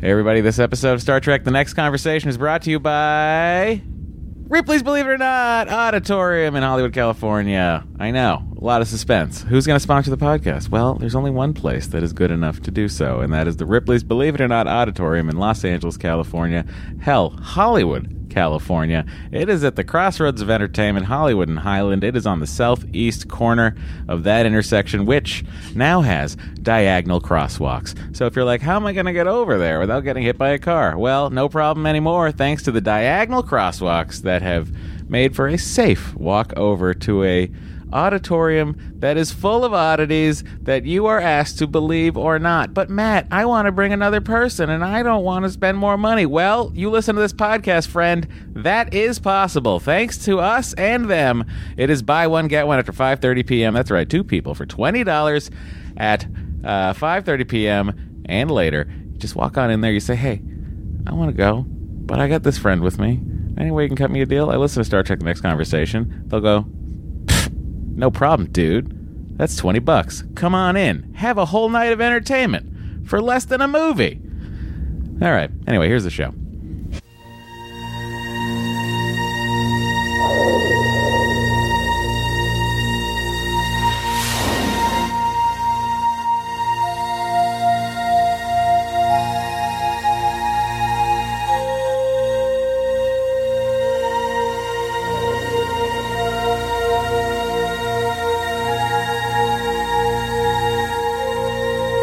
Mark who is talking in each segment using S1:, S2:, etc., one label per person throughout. S1: Hey everybody, this episode of Star Trek The Next Conversation is brought to you by Ripley's Believe It or Not Auditorium in Hollywood, California. I know, a lot of suspense. Who's going to sponsor the podcast? Well, there's only one place that is good enough to do so, and that is the Ripley's Believe It or Not Auditorium in Los Angeles, California. Hell, Hollywood, California. It is at the crossroads of entertainment, Hollywood and Highland. It is on the southeast corner of that intersection, which now has diagonal crosswalks. So if you're like, how am I going to get over there without getting hit by a car? Well, no problem anymore, thanks to the diagonal crosswalks that have made for a safe walk over to a auditorium that is full of oddities that you are asked to believe or not. But Matt, I want to bring another person and I don't want to spend more money. Well, you listen to this podcast, friend. That is possible thanks to us and them. It is buy one get one after 5:30 p.m. That's right, two people for $20 at uh, 5:30 p.m. and later. You just walk on in there, you say, "Hey, I want to go, but I got this friend with me." Anyway, you can cut me a deal. I listen to Star Trek: The Next Conversation. They'll go, no problem, dude. That's 20 bucks. Come on in. Have a whole night of entertainment for less than a movie. All right. Anyway, here's the show.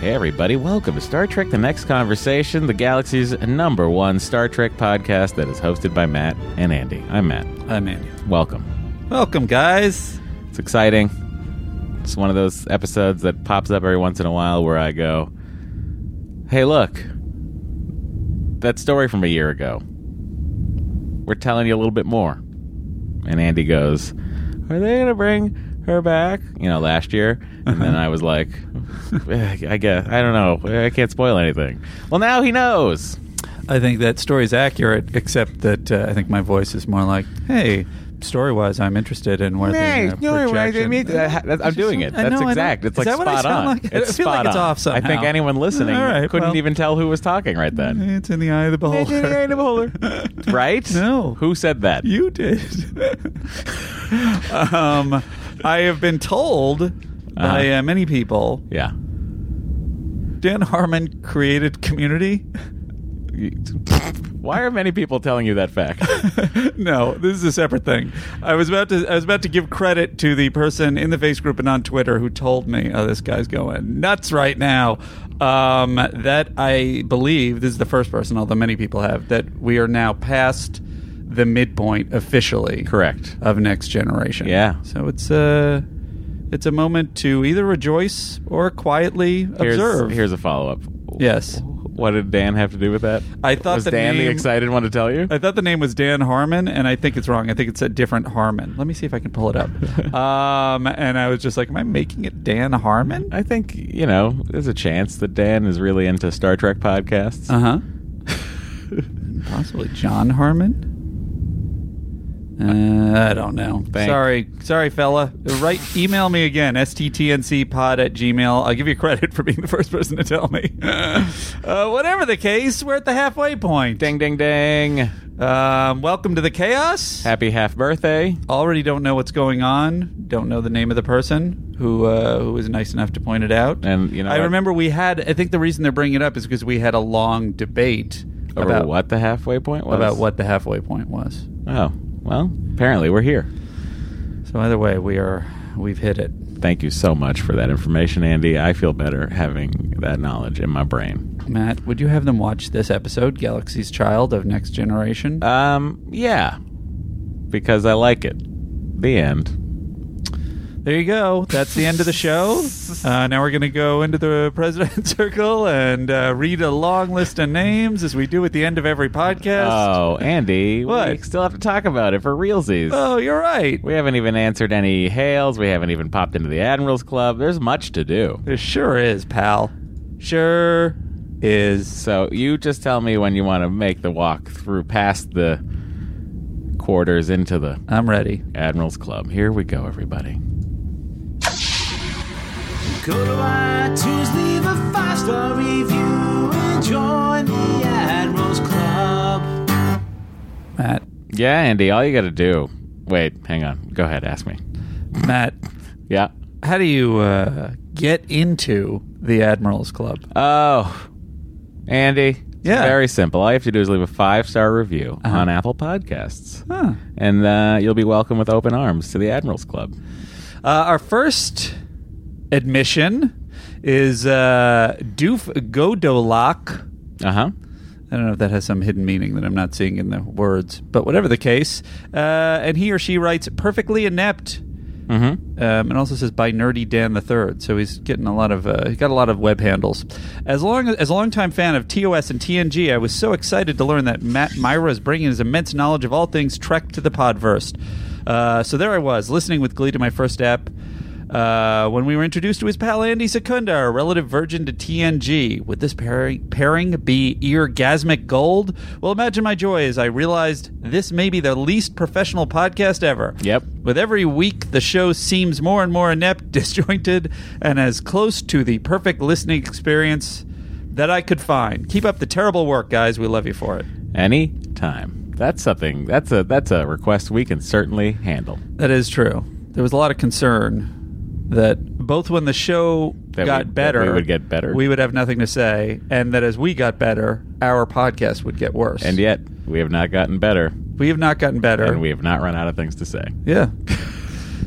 S1: Hey, everybody, welcome to Star Trek The Next Conversation, the galaxy's number one Star Trek podcast that is hosted by Matt and Andy. I'm Matt.
S2: I'm Andy.
S1: Welcome.
S2: Welcome, guys.
S1: It's exciting. It's one of those episodes that pops up every once in a while where I go, hey, look, that story from a year ago. We're telling you a little bit more. And Andy goes, are they going to bring her back? You know, last year. And
S3: Uh-huh.
S1: then I was like, "Eh, I guess, I don't know. Eh, I can't spoil anything. Well, now he knows.
S3: I think that story's accurate, except that uh, I think my voice is more like, "Hey, story-wise, I'm interested in where the uh, projection."
S1: I'm doing it.
S3: I
S1: That's
S3: know, I know.
S1: exact.
S3: Is
S1: It's like
S3: that
S1: spot
S3: what I
S1: on.
S3: sound like? I
S1: It's
S3: feel like
S1: spot
S3: it's
S1: on.
S3: off
S1: I think
S3: somehow.
S1: anyone listening
S3: All right,
S1: couldn't
S3: well.
S1: even tell who was talking right then.
S3: It's in the eye of the beholder.
S1: right?
S3: No.
S1: Who said that?
S3: You did. um, I have been told by uh, many people.
S1: Uh-huh. Yeah.
S3: Dan Harmon created Community.
S1: Why are many people telling you that fact?
S3: no, this is a separate thing. I was about to I was about to give credit to the person in the face group and on Twitter who told me, "Oh, this guy's going nuts right now." Um, that I believe this is the first person, although many people have, that we are now past the midpoint officially
S1: Correct.
S3: of Next Generation.
S1: Yeah.
S3: so it's a it's a moment to either rejoice or quietly observe.
S1: Here's, here's a follow up.
S3: yes.
S1: What did Dan have to do with that?
S3: I thought
S1: was
S3: the
S1: Dan the
S3: name-
S1: excited one to tell you.
S3: I thought the name was Dan Harmon, and I think it's wrong. I think it's a different Harmon. Let me see if I can pull it up. um, and I was just like, am I making it Dan Harmon?
S1: I think you know there's a chance that Dan is really into Star Trek podcasts.
S3: Uh huh. Possibly John Harmon. Uh, I don't know.
S1: Thanks.
S3: Sorry, sorry, fella. Right, email me again. sttncpod at gmail. I'll give you credit for being the first person to tell me. uh, whatever the case, we're at the halfway point.
S1: Ding ding ding!
S3: Um, welcome to the chaos.
S1: Happy half birthday.
S3: already don't know what's going on. Don't know the name of the person who uh, who was nice enough to point it out.
S1: And, you know
S3: I
S1: what?
S3: remember we had. I think the reason they're bringing it up is because we had a long debate
S1: Over
S3: about
S1: what the halfway point was.
S3: about what the halfway point was.
S1: Oh, well, apparently we're here.
S3: So either way, we are we've hit it.
S1: Thank you so much for that information, Andy. I feel better having that knowledge in my brain.
S3: Matt, would you have them watch this episode, Galaxy's Child of Next Generation?
S1: Um, yeah, because I like it. The end.
S3: There you go. That's the end of the show. Uh, now we're going to go into the president's circle and uh, read a long list of names as we do at the end of every podcast.
S1: Oh, Andy, we
S3: What?
S1: still have to talk about it for realsies.
S3: Oh, you're right.
S1: We haven't even answered any hails. We haven't even popped into the Admirals Club. There's much to do.
S3: There sure is, pal. Sure is.
S1: So you just tell me when you want to make the walk through past the quarters into the
S3: I'm ready.
S1: Admirals Club. Here we go, everybody.
S4: Go to iTunes, leave a five star review, and join the Admirals Club.
S3: Matt,
S1: Yeah, Andy, all you got to do. Wait, hang on. Go ahead, ask me.
S3: Matt,
S1: Yeah.
S3: how do you uh, get into the Admirals Club?
S1: Oh, Andy. it's
S3: Yeah.
S1: Very simple. All you have to do is leave a five star review
S3: Uh-huh.
S1: on Apple Podcasts.
S3: Huh.
S1: And uh, you'll be welcome with open arms to the Admirals Club.
S3: Uh, our first admission is uh, Doof Godolak.
S1: Uh huh.
S3: I don't know if that has some hidden meaning that I'm not seeing in the words, but whatever the case. Uh, and he or she writes perfectly inept.
S1: Mm hmm.
S3: Um, and also says by Nerdy Dan the Third, so he's getting a lot of uh, he's got a lot of web handles. As long as a longtime fan of TOS and TNG, I was so excited to learn that Matt Myra is bringing his immense knowledge of all things Trek to the Podverse. Uh, so there I was listening with glee to my first app. Uh, when we were introduced to his pal Andy Secunda, a relative virgin to TNG, would this pairing, pairing be eargasmic gold? Well, imagine my joy as I realized this may be the least professional podcast ever.
S1: Yep.
S3: With every week, the show seems more and more inept, disjointed, and as close to the perfect listening experience that I could find. Keep up the terrible work, guys. We love you for it.
S1: Any time. That's something. That's a that's a request we can certainly handle.
S3: That is true. There was a lot of concern that both when the show
S1: That we-
S3: got
S1: that
S3: better,
S1: we would get better.
S3: we would have nothing to say, and that as we got better, our podcast would get worse.
S1: And yet, we have not gotten better,
S3: we have not gotten better.
S1: and we have not run out of things to say.
S3: yeah.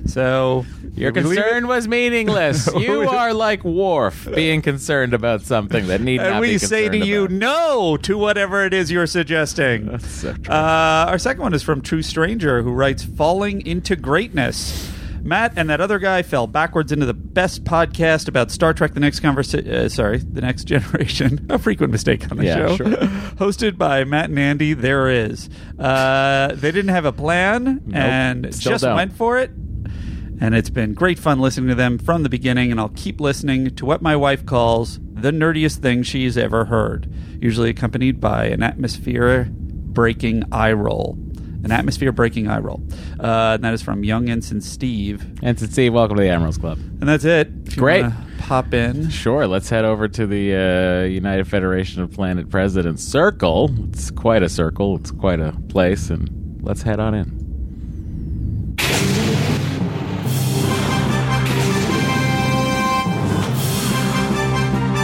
S3: so
S1: Your
S3: we leave it-
S1: concern was meaningless. You
S3: We-
S1: are like Worf, being concerned about something that need
S3: And
S1: not be
S3: we say to
S1: concerned
S3: you
S1: about.
S3: no to whatever it is you're suggesting.
S1: That's so true.
S3: Uh, our second one is from True Stranger, who writes Falling into Greatness. Matt and that other guy fell backwards into the best podcast about Star Trek: The Next Conversation. Uh, sorry, The Next Generation. A frequent mistake on the
S1: Yeah,
S3: show.
S1: sure.
S3: Hosted by Matt and Andy. There is. Uh, they didn't have a plan and
S1: still
S3: just
S1: don't.
S3: went for it. And it's been great fun listening to them from the beginning, and I'll keep listening to what my wife calls the nerdiest thing she's ever heard, usually accompanied by an atmosphere breaking eye roll. An atmosphere breaking eye roll. Uh, and that is from Young Ensign Steve.
S1: And to Steve, welcome to the Admirals Club.
S3: And that's it. If you
S1: Great.
S3: wanna Pop in.
S1: Sure, let's head over to the uh, United Federation of Planet Presidents Circle. It's quite a circle. It's quite a place, and let's head on in.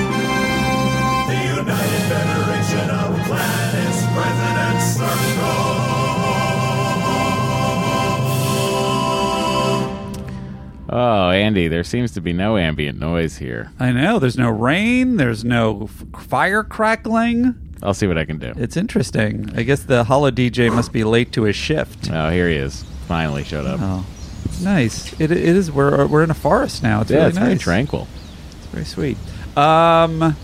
S5: The United Federation of Planets President Circle.
S1: Oh, Andy, there seems to be no ambient noise here.
S3: I know. There's no rain. There's no f- fire crackling.
S1: I'll see what I can do.
S3: It's interesting. I guess the hollow DJ must be late to his shift.
S1: Oh, here he is. Finally showed up.
S3: Oh, nice. It, it is. We're we're in a forest now. It's
S1: yeah,
S3: really
S1: it's
S3: nice.
S1: very tranquil.
S3: It's very sweet. Um,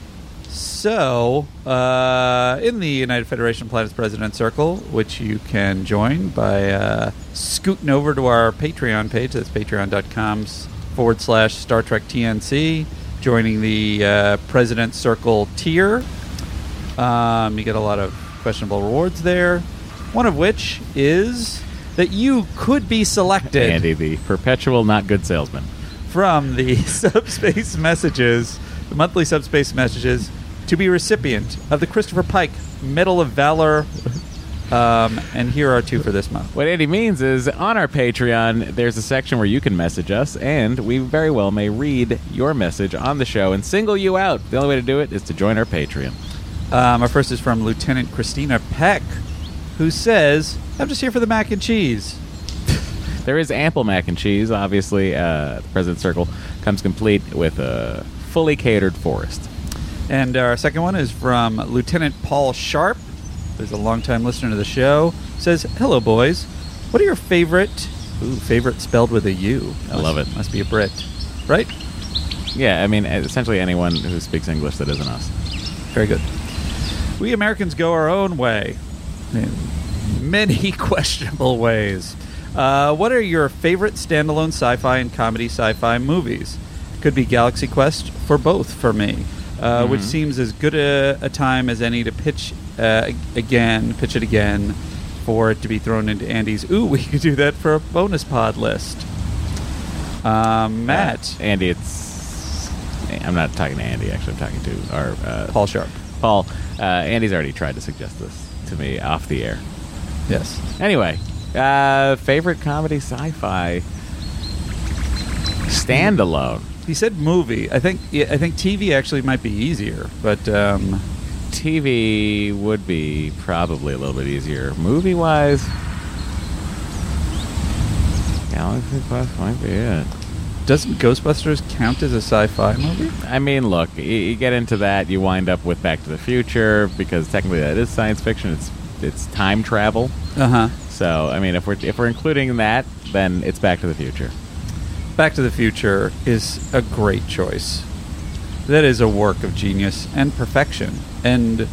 S3: so uh, in the United Federation of Planets President Circle, which you can join by uh, scooting over to our Patreon page. That's patreon.com s- forward slash Star Trek TNC. Joining the uh, President Circle tier. Um, you get a lot of questionable rewards there. One of which is that you could be selected
S1: Andy, the perpetual not good salesman.
S3: from the subspace messages, the monthly subspace messages, to be recipient of the Christopher Pike Medal of Valor. Um, and here are two for this month.
S1: What Andy means is on our Patreon, there's a section where you can message us, and we very well may read your message on the show and single you out. The only way to do it is to join our Patreon.
S3: Um, our first is from Lieutenant Christina Peck, who says, "I'm just here for the mac and cheese."
S1: There is ample mac and cheese, obviously. Uh, the President's Circle comes complete with a fully catered forest.
S3: And our second one is from Lieutenant Paul Sharp, who's a longtime listener to the show. Says, Hello, boys. What are your favorite Ooh, favorite spelled with a U.
S1: I love it.
S3: Must be a Brit, right?
S1: Yeah, I mean, essentially anyone who speaks English that isn't us.
S3: Very good. We Americans go our own way in many questionable ways. Uh, what are your favorite standalone sci fi and comedy sci fi movies? Could be Galaxy Quest for both for me, uh,
S1: Mm-hmm.
S3: which seems as good a, a time as any to pitch uh, again, pitch it again for it to be thrown into Andy's. Ooh, we could do that for a bonus pod list. Um, Matt,
S1: Uh, Andy, it's. I'm not talking to Andy, actually. I'm talking to our. Uh,
S3: Paul Sharp.
S1: Paul. Uh, Andy's already tried to suggest this to me off the air.
S3: Yes.
S1: Anyway, uh, favorite comedy sci fi standalone.
S3: He said movie. I think yeah, I think TV actually might be easier, but um,
S1: TV would be probably a little bit easier. Movie wise, Galaxy Quest might be it.
S3: doesn't Ghostbusters count as a sci-fi movie?
S1: I mean, look, y- you get into that, you wind up with Back to the Future because technically that is science fiction. It's it's time travel.
S3: Uh huh.
S1: So, I mean, if we're if we're including that, then it's Back to the Future.
S3: Back to the Future is a great choice. That is a work of genius and perfection, and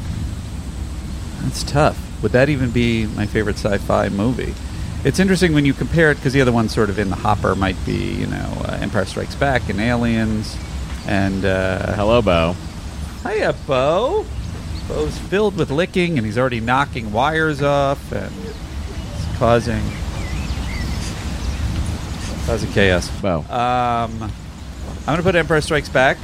S3: that's tough. Would that even be my favorite sci-fi movie? It's interesting when you compare it because the other one's sort of in the hopper. Might be you know uh, Empire Strikes Back and Aliens, and uh,
S1: Hello, Bo.
S3: Hiya, Bo. Bo's filled with licking, and he's already knocking wires off, and it's causing causing chaos.
S1: Bo,
S3: Um, I'm gonna put Empire Strikes Back.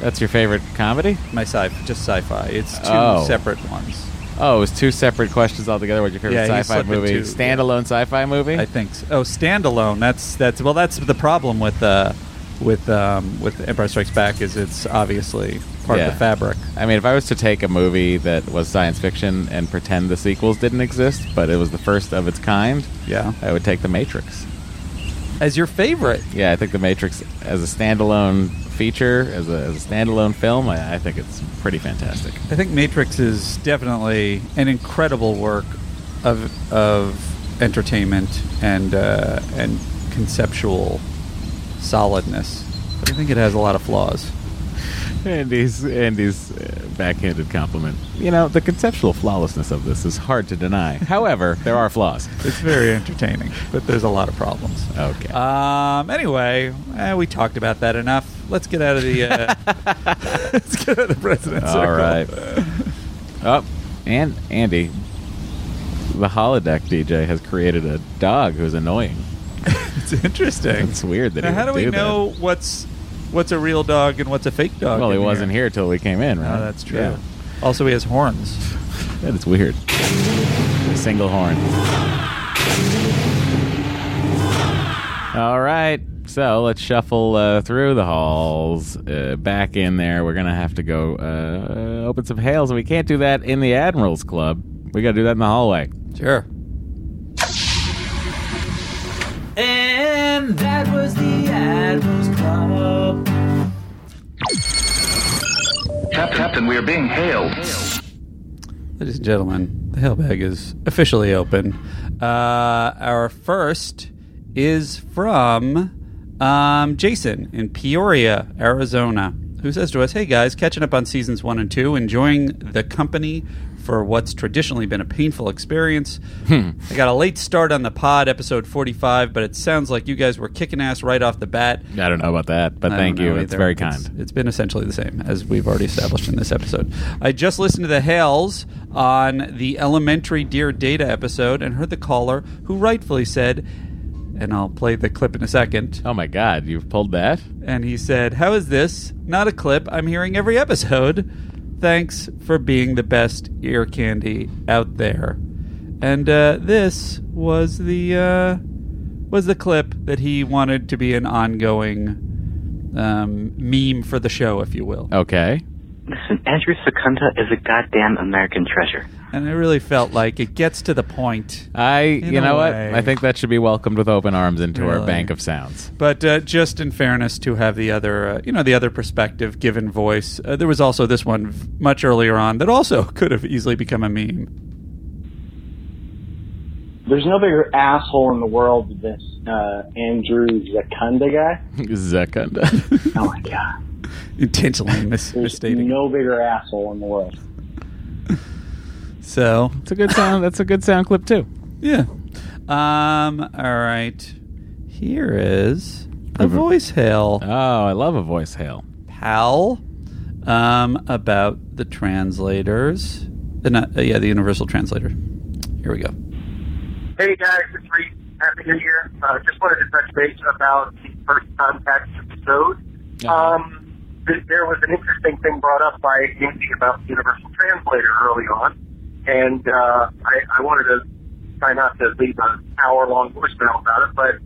S1: that's your favorite comedy?
S3: My sci, just sci-fi. It's two
S1: Oh.
S3: separate ones.
S1: Oh, it was two separate questions altogether. What's your favorite
S3: Yeah, he's
S1: sci-fi
S3: slipping
S1: movie?
S3: two, yeah.
S1: Standalone sci-fi movie?
S3: I think. So. Oh, standalone. That's that's well. That's the problem with uh, with um, with Empire Strikes Back is it's obviously part of
S1: Yeah.
S3: the fabric.
S1: I mean, if I was to take a movie that was science fiction and pretend the sequels didn't exist, but it was the first of its kind,
S3: Yeah.
S1: I would take The Matrix.
S3: As your favorite.
S1: Yeah, I think The Matrix as a standalone feature, as a, as a standalone film, I, I think it's pretty fantastic.
S3: I think Matrix is definitely an incredible work of of entertainment and uh, and conceptual solidness. But I think it has a lot of flaws.
S1: Andy's Andy's uh, backhanded compliment. You know, the conceptual flawlessness of this is hard to deny. However, there are flaws.
S3: It's very entertaining, but there's a lot of problems.
S1: Okay.
S3: Um. Anyway, eh, we talked about that enough. Let's get out of the. Uh, let's get out of the president's
S1: All right. Oh, and Andy, the holodeck DJ has created a dog who's annoying.
S3: It's interesting.
S1: It's weird that
S3: Now,
S1: he
S3: how do
S1: would
S3: we
S1: do
S3: know what's what's a real dog and what's a fake
S1: That.
S3: dog?
S1: Well, he
S3: in
S1: wasn't here till we came in, right?
S3: Oh, that's true.
S1: Yeah,
S3: Also, he has horns.
S1: that is weird. Single horn. All right. So let's shuffle uh, through the halls uh, back in there. We're gonna have to go uh, open some hails, and we can't do that in the Admirals Club. We gotta do that in the hallway.
S3: Sure.
S4: And that was the Admiral's Club.
S6: Cap- Captain, we are being hailed.
S3: Ladies and gentlemen, the hellbag is officially open. Uh, our first is from um, Jason in Peoria, Arizona, who says to us, Hey guys, catching up on seasons one and two, enjoying the company for what's traditionally been a painful experience.
S1: Hmm.
S3: I got a late start on the pod, episode 45, but it sounds like you guys were kicking ass right off the bat.
S1: I don't know about that, but
S3: I
S1: thank
S3: don't
S1: you.
S3: know
S1: It's
S3: either.
S1: very
S3: It's-
S1: kind.
S3: it's been essentially the same as we've already established in this episode. I just listened to the Hales on the elementary Dear Data episode and heard the caller who rightfully said, and I'll play the clip in a second.
S1: Oh my God, you've pulled that?
S3: And he said, How is this? Not a clip. I'm hearing every episode. Thanks for being the best ear candy out there. And uh, this was the uh, was the clip that he wanted to be an ongoing um, meme for the show, if you will.
S1: Okay.
S7: Listen, Andrew Secunda is a goddamn American treasure.
S3: And I really felt like it gets to the point.
S1: I, you
S3: a
S1: know what?
S3: way.
S1: I think that should be welcomed with open arms into our
S3: Really?
S1: bank of sounds.
S3: But uh, just in fairness, to have the other, uh, you know, the other perspective, given voice. Uh, there was also this one v- much earlier on that also could have easily become a meme.
S8: There's no bigger asshole in the world than this uh, Andrew Zakunda guy.
S1: Zakunda.
S8: Oh my god.
S3: Intentionally mis-
S8: There's
S3: misstating.
S8: no bigger asshole in the world.
S3: So
S1: It's a good sound. That's a good sound clip too.
S3: yeah. Um. All right. Here is a voice hail.
S1: Oh, I love a voice hail.
S3: Pal um, about the translators. Uh, not, uh, yeah, the universal translator. Here we go.
S9: Hey guys, it's Reed. Happy New Year. Uh, just wanted to touch base about the first contact episode. Um, th- there was an interesting thing brought up by Nancy about the Universal Translator early on, and uh, I, I wanted to try not to leave an hour-long voicemail about it, but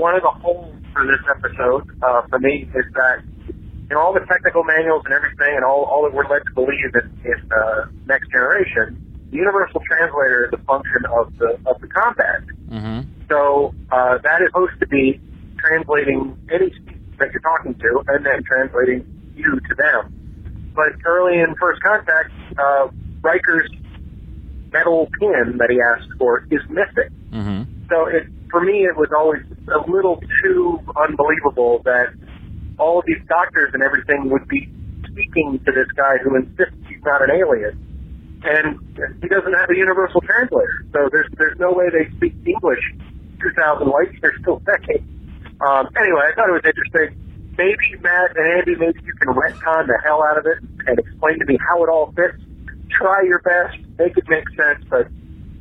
S9: one of the holes for this episode uh, for me is that you know, all the technical manuals and everything, and all, all that we're led to believe in, in uh, next generation, the universal translator is a function of the of the compact.
S1: Mm-hmm.
S9: So uh, that is supposed to be translating any speech that you're talking to, and then translating you to them. But early in first contact, uh, Riker's metal pin that he asked for is missing.
S1: Mm-hmm.
S9: So it, for me, it was always a little too unbelievable that all of these doctors and everything would be speaking to this guy who insists he's not an alien, and he doesn't have a universal translator. So there's there's no way they speak English 2,000 light years still decades. Um, anyway, I thought it was interesting. Maybe Matt and Andy, maybe you can retcon the hell out of it and explain to me how it all fits. Try your best, make it make sense, but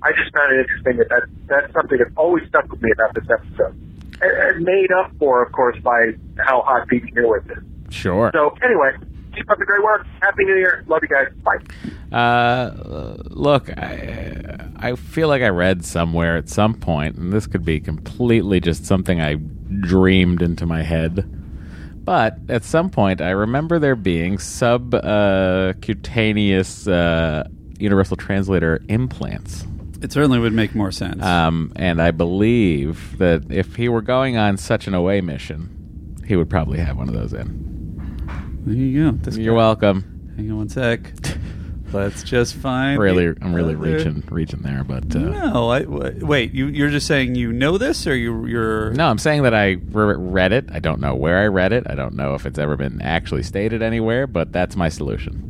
S9: I just found it interesting that, that that's something that always stuck with me about this episode. And, and made up for, of course, by how hot BB New Wave is.
S1: Sure.
S9: So, anyway, keep up the great work. Happy New Year. Love you guys. Bye.
S1: Uh, look, I, I feel like I read somewhere at some point, and this could be completely just something I dreamed into my head. But at some point, I remember there being subcutaneous uh, cutaneous, uh, universal translator implants.
S3: It certainly would make more sense.
S1: Um, and I believe that if he were going on such an away mission, he would probably have one of those in.
S3: there you go. This
S1: You're
S3: guy-
S1: welcome.
S3: Hang on one sec. Let's just find.
S1: Really,
S3: the
S1: I'm really
S3: other-
S1: reaching, reaching there, but uh,
S3: No, I, w- wait. You, you're just saying you know this, or you, you're
S1: No, I'm saying that I re- read it. I don't know where I read it. I don't know if it's ever been actually stated anywhere, but that's my solution.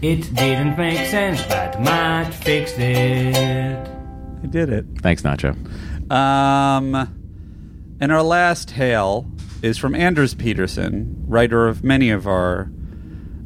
S4: It didn't make sense, but Matt fixed it.
S3: I did it.
S1: Thanks, Nacho.
S3: Um, and our last hail is from Anders Peterson, writer of many of our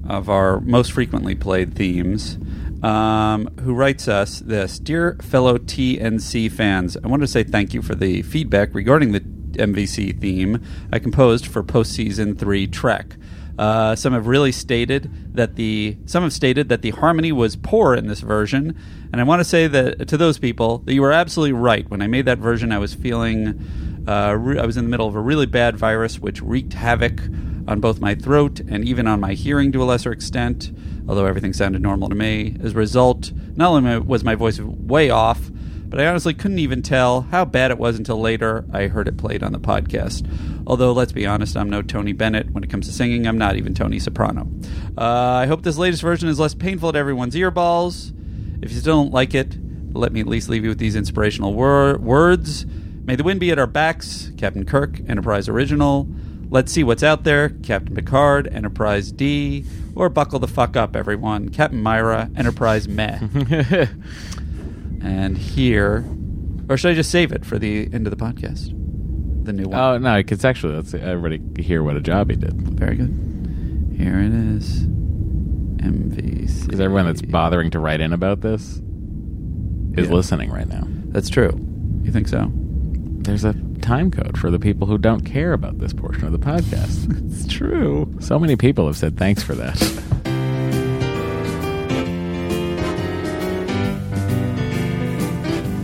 S3: of our most frequently played themes, um, who writes us this: "Dear fellow TNC fans, I want to say thank you for the feedback regarding the MVC theme I composed for postseason three Trek." Uh, some have really stated that the some have stated that the harmony was poor in this version, and I want to say that to those people that you were absolutely right. When I made that version, I was feeling uh, re- I was in the middle of a really bad virus, which wreaked havoc on both my throat and even on my hearing to a lesser extent. Although everything sounded normal to me, as a result, not only my- was my voice way off, but I honestly couldn't even tell how bad it was until later I heard it played on the podcast. Although, let's be honest, I'm no Tony Bennett. When it comes to singing, I'm not even Tony Soprano. Uh, I hope this latest version is less painful to everyone's earballs. If you still don't like it, let me at least leave you with these inspirational wor- words. May the wind be at our backs, Captain Kirk, Enterprise Original. Let's see what's out there, Captain Picard, Enterprise D, or buckle the fuck up, everyone, Captain Myra, Enterprise Meh. And here, or should I just save it for the end of the podcast? The new one.
S1: Oh no, it's actually let's everybody hear what a job he did.
S3: Very good. Here it is. MVC.
S1: Because everyone that's bothering to write in about this is
S3: Yeah.
S1: listening right now.
S3: That's true. You think so?
S1: There's a time code for the people who don't care about this portion of the podcast.
S3: It's true.
S1: so many people have said thanks for that.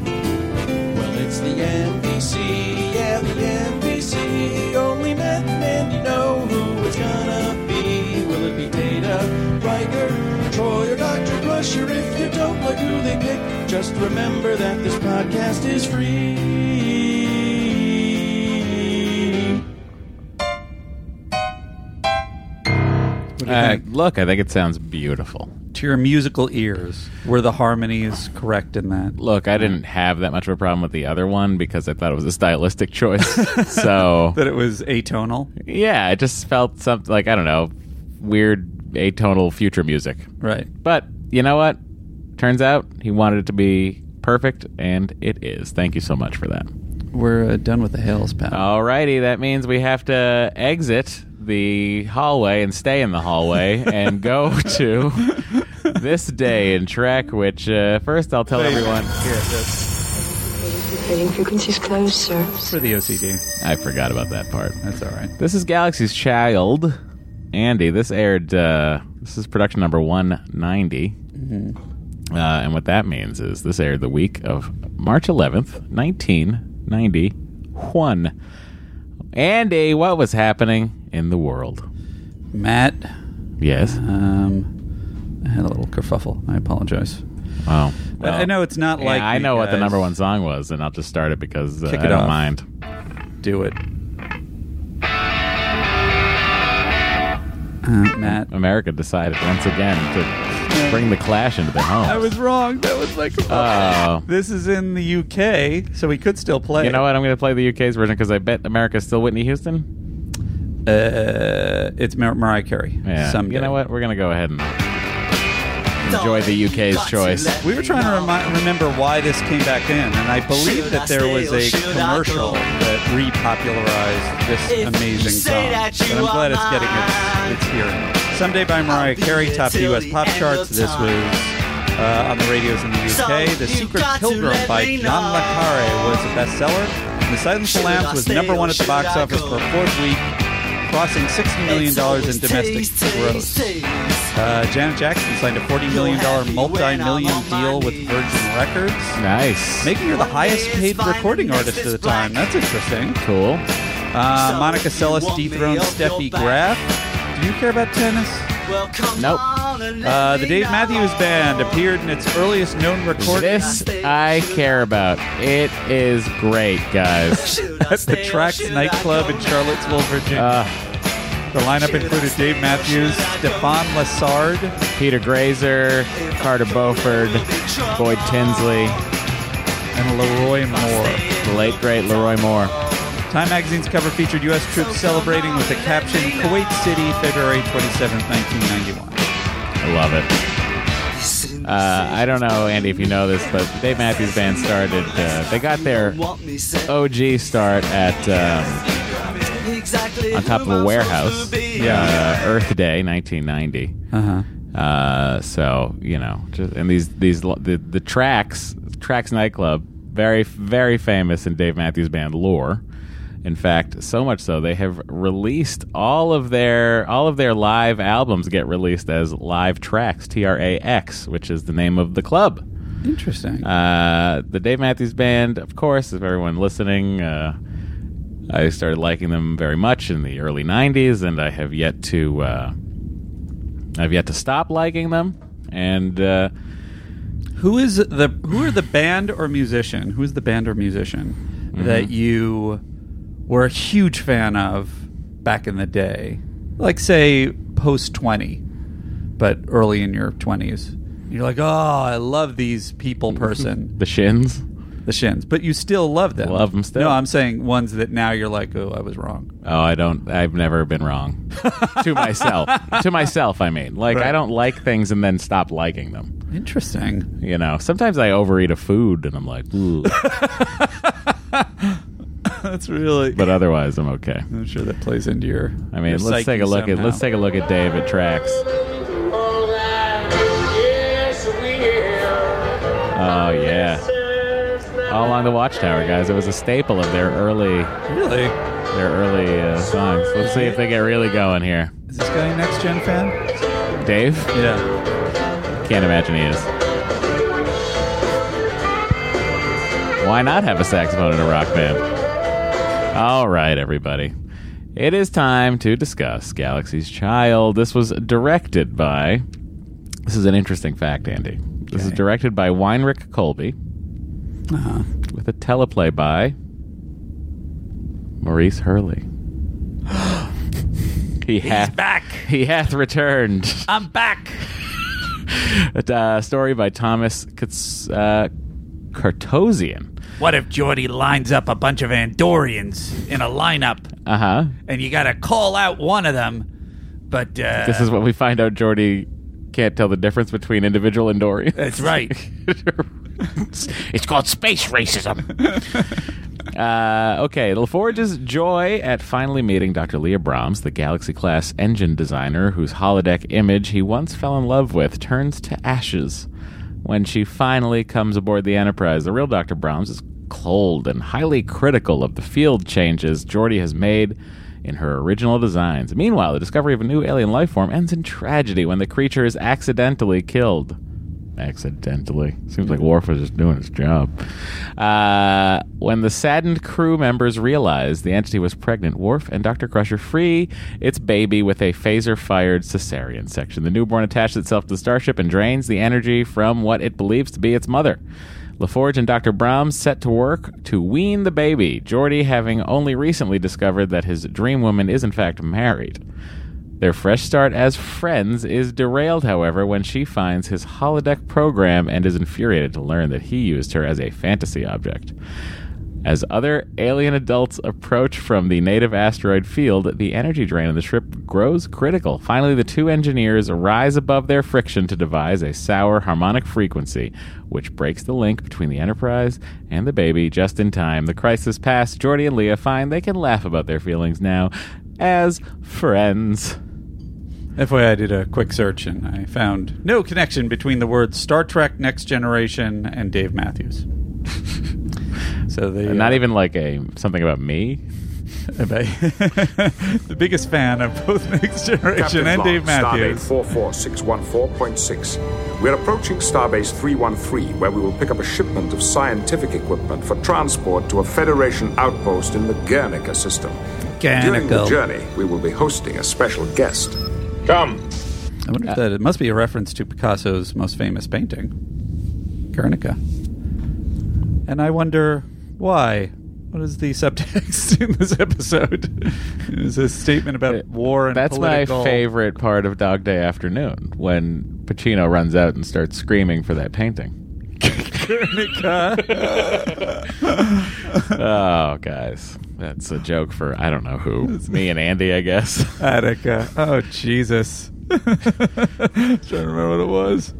S4: Well, it's the MPC, yeah, the MPC. Only Matt and Andy know who it's gonna be. Will it be Data, Riker, Troy, or Dr. Crusher? If you don't like who they pick, just remember that this podcast is free.
S1: Uh, look, I think it sounds beautiful.
S3: to your musical ears. Were the harmonies correct in that?
S1: Look, I didn't have that much of a problem with the other one because I thought it was a stylistic choice. so
S3: That it was atonal,
S1: yeah, it just felt something like I don't know, weird atonal future music.
S3: right?
S1: But you know what? Turns out he wanted it to be perfect, and it is. Thank you so much for that.
S3: We're uh, done with the Hales, pal.
S1: Alrighty, that means we have to exit the hallway and stay in the hallway and go to this day in Trek. Which uh, first I'll tell everyone.
S10: Rating frequencies closed, sir.
S3: for the OCD.
S1: I forgot about that part.
S3: That's all right.
S1: This is Galaxy's Child. Andy, this aired, uh, this is production number 190. Uh, and what that means is this aired the week of March 11th, 1991. Andy, eh, what was happening in the world?
S3: Matt,
S1: Yes.
S3: um, I had a little kerfuffle. I apologize.
S1: Wow.
S3: But I know it's not
S1: Oh, yeah,
S3: like
S1: I
S3: me,
S1: know what the
S3: guys.
S1: number one song was, and I'll just start it because uh,
S3: Kick
S1: I
S3: it
S1: don't
S3: off.
S1: mind.
S3: Do it. Uh, Matt,
S1: America decided once again to bring the clash into the home.
S3: I was wrong. That was like
S1: Oh.
S3: this is in the UK, so we could still play.
S1: You know what? I'm going to play the UK's version because I bet America's still Whitney Houston.
S3: Uh, it's Mar- Mariah Carey.
S1: Yeah.
S3: Someday.
S1: You know what? We're gonna go ahead and enjoy the UK's choice.
S3: We were trying to remi- remember why this came back in, and I believe that there was a commercial that repopularized this amazing song. But I'm glad it's getting its, its hearing. Someday by Mariah Carey topped the U.S. pop charts. This was uh, on the radios in the UK. the Secret Pilgrim by John Le Carre was a bestseller. And the Silence of the Lambs was number one at the box office for a fourth week, crossing $60 million in domestic gross. Uh, Janet Jackson signed a $40 million multi-million deal with Virgin Records,
S1: Nice.
S3: making her the highest-paid recording artist at the time. That's interesting.
S1: cool.
S3: Uh, Monica Seles dethroned Steffi Graf. Do you care about tennis?
S1: Nope.
S3: Uh, the Dave Matthews Band appeared in its earliest known recording.
S1: This I care about. It is great, guys.
S3: At the Trax nightclub in Charlottesville, Virginia.
S1: Uh,
S3: the lineup included Dave Matthews, Stefan Lessard,
S1: Peter Grazer, Carter Beauford, Boyd Tinsley,
S3: and Leroy Moore.
S1: the late great Leroy Moore.
S3: Time magazine's cover featured U.S. troops celebrating with the caption Kuwait City, February 27, 1991.
S1: I love it. Uh, I don't know, Andy, if you know this, but Dave Matthews Band started. Uh, they got their OG start at um, on top of a warehouse. Yeah, uh, Earth Day, 1990.
S3: Uh-huh.
S1: Uh, so you know, just, and these these lo- the the tracks tracks nightclub very very famous in Dave Matthews Band lore. In fact, so much so they have released all of their all of their live albums get released as live tracks T R A X, which is the name of the club.
S3: Interesting.
S1: Uh, the Dave Matthews Band, of course, if everyone listening, uh, I started liking them very much in the early '90s, and I have yet to uh, I've yet to stop liking them. And uh,
S3: who is the who are the band or musician? Who is the band or musician
S1: Mm-hmm.
S3: that you were a huge fan of back in the day? Like say post 20, but early in your 20s. You're like, "Oh, I love these people
S1: Mm-hmm.
S3: person,
S1: the Shins,
S3: the Shins." But you still love them.
S1: Love 'em still.
S3: No, I'm saying ones that now you're like, "Oh, I was wrong."
S1: oh, I don't. I've never been wrong to myself. To myself, I mean, like I
S3: Right.
S1: don't like things and then stop liking them.
S3: Interesting.
S1: You know, sometimes I overeat a food and I'm like, Ooh.
S3: That's really.
S1: but otherwise I'm okay.
S3: I'm sure that plays into your.
S1: I mean, let's take a look at let's take a look at Dave at tracks. Oh yeah. All along the Watchtower, guys. It was a staple of their early
S3: Really,
S1: their early uh, songs. Let's see if they get really going here.
S3: is this guy a next gen fan?
S1: Dave?
S3: Yeah.
S1: Can't imagine he is. Why not have a saxophone in a rock band? All right, everybody. It is time to discuss Galaxy's Child. This was directed by. This is an interesting fact, Andy. This is
S3: Okay.
S1: directed by Weinrich Colby
S3: Uh-huh.
S1: with a teleplay by Maurice Hurley. he hath back. He hath returned.
S3: I'm back.
S1: A uh, story by Thomas Kats- uh, Cartosian.
S10: What if Jordy lines up a bunch of Andorians in a lineup
S1: Uh huh.
S10: and you got to call out one of them? But uh,
S1: This is what we find out Jordy can't tell the difference between individual and Dory.
S10: That's right.
S1: it's called space racism. Uh, okay, LaForge's joy at finally meeting Dr. Leah Brahms, the Galaxy class engine designer whose holodeck image he once fell in love with, turns to ashes when she finally comes aboard the Enterprise. The real Dr. Brahms is cold and highly critical of the field changes Geordi has made in her original designs. Meanwhile, the discovery of a new alien life form ends in tragedy when the creature is accidentally killed accidentally. Seems like Worf was just doing his job. Uh, when the saddened crew members realize the entity was pregnant, Worf and Dr. Crusher free its baby with a phaser fired cesarean section. The newborn attaches itself to the starship and drains the energy from what it believes to be its mother. LaForge and Dr. Brahms set to work to wean the baby, Geordi having only recently discovered that his dream woman is in fact married. Their fresh start as friends is derailed, however, when she finds his holodeck program and is infuriated to learn that he used her as a fantasy object. As other alien adults approach from the native asteroid field, the energy drain on the ship grows critical. Finally, the two engineers rise above their friction to devise a sour harmonic frequency, which breaks the link between the Enterprise and the baby just in time. The crisis passed, Jordy and Leah find they can laugh about their feelings now as friends.
S3: FYI, I did a quick search and I found no connection between the words Star Trek Next Generation and Dave Matthews. so they uh,
S1: Not even like a something about me.
S3: the biggest fan of both Next Generation
S11: Captain
S3: and
S11: Long,
S3: Dave Matthews.
S11: Starbase 44614.6. We're approaching Starbase 313, where we will pick up a shipment of scientific equipment for transport to a Federation outpost in the Guernica system. During the
S3: Guernica.
S11: journey, we will be hosting a special guest.
S9: Come.
S3: I wonder
S10: Uh,
S3: if that it must be a reference to Picasso's most famous painting, Guernica. And I wonder why. What is the subtext in this episode? it was a statement about war and
S1: Uh, That's
S3: political.
S1: my favorite part of Dog Day Afternoon when Pacino runs out and starts screaming for that painting. oh, guys, that's a joke for I don't know who. Me and Andy, I guess.
S3: Attica. Oh Jesus! Trying to remember what it was.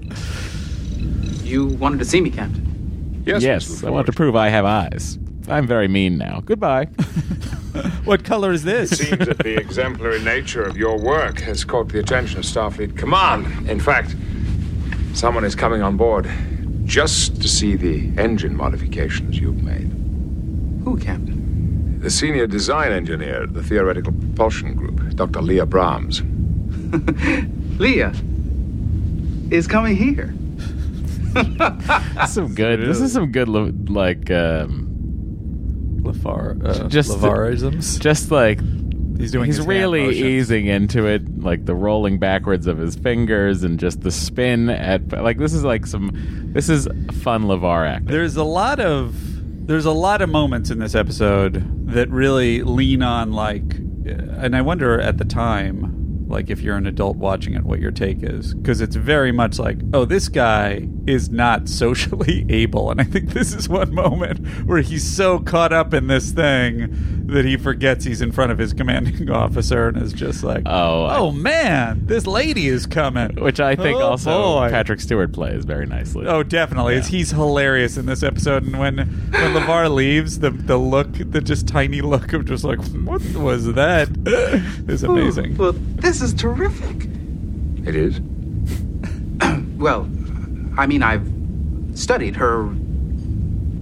S12: You wanted to see me, Captain.
S1: Yes, I want to prove I have eyes. I'm very mean now. Goodbye.
S3: What color is this?
S11: It seems that the exemplary nature of your work has caught the attention of Starfleet Command. In fact, someone is coming on board just to see the engine modifications you've made.
S12: Who, Captain?
S11: The senior design engineer at the Theoretical Propulsion Group, Dr. Leah Brahms.
S12: Leah is coming here.
S1: some good. This is some good, lo- like, um,
S3: Lafar,
S1: j-
S3: uh,
S1: just
S3: Lavarisms.
S1: Just like
S3: He's doing.
S1: He's
S3: his hand
S1: really
S3: motions.
S1: easing into it, like the rolling backwards of his fingers and just the spin at. Like this is like some. This is fun Levar act.
S3: There's a lot of there's a lot of moments in this episode that really lean on like, uh, and I wonder at the time, like if you're an adult watching it, what your take is because it's very much like, oh, this guy is not socially able, and I think this is one moment where he's so caught up in this thing that he forgets he's in front of his commanding officer and is just like,
S1: Oh, I-
S3: oh man, this lady is coming,
S1: Which I think
S3: Oh,
S1: also
S3: boy.
S1: Patrick Stewart plays very nicely.
S3: Oh, definitely. It's- He's hilarious in this episode. And when when Levar leaves, the the look, the just tiny look of just like, what was that? is amazing.
S12: Well, this is terrific.
S11: It is?
S12: Well, I mean, I've studied her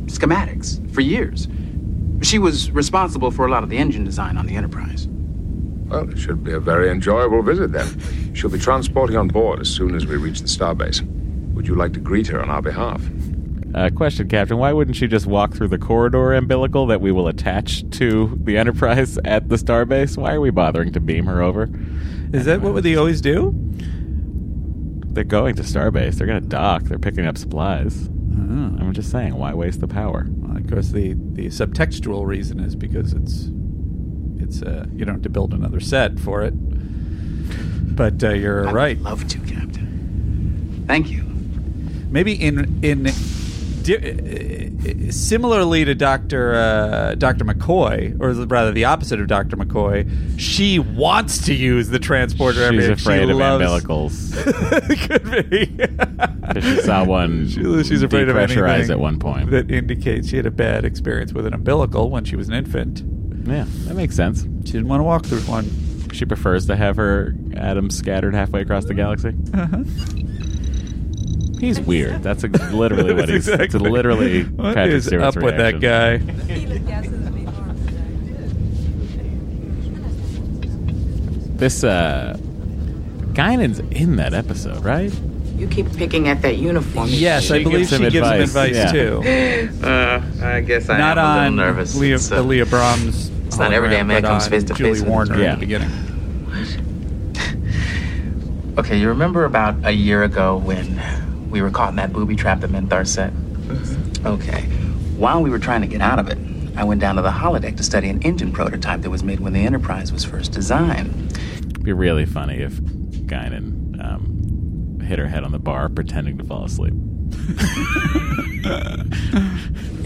S12: schematics for years. She was responsible for a lot of the engine design on the Enterprise.
S11: Well, it should be a very enjoyable visit then. She'll be transporting on board as soon as we reach the starbase. Would you like to greet her on our behalf?
S1: Uh, question, Captain. Why wouldn't you just walk through the corridor umbilical that we will attach to the Enterprise at the starbase? Why are we bothering to beam her over?
S3: Is that what they always do?
S1: They're going to starbase. They're going to dock. They're picking up supplies. I'm just saying, why waste the power?
S3: Oh. Well, of course, the, the subtextual reason is because it's it's uh, you don't have to build another set for it. But uh, you're
S12: I would
S3: right.
S12: love to, Captain. Thank you.
S3: Maybe in in di- uh, similarly to Doctor uh, Doctor McCoy, or rather the opposite of Doctor McCoy, she wants to use the transporter. every
S1: She's
S3: day.
S1: afraid
S3: she
S1: of
S3: loves-
S1: umbilicals. Could be. she saw one.
S3: She- she's afraid of
S1: depressurize
S3: anything
S1: at one point.
S3: That indicates she had a bad experience with an umbilical when she was an infant.
S1: Yeah, that makes sense.
S3: She didn't want to walk through one.
S1: She prefers to have her atoms scattered halfway across the galaxy.
S3: Uh-huh.
S1: He's weird. That's ex- literally what
S3: That's
S1: he's. It's
S3: exactly-
S1: literally
S3: What
S1: Patrick
S3: is
S1: Stewart's
S3: up with that
S1: reaction.
S3: guy?
S1: This uh, Guinan's in that episode, right?
S13: You keep picking at that uniform.
S3: Yes, I believe she gives him advice too.
S14: Uh, I guess I
S3: not
S14: am a
S3: on
S14: little nervous.
S3: Leah,
S14: It's, uh,
S3: the Leah Brahms.
S14: it's not every day a
S3: hologram,
S14: man
S3: Oh, but
S14: comes
S3: on
S14: face to
S3: Julie
S14: face with-
S3: Warner
S14: Yeah.
S3: in the beginning.
S12: Okay, you remember about a year ago when we were caught in that booby trap that Menthar set?
S3: Mm-hmm.
S12: Okay. While we were trying to get out of it, I went down to the holodeck to study an engine prototype that was made when the Enterprise was first designed.
S1: It'd be really funny if Guinan um, hit her head on the bar pretending to fall asleep.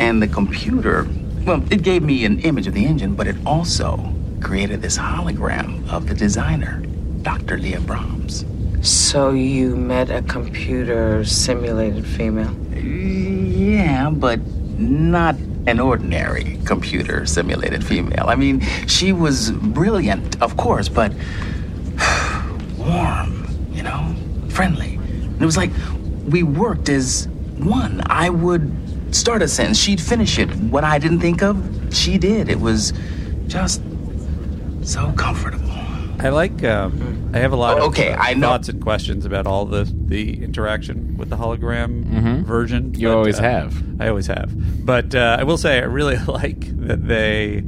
S12: And the computer, well, it gave me an image of the engine, but it also created this hologram of the designer, Dr. Leah Brahms.
S13: So you met a computer simulated female?
S12: Yeah, but not an ordinary computer simulated female. I mean, she was brilliant, of course, but warm, you know, friendly. And it was like we worked as one. I would start a sentence, she'd finish it. What I didn't think of, she did. It was just so comfortable.
S3: I like. Um, I have a lot
S12: Oh,
S3: of
S12: okay,
S3: uh,
S12: I know.
S3: thoughts and questions about all the the interaction with the hologram
S1: Mhm.
S3: version. uh,
S1: You always have.
S3: I always have. But uh, I will say, I really like that they.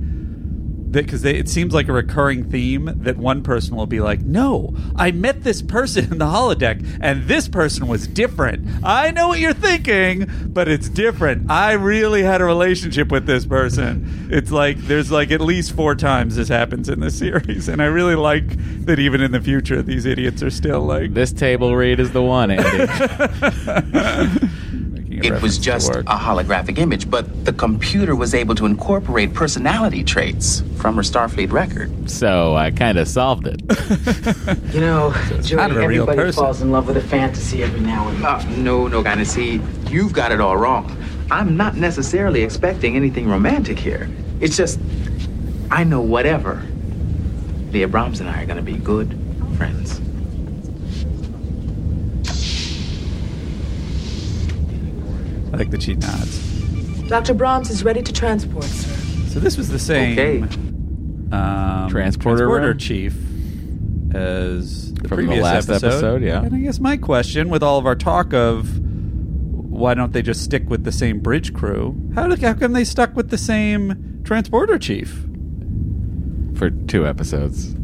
S3: Because it seems like a recurring theme that one person will be like, "No, I met this person in the holodeck, and this person was different. I know what you're thinking, but it's different. I really had a relationship with this person." It's like there's like at least four times this happens in this series, and I really like that even in the future these idiots are still like,
S1: "This table read is the one." Andy.
S12: It was just a holographic image, but the computer was able to incorporate personality traits from her Starfleet record.
S1: so I kind of solved it.
S13: You know, Joey,
S12: kind of a real
S13: everybody
S12: person.
S13: falls in love with a fantasy every now and then.
S12: Uh, no, no, Ghana, see, you've got it all wrong. I'm not necessarily expecting anything romantic here. It's just, I know whatever. Leah Brahms and I are going to be good friends.
S3: "I like that she nods."
S15: Dr. Brahms is ready to transport, sir.
S3: So this was the same
S15: Okay.
S3: um,
S1: Transporter room?
S3: chief as the
S1: From the
S3: previous
S1: last episode, yeah.
S3: And I guess my question, with all of our talk of why don't they just stick with the same bridge crew? How do, how come they stuck with the same transporter chief?
S1: for two episodes.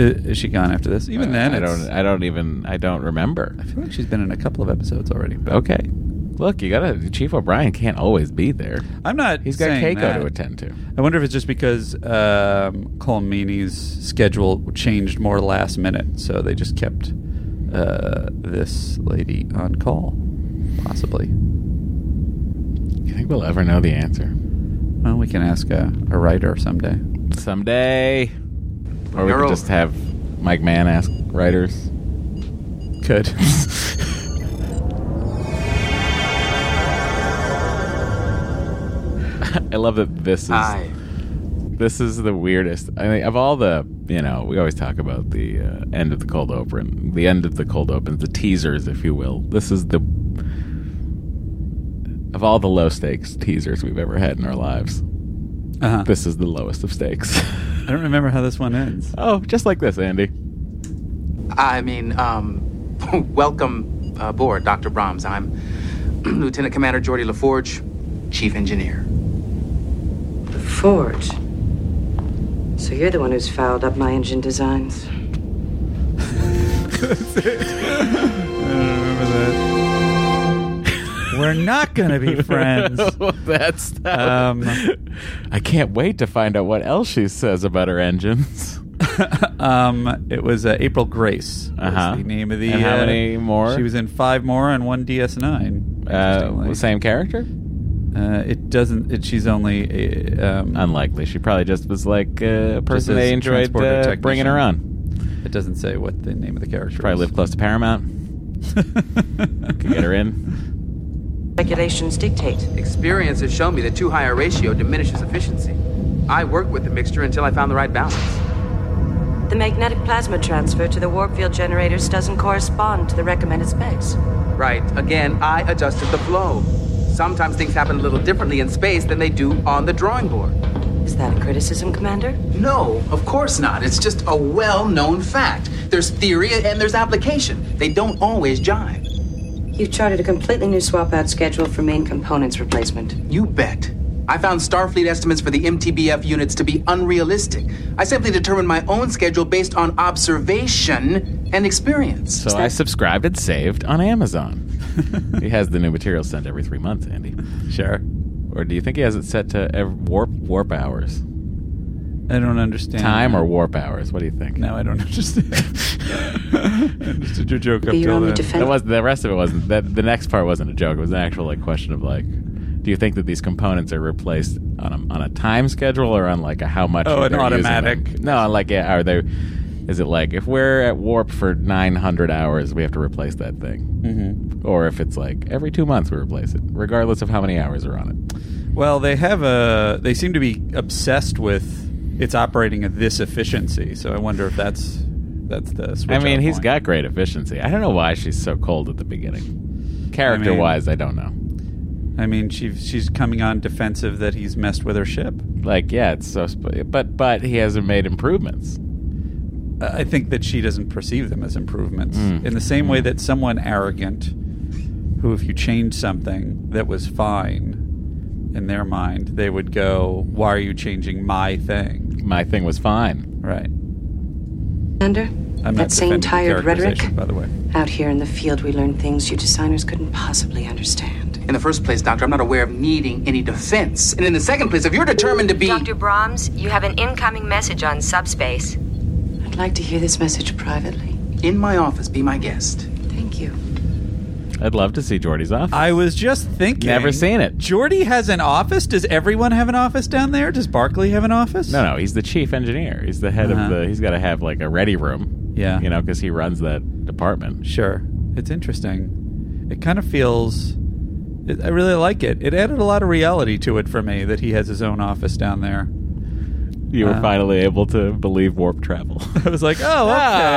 S3: Is she gone after this? Even then,
S1: I
S3: it's-
S1: don't. I don't even. I don't remember. I
S3: feel like she's been in a couple of episodes already. but-
S1: Okay, look, you gotta. Chief O'Brien can't always be there.
S3: I'm not.
S1: He's got
S3: saying
S1: Keiko
S3: that.
S1: to attend to.
S3: I wonder if it's just because um, Colomini's schedule changed more last minute, so they just kept uh, this lady on call, possibly.
S1: You think we'll ever know the answer?
S3: Well, we can ask a, a writer someday.
S1: Someday, or we could
S3: Earl.
S1: just have Mike Mann ask writers.
S3: Could.
S1: I love that this is
S12: Hi.
S1: this is the weirdest. I mean, of all the you know, we always talk about the uh, end of the cold open, the end of the cold opens, the teasers, if you will. This is the of all the low stakes teasers we've ever had in our lives.
S3: Uh-huh.
S1: This is the lowest of stakes.
S3: I don't remember how this one ends.
S1: oh, just like this, Andy.
S12: I mean, um, welcome aboard, Dr. Brahms. I'm Lieutenant Commander Geordie LaForge, Chief Engineer.
S16: Forge. So you're the one who's fouled up my engine designs.
S3: We're not going to be friends.
S1: That's
S3: Um,
S1: I can't wait to find out what else she says about her engines.
S3: um, it was uh, April Grace. was
S1: Uh-huh.
S3: The name of the.
S1: And how
S3: uh,
S1: many more?
S3: She was in five more and one DS9.
S1: Uh, same character?
S3: Uh, it doesn't. It, she's only uh, um,
S1: unlikely. She probably just was like uh, a
S3: just
S1: person
S3: as
S1: they enjoyed
S3: transporter
S1: uh,
S3: technician.
S1: bringing her on.
S3: It doesn't say what the name of the character.
S1: Probably
S3: is.
S1: lived close to Paramount. Could get her in.
S12: Regulations dictate. Experience has shown me that too high a ratio diminishes efficiency. I worked with the mixture until I found the right balance.
S17: The magnetic plasma transfer to the warp field generators doesn't correspond to the recommended specs.
S12: Right, again, I adjusted the flow. Sometimes things happen a little differently in space than they do on the drawing board.
S17: Is that a criticism, Commander?
S12: No, of course not. It's just a well known fact. There's theory and there's application, they don't always jive.
S17: You charted a completely new swap out schedule for main components replacement.
S12: You bet. I found Starfleet estimates for the MTBF units to be unrealistic. I simply determined my own schedule based on observation and experience.
S1: So I subscribed and saved on Amazon. he has the new material sent every three months, Andy.
S3: Sure.
S1: Or do you think he has it set to ev- warp warp hours?
S3: I don't understand.
S1: Time or warp hours? What do you think?
S3: No, I don't understand. I understood your joke up
S17: Be your
S3: till
S17: only
S3: then.
S17: defense.
S1: That was the rest of it wasn't. That the next part wasn't a joke. It was an actual like question of like, do you think that these components are replaced on a, on a time schedule or on like a how much?
S3: Oh, an
S1: they're using them?
S3: automatic.
S1: No, on, like yeah, are they? Is it like if we're at warp for nine hundred hours, we have to replace that thing, mm-hmm. or if it's like every two months we replace it, regardless of how many hours are on it?
S3: Well, they have a. They seem to be obsessed with it's operating at this efficiency. So I wonder if that's that's the. Switch
S1: I mean,
S3: out
S1: he's
S3: point.
S1: got great efficiency. I don't know why she's so cold at the beginning. Character wise, I don't know.
S3: I mean, she she's coming on defensive that he's messed with her ship.
S1: Like, yeah, it's so. Sp- but but he hasn't made improvements.
S3: I think that she doesn't perceive them as improvements
S1: Mm.
S3: in the same way that someone arrogant, who if you change something that was fine, in their mind they would go, "Why are you changing my thing?
S1: My thing was fine."
S3: Right.
S17: Commander?
S3: I'm not
S17: that same
S3: defending the
S17: tired rhetoric?
S3: characterization, By the way.
S17: Out here in the field, we learn things you designers couldn't possibly understand.
S12: In the first place, Doctor, I'm not aware of needing any defense. And in the second place, if you're determined to be.
S17: Dr. Brahms, you have an incoming message on subspace. I'd like to hear this message privately.
S12: In my office, be my guest.
S17: Thank you.
S1: I'd love to see Jordy's office.
S3: I was just thinking.
S1: Never seen it.
S3: Jordy has an office. Does everyone have an office down there? Does Barclay have an office?
S1: No, no, he's the chief engineer. He's the head
S3: Uh-huh.
S1: of the. He's got to have like a ready room.
S3: Yeah.
S1: you know, because he runs that department.
S3: Sure. It's interesting. It kind of feels. It, I really like it. It added a lot of reality to it for me that he has his own office down there.
S1: You were
S3: Uh,
S1: finally able to believe warp travel.
S3: I was like, oh, okay.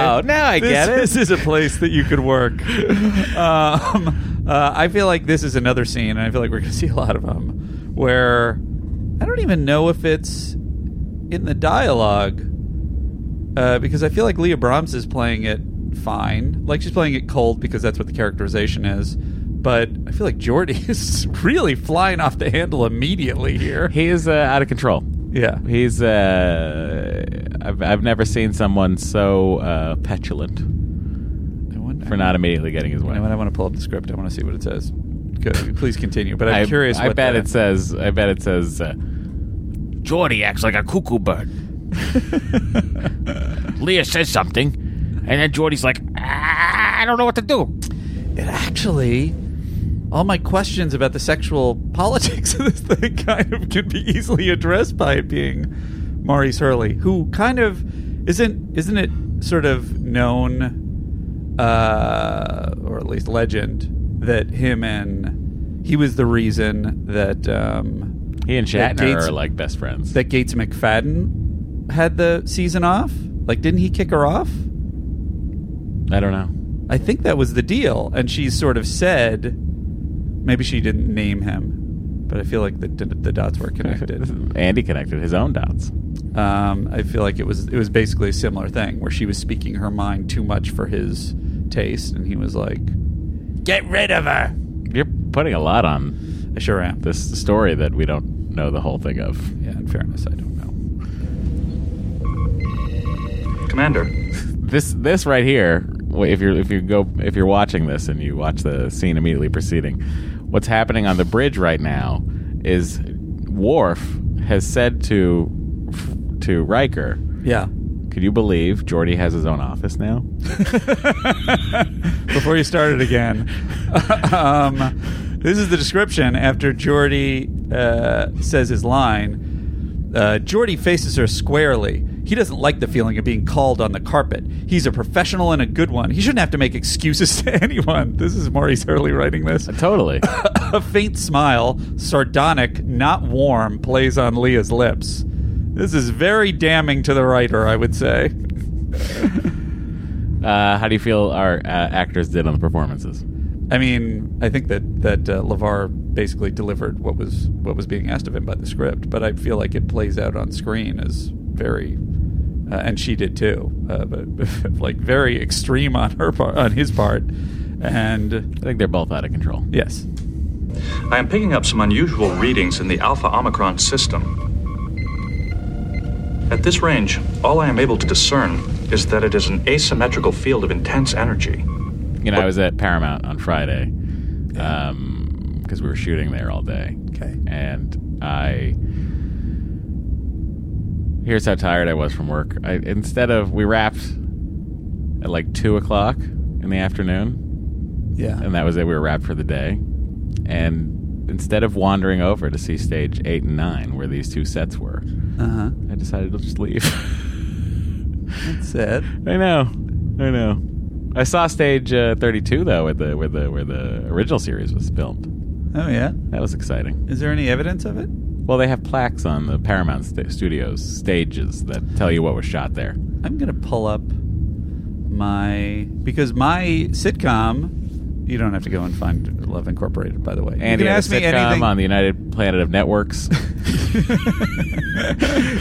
S1: Oh, now I
S3: This-
S1: get it.
S3: This is a place that you could work. um, uh, I feel like this is another scene, and I feel like we're going to see a lot of them, where I don't even know if it's in the dialogue, uh, because I feel like Leah Brahms is playing it fine. Like she's playing it cold because that's what the characterization is. But I feel like Jordy is really flying off the handle immediately here.
S1: He is uh, out of control.
S3: Yeah.
S1: He's. Uh, I've I've never seen someone so uh, petulant for not immediately getting his
S3: You
S1: way.
S3: know what? I want to pull up the script. I want to see what it says. Good. Please continue. But I'm
S1: I-
S3: curious.
S1: I
S3: what
S1: bet
S3: the-
S1: it says. I bet it says. Uh, Jordy acts like a cuckoo bird. Leah says something, and then Jordy's like, "Ah, I don't know what to do.
S3: It actually, all my questions about the sexual politics of this thing kind of could be easily addressed by it being Maurice Hurley, who kind of isn't isn't it sort of known, uh, or at least legend, that him and he was the reason that um,
S1: He and
S3: that
S1: Shatner
S3: Gates-
S1: are like best friends.
S3: that Gates McFadden had the season off. Like, didn't he kick her off?
S1: I don't know.
S3: I think that was the deal. And she sort of said, maybe she didn't name him, but I feel like the, the, the dots were connected.
S1: Andy connected his own dots.
S3: um, I feel like it was it was basically a similar thing where she was speaking her mind too much for his taste, and he was like,
S18: Get rid of her.
S1: You're putting a lot on.
S3: I sure am.
S1: This story that we don't know the whole thing of.
S3: Yeah, in fairness, I don't know.
S19: Commander.
S1: This this right here. wh- If you're if you go if you're watching this and you watch the scene immediately preceding, what's happening on the bridge right now is Worf has said to to Riker,
S3: "Yeah,
S1: Could you believe Jordy has his own office now?
S3: before you start it again. um, this is the description after Jordy uh, says his line. Uh, Jordy faces her squarely. He doesn't like the feeling of being called on the carpet. He's a professional and a good one. He shouldn't have to make excuses to anyone. This is Maurice Hurley writing this.
S1: Uh, totally.
S3: a faint smile, sardonic, not warm, plays on Leah's lips. This is very damning to the writer, I would say.
S1: Uh, how do you feel our uh, actors did on the performances?
S3: I mean, I think that that uh, Levar basically delivered what was what was being asked of him by the script, but I feel like it plays out on screen as very, uh, and she did too, uh, but like very extreme on her part, on his part, and I
S1: think they're both out of control.
S3: Yes,
S20: I am picking up some unusual readings in the Alpha Omicron system. At this range, all I am able to discern is that it is an asymmetrical field of intense energy.
S1: You know, I was at Paramount on Friday because we were shooting there all day.
S3: Okay.
S1: And I. Here's how tired I was from work. I, instead of. We wrapped at like 2 o'clock in the afternoon.
S3: Yeah.
S1: And that was it. We were wrapped for the day. And instead of wandering over to see stage 8 and 9, where these two sets were,
S3: Uh-huh.
S1: I decided to just leave.
S3: That's it.
S1: I know. I know. I saw stage uh, 32 though with the where the where the original series was filmed.
S3: Oh, yeah?
S1: That was exciting.
S3: Is there any evidence of it?
S1: Well, they have plaques on the Paramount st- Studios stages that tell you what was shot there.
S3: I'm gonna pull up my because my sitcom. You don't have to go and find Love Incorporated, by the way.
S1: Andy
S3: you can
S1: had a
S3: ask me
S1: sitcom
S3: anything.
S1: on the United Planet of Networks.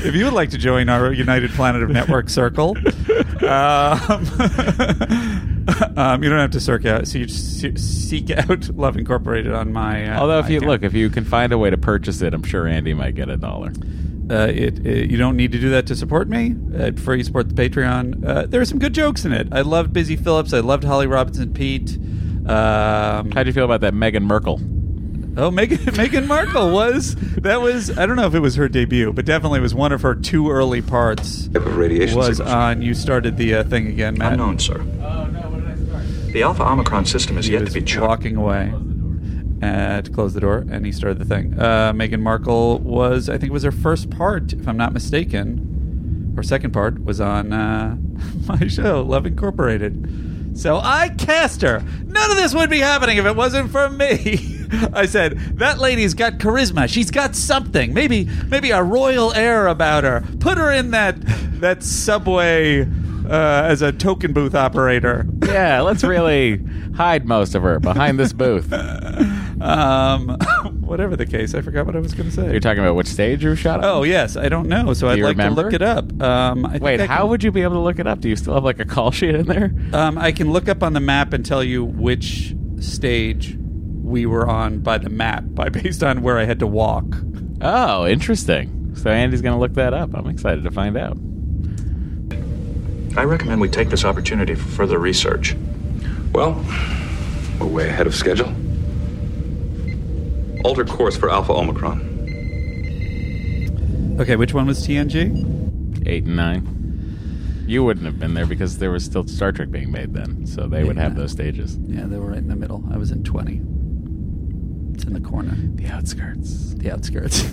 S3: if you would like to join our United Planet of Network circle, um, um, you don't have to seek out, see- see- seek out Love Incorporated on my. Uh,
S1: Although if
S3: my
S1: you
S3: account.
S1: look, if you can find a way to purchase it, I'm sure Andy might get a dollar.
S3: Uh, it, it- you don't need to do that to support me. I prefer you support the Patreon. Uh, there are some good jokes in it. I loved Busy Phillips. I loved Holly Robinson Pete. Um,
S1: How'd you feel about that Meghan Merkel?
S3: Oh, Meghan, Meghan Markle was that was I don't know if it was her debut, but definitely was one of her two early parts.
S20: radiation
S3: was
S20: signature.
S3: on. You started the uh, thing again, Matt.
S20: Unknown, sir. The Alpha Omicron system is yet to be
S3: walking
S20: charted.
S3: away uh, to close the door, and he started the thing. Uh, Meghan Markle was, I think, it was her first part, if I'm not mistaken, or second part was on uh, my show, Love Incorporated. So I cast her. None of this would be happening if it wasn't for me. I said that lady's got charisma. She's got something. Maybe, maybe a royal air about her. Put her in that that subway uh, as a token booth operator.
S1: Yeah, let's really hide most of her behind this booth.
S3: Um, whatever the case, I forgot what I was going to say.
S1: You're talking about which stage you shot on?
S3: Oh yes, I don't know, so
S1: Do
S3: I'd
S1: you
S3: like
S1: remember?
S3: to look it up. Um, I think
S1: Wait,
S3: I
S1: how would you be able to look it up? Do you still have like a call sheet in there?
S3: Um, I can look up on the map and tell you which stage we were on by the map, by based on where I had to walk.
S1: Oh, interesting. So Andy's going to look that up. I'm excited to find out.
S20: I recommend we take this opportunity for further research.
S21: Well, we're way ahead of schedule. Alter course for Alpha Omicron.
S3: Okay, which one was TNG?
S1: Eight and nine. You wouldn't have been there because there was still Star Trek being made then, so they would have
S3: Yeah.
S1: those stages.
S3: Yeah, they were right in the middle. I was in twenty. It's in the corner.
S1: The outskirts.
S3: The outskirts.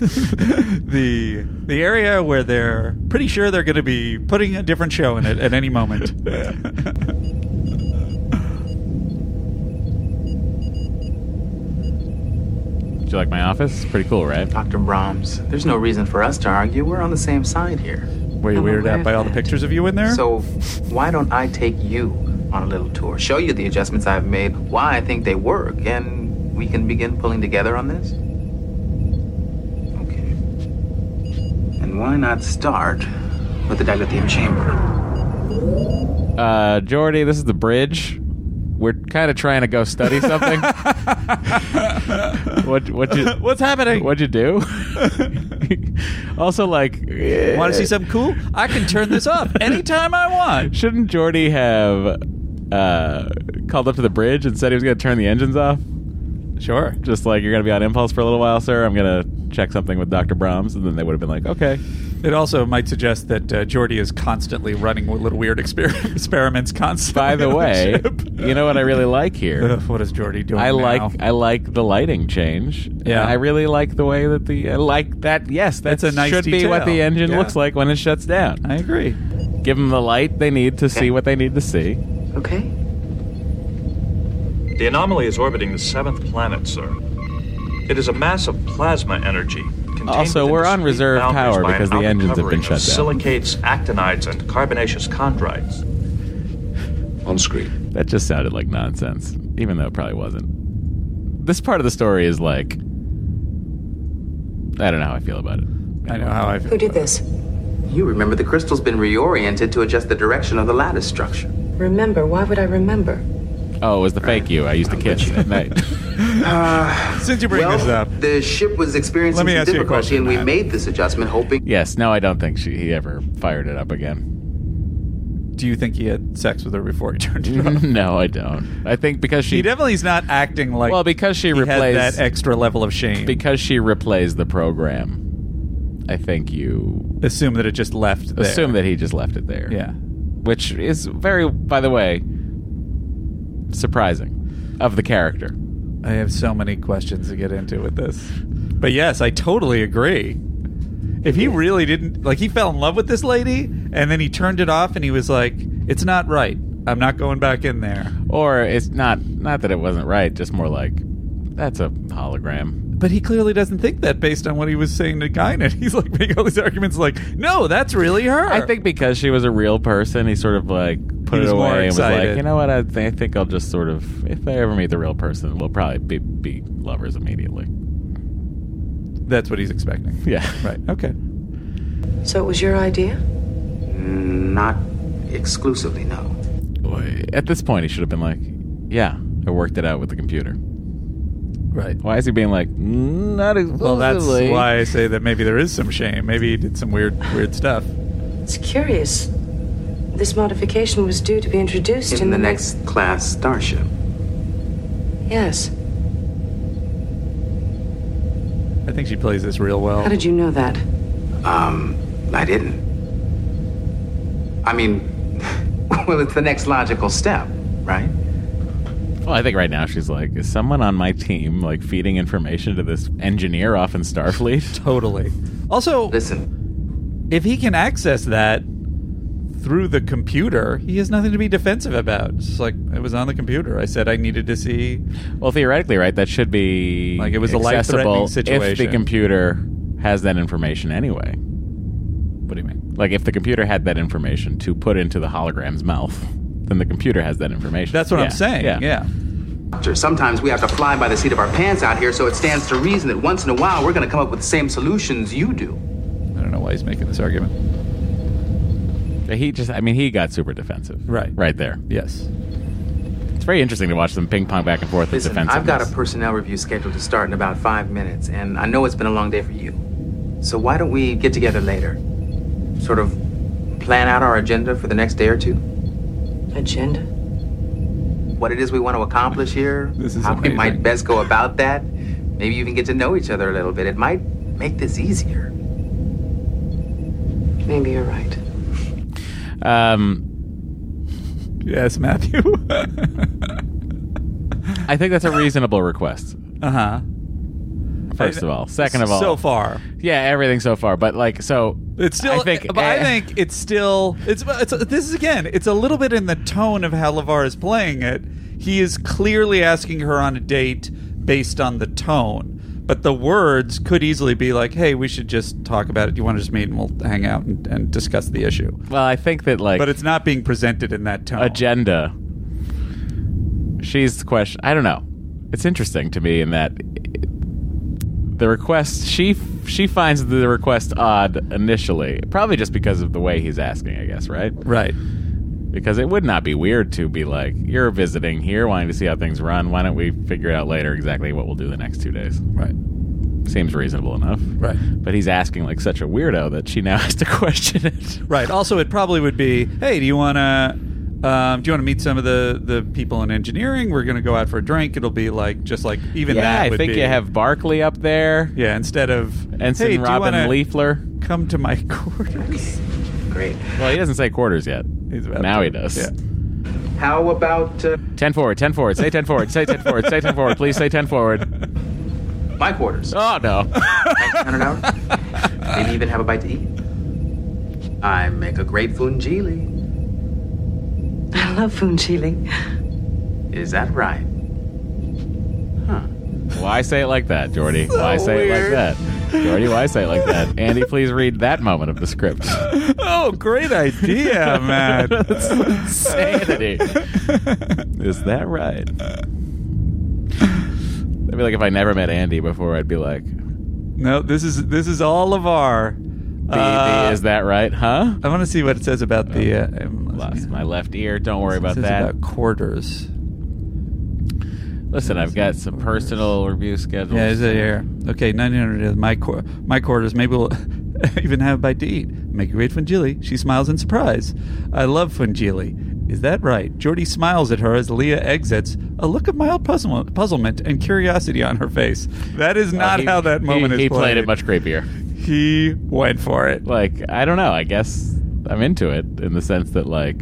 S3: the the area where they're pretty sure they're going to be putting a different show in it at any moment.
S1: Did you like my office? It's pretty cool, right?
S12: Dr. Brahms, there's no reason for us to argue. We're on the same side here.
S3: Were you weirded out by all the pictures of you in there?
S12: So, why don't I take you on a little tour, show you the adjustments I've made, why I think they work, and we can begin pulling together on this? Okay. And why not start with the dilithium chamber?
S1: Uh, Jordy, this is the bridge. We're kind of trying to go study something. what what you
S3: What's happening?
S1: What'd you do? also, like, eh.
S3: Want to see something cool? I can turn this off anytime I want.
S1: Shouldn't Jordy have uh, called up to the bridge and said he was going to turn the engines off?
S3: Sure.
S1: Just like you're going to be on impulse for a little while, sir. I'm going to check something with Doctor Brahms, and then they would have been like, okay.
S3: It also might suggest that uh, Jordy is constantly running with little weird exper- experiments constantly.
S1: By the
S3: on
S1: way,
S3: ship.
S1: you know what I really like here?
S3: Ugh, what is Jordy doing?
S1: I
S3: now?
S1: like I like the lighting change.
S3: Yeah.
S1: I really like the way that the I like that. Yes, that
S3: It's a nice
S1: should be what
S3: detail.
S1: the engine
S3: Yeah.
S1: looks like when it shuts down.
S3: I agree.
S1: Give them the light they need to see what they need to see.
S22: Okay.
S20: The anomaly is orbiting the seventh planet, sir. It is a mass of plasma energy. contained
S1: Also,
S20: within
S1: we're
S20: discrete
S1: on reserve
S20: boundaries
S1: power
S20: by an
S1: because the engines have been
S20: outcovering
S1: shut down.
S20: of Silicates, actinides, and carbonaceous chondrites.
S1: On screen. That just sounded like nonsense, even though it probably wasn't. This part of the story is like I don't know how I feel about it.
S3: I know how I
S17: Who did this?
S12: You remember the crystal's been reoriented to adjust the direction of the lattice structure.
S17: Remember, why would I remember?
S1: Oh, it was the fake you I used to kiss at night.
S3: Since you bring
S12: well,
S1: this up.
S12: the ship was experiencing
S1: Let me
S12: some
S1: ask you a
S12: difficulty,
S1: question,
S12: and we
S1: Matt.
S12: made this adjustment, hoping
S1: Yes, no, I don't think she, he ever fired it up again.
S3: Do you think he had sex with her before he turned it off?
S1: no, I don't. I think because she
S3: He definitely is not acting like.
S1: well because she
S3: he had
S1: replaced
S3: that extra level of shame.
S1: because she replays the program. I think you
S3: assume that it just left. There.
S1: assume that he just left it there.
S3: Yeah.
S1: which is very, by the way, surprising of the character.
S3: I have so many questions to get into with this. But yes, I totally agree. If he really didn't like he fell in love with this lady and then he turned it off and he was like, It's not right. I'm not going back in there.
S1: Or it's not not that it wasn't right, just more like that's a hologram.
S3: But he clearly doesn't think that based on what he was saying to Guinan. He's like making all these arguments like, No, that's really her.
S1: I think because she was a real person, he sort of like
S3: He
S1: put it
S3: was more
S1: away and was like,
S3: excited.
S1: you know what? I, th- I think I'll just sort of, if I ever meet the real person, we'll probably be, be lovers immediately.
S3: that's what he's expecting.
S1: Yeah.
S3: Right. Okay.
S17: So it was your idea?
S12: not exclusively, no.
S1: At this point, he should have been like, yeah, I worked it out with the computer.
S3: Right.
S1: Why is he being like, not exclusively?
S3: Well that's why I say that maybe there is some shame. Maybe he did some weird weird stuff.
S17: It's curious.
S23: This modification was due to be introduced in,
S12: In the next class starship.
S23: Yes.
S3: I think she plays this real well.
S23: How did you know that?
S12: Um, I didn't. I mean, well, it's the next logical step, right?
S1: Well, I think right now she's like, is someone on my team like feeding information to this engineer off in Starfleet?
S3: totally. Also,
S12: listen.
S3: If he can access that through the computer, he has nothing to be defensive about. It's just like it was on the computer. I said I needed to see.
S1: Well, theoretically, right? That should be
S3: Like, it was a
S1: accessible
S3: life-threatening
S1: If the
S3: situation.
S1: computer has that information anyway,
S3: What do you mean?
S1: like if the computer had that information to put into the hologram's mouth, then the computer has that information.
S3: That's what
S1: Yeah,
S3: I'm saying. Yeah.
S12: Sometimes we have to fly by the seat of our pants out here, so it stands to reason that once in a while we're going to come up with the same solutions you do.
S3: I don't know why he's making this argument.
S1: He just, I mean, he got super defensive.
S3: Right.
S1: Right there.
S3: Yes.
S1: It's very interesting to watch them ping pong back and forth with
S12: Listen, I've got a
S1: defensiveness.
S12: personnel review scheduled to start in about five minutes, and I know it's been a long day for you. So why don't we get together later? Sort of plan out our agenda for the next day or two?
S22: Agenda?
S12: What it is we want to accomplish here?
S3: This is
S12: how we
S3: amazing.
S12: might best go about that? Maybe even get to know each other a little bit. It might make this easier.
S22: Maybe you're right.
S1: um,
S3: Yes, Matthew.
S1: I think that's a reasonable request.
S3: uh huh.
S1: First of all, second of all,
S3: so far,
S1: yeah, everything so far. But like, so
S3: It's still.
S1: I think,
S3: but I
S1: eh,
S3: think it's still. It's. It's. This is again. It's a little bit in the tone of how Lavar is playing it. He is clearly asking her on a date based on the tone, but the words could easily be like, "Hey, we should just talk about it. You want to just meet and we'll hang out and, and discuss the issue."
S1: Well, I think that like,
S3: but it's not being presented in that tone.
S1: agenda. She's the question. I don't know. It's interesting to me in that the request she she finds the request odd initially, probably just because of the way he's asking. I guess right
S3: right.
S1: because it would not be weird to be like, "You're visiting here, wanting to see how things run. Why don't we figure out later exactly what we'll do the next two days?"
S3: Right.
S1: Seems reasonable enough.
S3: Right.
S1: But he's asking like such a weirdo that she now has to question it.
S3: Right. Also, it probably would be, hey, do you want to? Um, do you want to meet some of the, the people in engineering? We're going to go out for a drink. It'll be like just like even
S1: yeah,
S3: that.
S1: I
S3: would
S1: think
S3: be-
S1: you have Barkley up there.
S3: Yeah, instead of
S1: Ensign
S3: hey, do you
S1: Robin
S3: wanna
S1: Leafler.
S3: come to my quarters.
S12: Great.
S1: Well, he doesn't say quarters yet.
S3: He's about
S1: now
S3: to.
S1: he does.
S3: Yeah.
S12: How about uh,
S1: Ten forward, ten forward, say ten forward, say ten forward, say ten forward, please say ten forward.
S12: my quarters?
S1: Oh no.
S12: 100 hours? Maybe even have a bite to eat. I make a great funjili.
S15: I love Funchili.
S12: Is that right?
S1: Why say it like that, Jordy? why say
S3: weird.
S1: it like that? Jordy, why say it like that? Andy, please read that moment of the script.
S3: Oh, great idea, man.
S1: That's insanity. Is that right? That'd be like if I never met Andy before, I'd be like,
S3: No, this is this is all of our. uh,
S1: the, the, is that right? Huh?
S3: I want to see what it says about the. Uh, um,
S1: Lost my left ear. Don't worry about
S3: it says
S1: that.
S3: about quarters.
S1: Listen, I've got some personal review scheduled.
S3: Yeah, is it here? Okay, 900 is my qu- my quarters. Maybe we'll even have a bite to eat. Make a great fungili. She smiles in surprise. I love fungili. Is that right? Jordy smiles at her as Leah exits, a look of mild puzzle- puzzlement and curiosity on her face. That is not
S1: Uh, he-
S3: how that moment
S1: he,
S3: is
S1: He
S3: played.
S1: played it much creepier.
S3: He went for it.
S1: Like I don't know. I guess I'm into it in the sense that like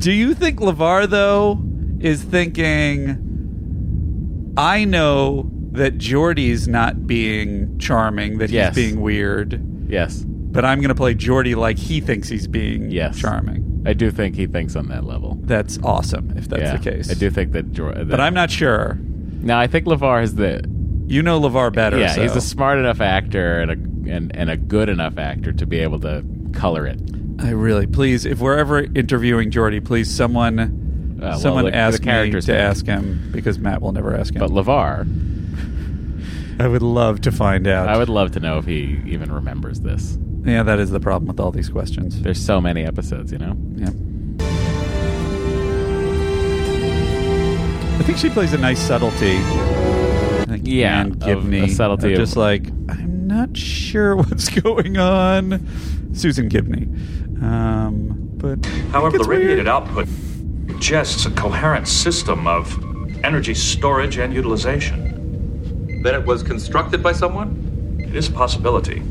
S3: Do you think LeVar, though, is thinking, I know that Jordy's not being charming, that
S1: Yes.
S3: he's being weird,
S1: yes,
S3: but I'm going to play Jordy like he thinks he's being
S1: Yes.
S3: charming.
S1: I do think he thinks on that level.
S3: That's awesome if that's
S1: Yeah,
S3: the case.
S1: I do think that. Jor- that
S3: But I'm not sure.
S1: Now I think Levar is the
S3: You know LeVar better.
S1: yeah. He's
S3: so.
S1: a smart enough actor and a and, and a good enough actor to be able to color it.
S3: I really, please, if we're ever interviewing Jordy, please someone
S1: Uh, well,
S3: someone
S1: the- the
S3: ask me to
S1: character's name.
S3: ask him because Matt will never ask him.
S1: But Levar,
S3: I would love to find out.
S1: I would love to know if he even remembers this.
S3: yeah, that is the problem with all these questions.
S1: There's so many episodes, you know.
S3: Yeah. I think she plays a nice subtlety. I think
S1: Yeah,
S3: Anne
S1: of-
S3: Gibney.
S1: a subtlety
S3: of
S1: of-
S3: just like I'm not sure what's going on. Susan Gibney, um, but I think
S20: However, the
S3: it's
S20: radiated
S3: weird.
S20: output suggests a coherent system of energy storage and utilization.
S24: Then it was constructed by someone?
S20: It is a possibility.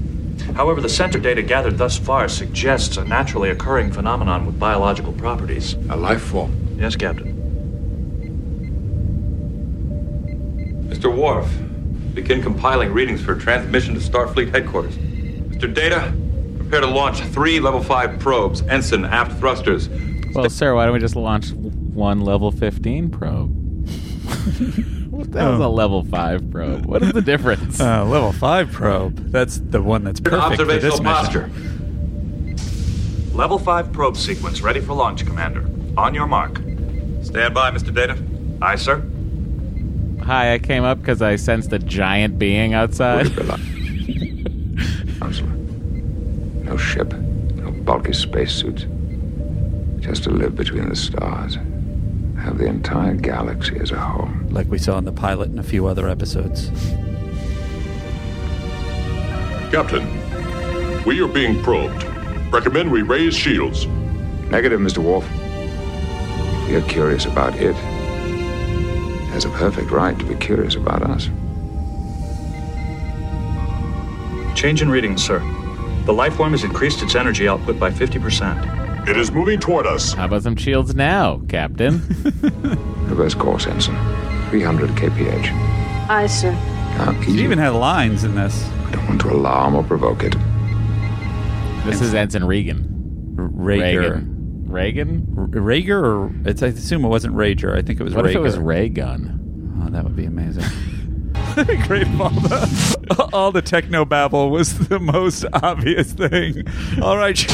S20: However, the center data gathered thus far suggests a naturally occurring phenomenon with biological properties.
S11: A life form.
S20: Yes, Captain.
S24: Mr. Worf, begin compiling readings for transmission to Starfleet headquarters. Mr. Data, prepare to launch three level 5 probes, ensign aft thrusters.
S1: Well, sir, why don't we just launch one level 15 probe? what the hell's
S3: Oh.
S1: a level 5 probe? What is the difference?
S3: Uh, level five probe. That's the one that's perfect for this
S24: Observational
S3: mission.
S24: posture.
S20: Level 5 probe sequence ready for launch, Commander. On your mark.
S24: Stand by, Mr. Data.
S20: Aye, sir.
S1: Hi, I came up because I sensed a giant being outside.
S11: Counselor. No ship, no bulky spacesuit. Just to live between the stars. Have the entire galaxy as a whole.
S3: Like we saw in the pilot and a few other episodes.
S5: Captain, we are being probed. Recommend we raise shields.
S11: Negative, Mr. Worf. If You're curious about it. It has a perfect right to be curious about us.
S20: Change in readings, sir. The life form has increased its energy output by 50%.
S5: It is moving toward us.
S1: How about some shields now, Captain?
S11: Reverse course, Ensign. 300 kph.
S15: Aye, sir.
S11: Now,
S3: She
S11: easy.
S3: even had lines in this.
S11: I don't want to alarm or provoke it.
S1: This is Ensign Regan.
S3: Rager.
S1: Reagan. Reagan?
S3: R- Rager, or it's, I assume it wasn't Rager. I think it was
S1: What
S3: Rager.
S1: if it was Ray Gun?
S3: Oh, that would be amazing. Great, if all the, all the techno babble was the most obvious thing. All right, sh-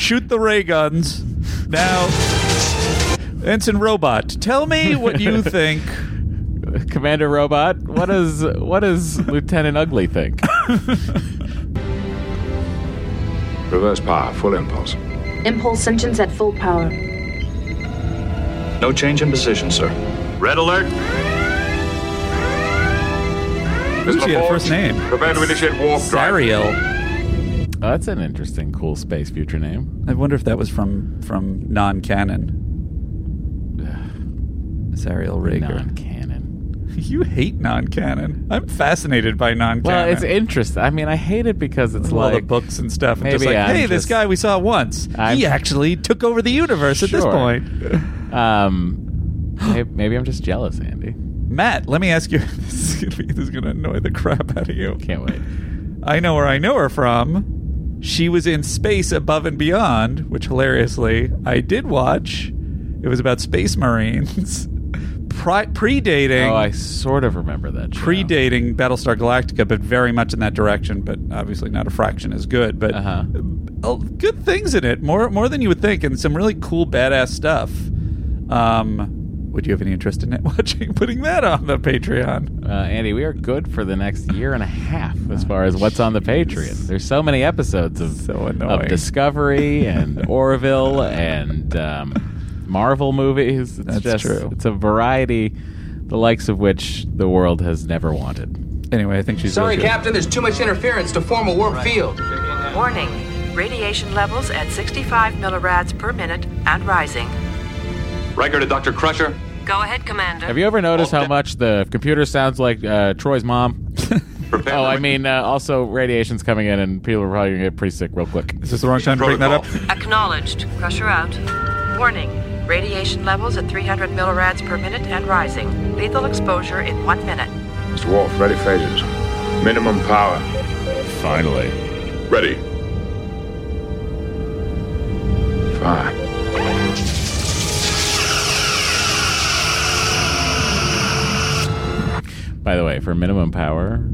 S3: shoot the ray guns now. Ensign Robot, tell me what you think.
S1: Commander Robot, what is what does Lieutenant Ugly think?
S11: Reverse power, full impulse.
S17: Impulse engines at full power.
S20: No change in position, sir.
S24: Red alert.
S3: Ooh, she had a first name.
S24: Prepare to initiate warp drive.
S3: Sariel.
S1: Oh, that's an interesting, cool space future name.
S3: I wonder if that was from from non canon. Sariel Rager.
S1: Non-canon.
S3: You hate non-canon. I'm fascinated by non-canon.
S1: Well, it's interesting. I mean, I hate it because it's
S3: All
S1: like
S3: the books and stuff. and
S1: Maybe
S3: just like,
S1: I'm
S3: hey, this
S1: just-
S3: guy we saw once, he actually took over the universe at this
S1: Sure.
S3: point.
S1: Um, may- maybe I'm just jealous, Andy.
S3: Matt, let me ask you. This is gonna, be, this is gonna annoy the crap out of you.
S1: Can't wait.
S3: I know where I know her from. She was in Space Above and Beyond, which hilariously I did watch. It was about space marines, Pri- predating.
S1: Oh, I sort of remember that. show.
S3: predating Battlestar Galactica, but very much in that direction. But obviously, not a fraction as good. But
S1: Uh-huh.
S3: uh, good things in it, more more than you would think, and some really cool, badass stuff. Um, would you have any interest in it? Watching, putting that on the Patreon.
S1: Uh, Andy, we are good for the next year and a half as far as what's on the Patreon. There's so many episodes of, of Discovery and Orville and um, Marvel movies. It's
S3: That's
S1: just,
S3: true.
S1: It's a variety, the likes of which the world has never wanted.
S3: Anyway, I think she's
S14: Sorry, Captain, there's too much interference to form a warp field.
S25: Warning. Radiation levels at 65 millirads per minute and rising.
S24: Riker to Dr. Crusher.
S25: Go ahead, Commander.
S1: Have you ever noticed how much the computer sounds like uh, Troy's mom? oh, I mean, uh, also radiation's coming in, and people are probably gonna get pretty sick real quick.
S3: Is this the wrong time to bring that up?
S25: Acknowledged. Crusher out. Warning. Radiation levels at 300 millirads per minute and rising. Lethal exposure in one minute.
S11: Mr. Worf, ready phases. Minimum power.
S5: Finally. Ready.
S11: Fine.
S1: By the way, for minimum power,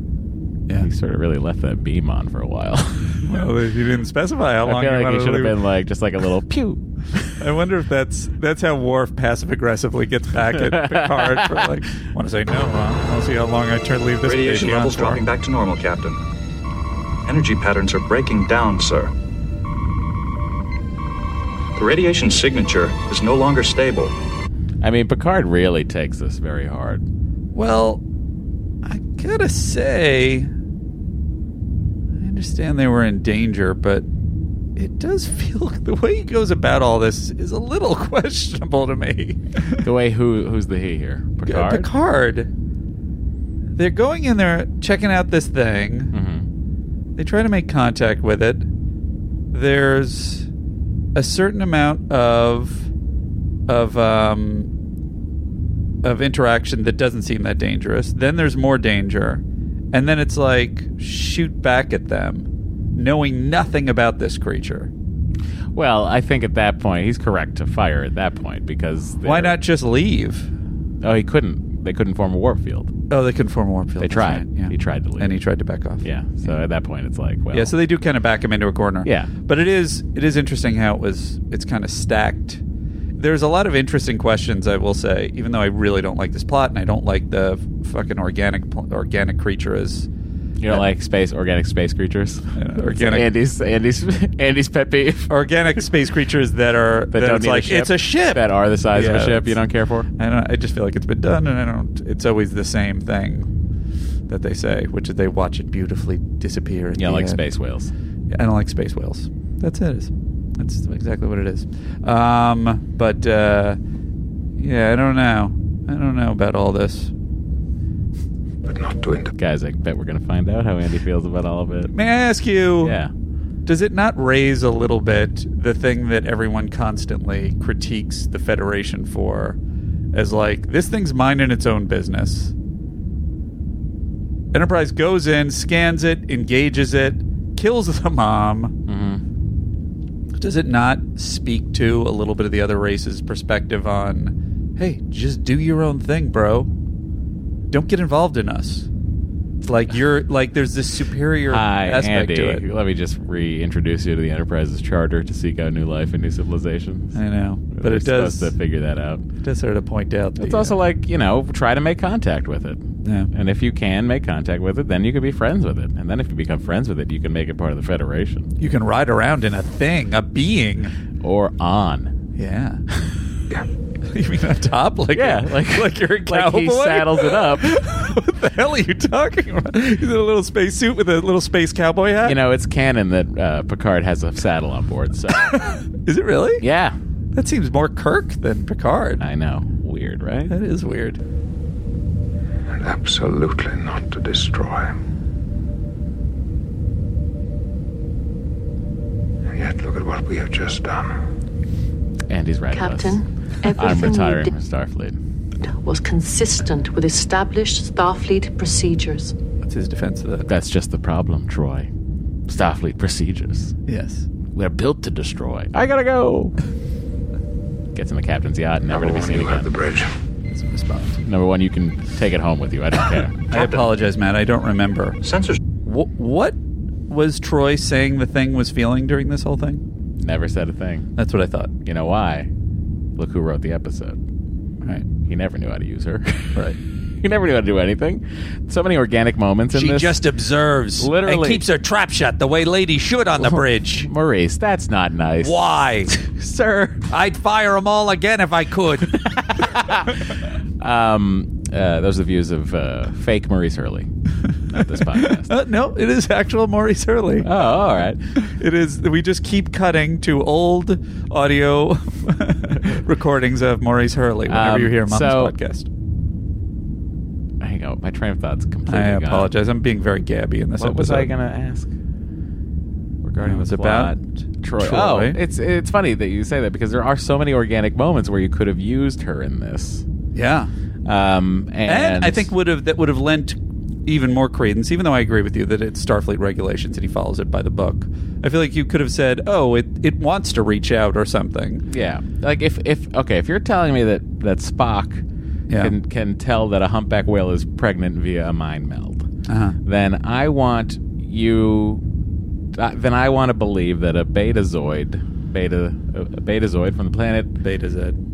S1: yeah, he sort of really left that beam on for a while.
S3: Well, you didn't specify how long
S1: I feel
S3: you
S1: like
S3: wanted to
S1: he should have
S3: leave.
S1: been like just like a little pew.
S3: I wonder if that's that's how Worf passive aggressively gets back at Picard for like, want to say no, huh? I'll see how long I turn leave this
S20: Radiation
S3: Patreon
S20: levels
S3: for.
S20: dropping back to normal, Captain. Energy patterns are breaking down, sir. The radiation signature is no longer stable.
S1: I mean, Picard really takes this very hard.
S3: Well, I gotta say, I understand they were in danger, but it does feel the way he goes about all this is a little questionable to me.
S1: The way who who's the he here? Picard.
S3: Picard. They're going in there checking out this thing.
S1: Mm-hmm.
S3: They try to make contact with it. There's a certain amount of of um, of interaction that doesn't seem that dangerous. Then there's more danger. And then it's like shoot back at them, knowing nothing about this creature.
S1: Well, I think at that point he's correct to fire at that point because
S3: Why not just leave?
S1: Oh, he couldn't. They couldn't form a warp field.
S3: Oh, they couldn't form a warp field.
S1: They
S3: That's
S1: tried.
S3: right, yeah.
S1: He tried to leave,
S3: and he tried to back off.
S1: Yeah. So at that point, it's like, well,
S3: yeah, so they do kind of back him into a corner.
S1: Yeah.
S3: but it is it is interesting how it was. It's kind of stacked. There's a lot of interesting questions, I will say, even though I really don't like this plot and I don't like the fucking organic pl- organic creature as
S1: you don't like space organic space creatures.
S3: organic
S1: Andy's Andy's Andy's pet peeve.
S3: Organic space creatures that are that,
S1: That don't
S3: it's
S1: need a
S3: like
S1: ship,
S3: it's a ship
S1: that are the size of a
S3: Yeah,
S1: ship you
S3: it's-
S1: don't care for?
S3: I don't. I just feel like it's been done, and I don't. It's always the same thing that they say, which is they watch it beautifully disappear. at
S1: Yeah,
S3: the
S1: like
S3: end.
S1: space whales.
S3: Yeah, I don't like space whales. That's it. It's- That's exactly what it is. Um, but uh, yeah, I don't know. I don't know about all this.
S1: But not to end. Guys, I bet we're gonna find out how Andy feels about all of it.
S3: May I ask you?
S1: Yeah.
S3: Does it not raise a little bit the thing that everyone constantly critiques the Federation for, as like this thing's minding its own business? Enterprise goes in, scans it, engages it, kills the mom.
S1: Mm-hmm.
S3: Does it not speak to a little bit of the other race's perspective on, hey, just do your own thing, bro. Don't get involved in us. Like you're like there's this superior
S1: Hi,
S3: aspect
S1: Andy.
S3: to it.
S1: Let me just reintroduce you to the Enterprise's charter to seek out new life and new civilizations.
S3: I know, but
S1: We're
S3: it does-
S1: supposed to figure that out.
S3: It does sort of point out. The, uh,
S1: It's also like you know, try to make contact with it.
S3: Yeah.
S1: And if you can make contact with it, then you can be friends with it. And then if you become friends with it, you can make it part of the Federation.
S3: You can ride around in a thing, a being,
S1: or on.
S3: Yeah. you mean on top? Like
S1: Yeah,
S3: a-
S1: like-
S3: like you're a
S1: like
S3: cowboy.
S1: he saddles it up.
S3: what the hell are you talking about? He's in a little space suit with a little space cowboy hat.
S1: You know, it's canon that uh, Picard has a saddle on board. So
S3: Is it really?
S1: Yeah.
S3: That seems more Kirk than Picard.
S1: I know. Weird, right?
S3: That is weird.
S11: and absolutely not to destroy. And yet, look at what we have just done.
S1: And he's right. about us.
S17: Captain,
S1: I'm
S17: everything you
S1: retiring
S17: did
S1: from Starfleet.
S17: was consistent with established Starfleet procedures.
S1: What's his defense of that? That's just the problem, Troy. Starfleet procedures.
S3: Yes.
S1: We're built to destroy. I gotta go. Gets in the captain's yacht, never to be seen again. the
S11: bridge.
S1: Number one, you can take it home with you. I don't care.
S3: I apologize, Matt. I don't remember.
S20: Censorship.
S3: what was Troy saying the thing was feeling during this whole thing?
S1: Never said a thing.
S3: That's what I thought.
S1: You know why? Look who wrote the episode.
S3: Right.
S1: He never knew how to use her.
S3: Right.
S1: he never knew how to do anything. So many organic moments in
S3: She
S1: this.
S3: just observes and
S1: Literally.
S3: keeps her trap shut the way ladies should on the bridge.
S1: Maurice, that's not nice.
S3: Why? Sir, I'd fire them all again if I could.
S1: Um, uh, those are the views of uh, fake Maurice Hurley at this podcast.
S3: Uh, no, it is actual Maurice Hurley. Oh,
S1: all right.
S3: It is. We just keep cutting to old audio recordings of Maurice Hurley whenever
S1: Um,
S3: you hear him on
S1: so-
S3: this podcast.
S1: I go. My train of thought's completely
S3: I
S1: gone.
S3: apologize. I'm being very gabby in this
S1: What
S3: episode.
S1: was I going to ask? Regarding
S3: It was
S1: the
S3: about
S1: plot. Troy. Oh, it's it's funny that you say that because there are so many organic moments where you could have used her in this.
S3: Yeah.
S1: Um, and,
S3: and, I think would have that would have lent even more credence, even though I agree with you that it's Starfleet regulations and he follows it by the book. I feel like you could have said, "Oh, it it wants to reach out or something."
S1: yeah, like if if okay, if you're telling me that that Spock
S3: Yeah.
S1: can can tell that a humpback whale is pregnant via a mind meld,
S3: Uh-huh.
S1: then I want you. Uh, then I want to believe that a betazoid, beta, a betazoid from the planet
S3: betazoid.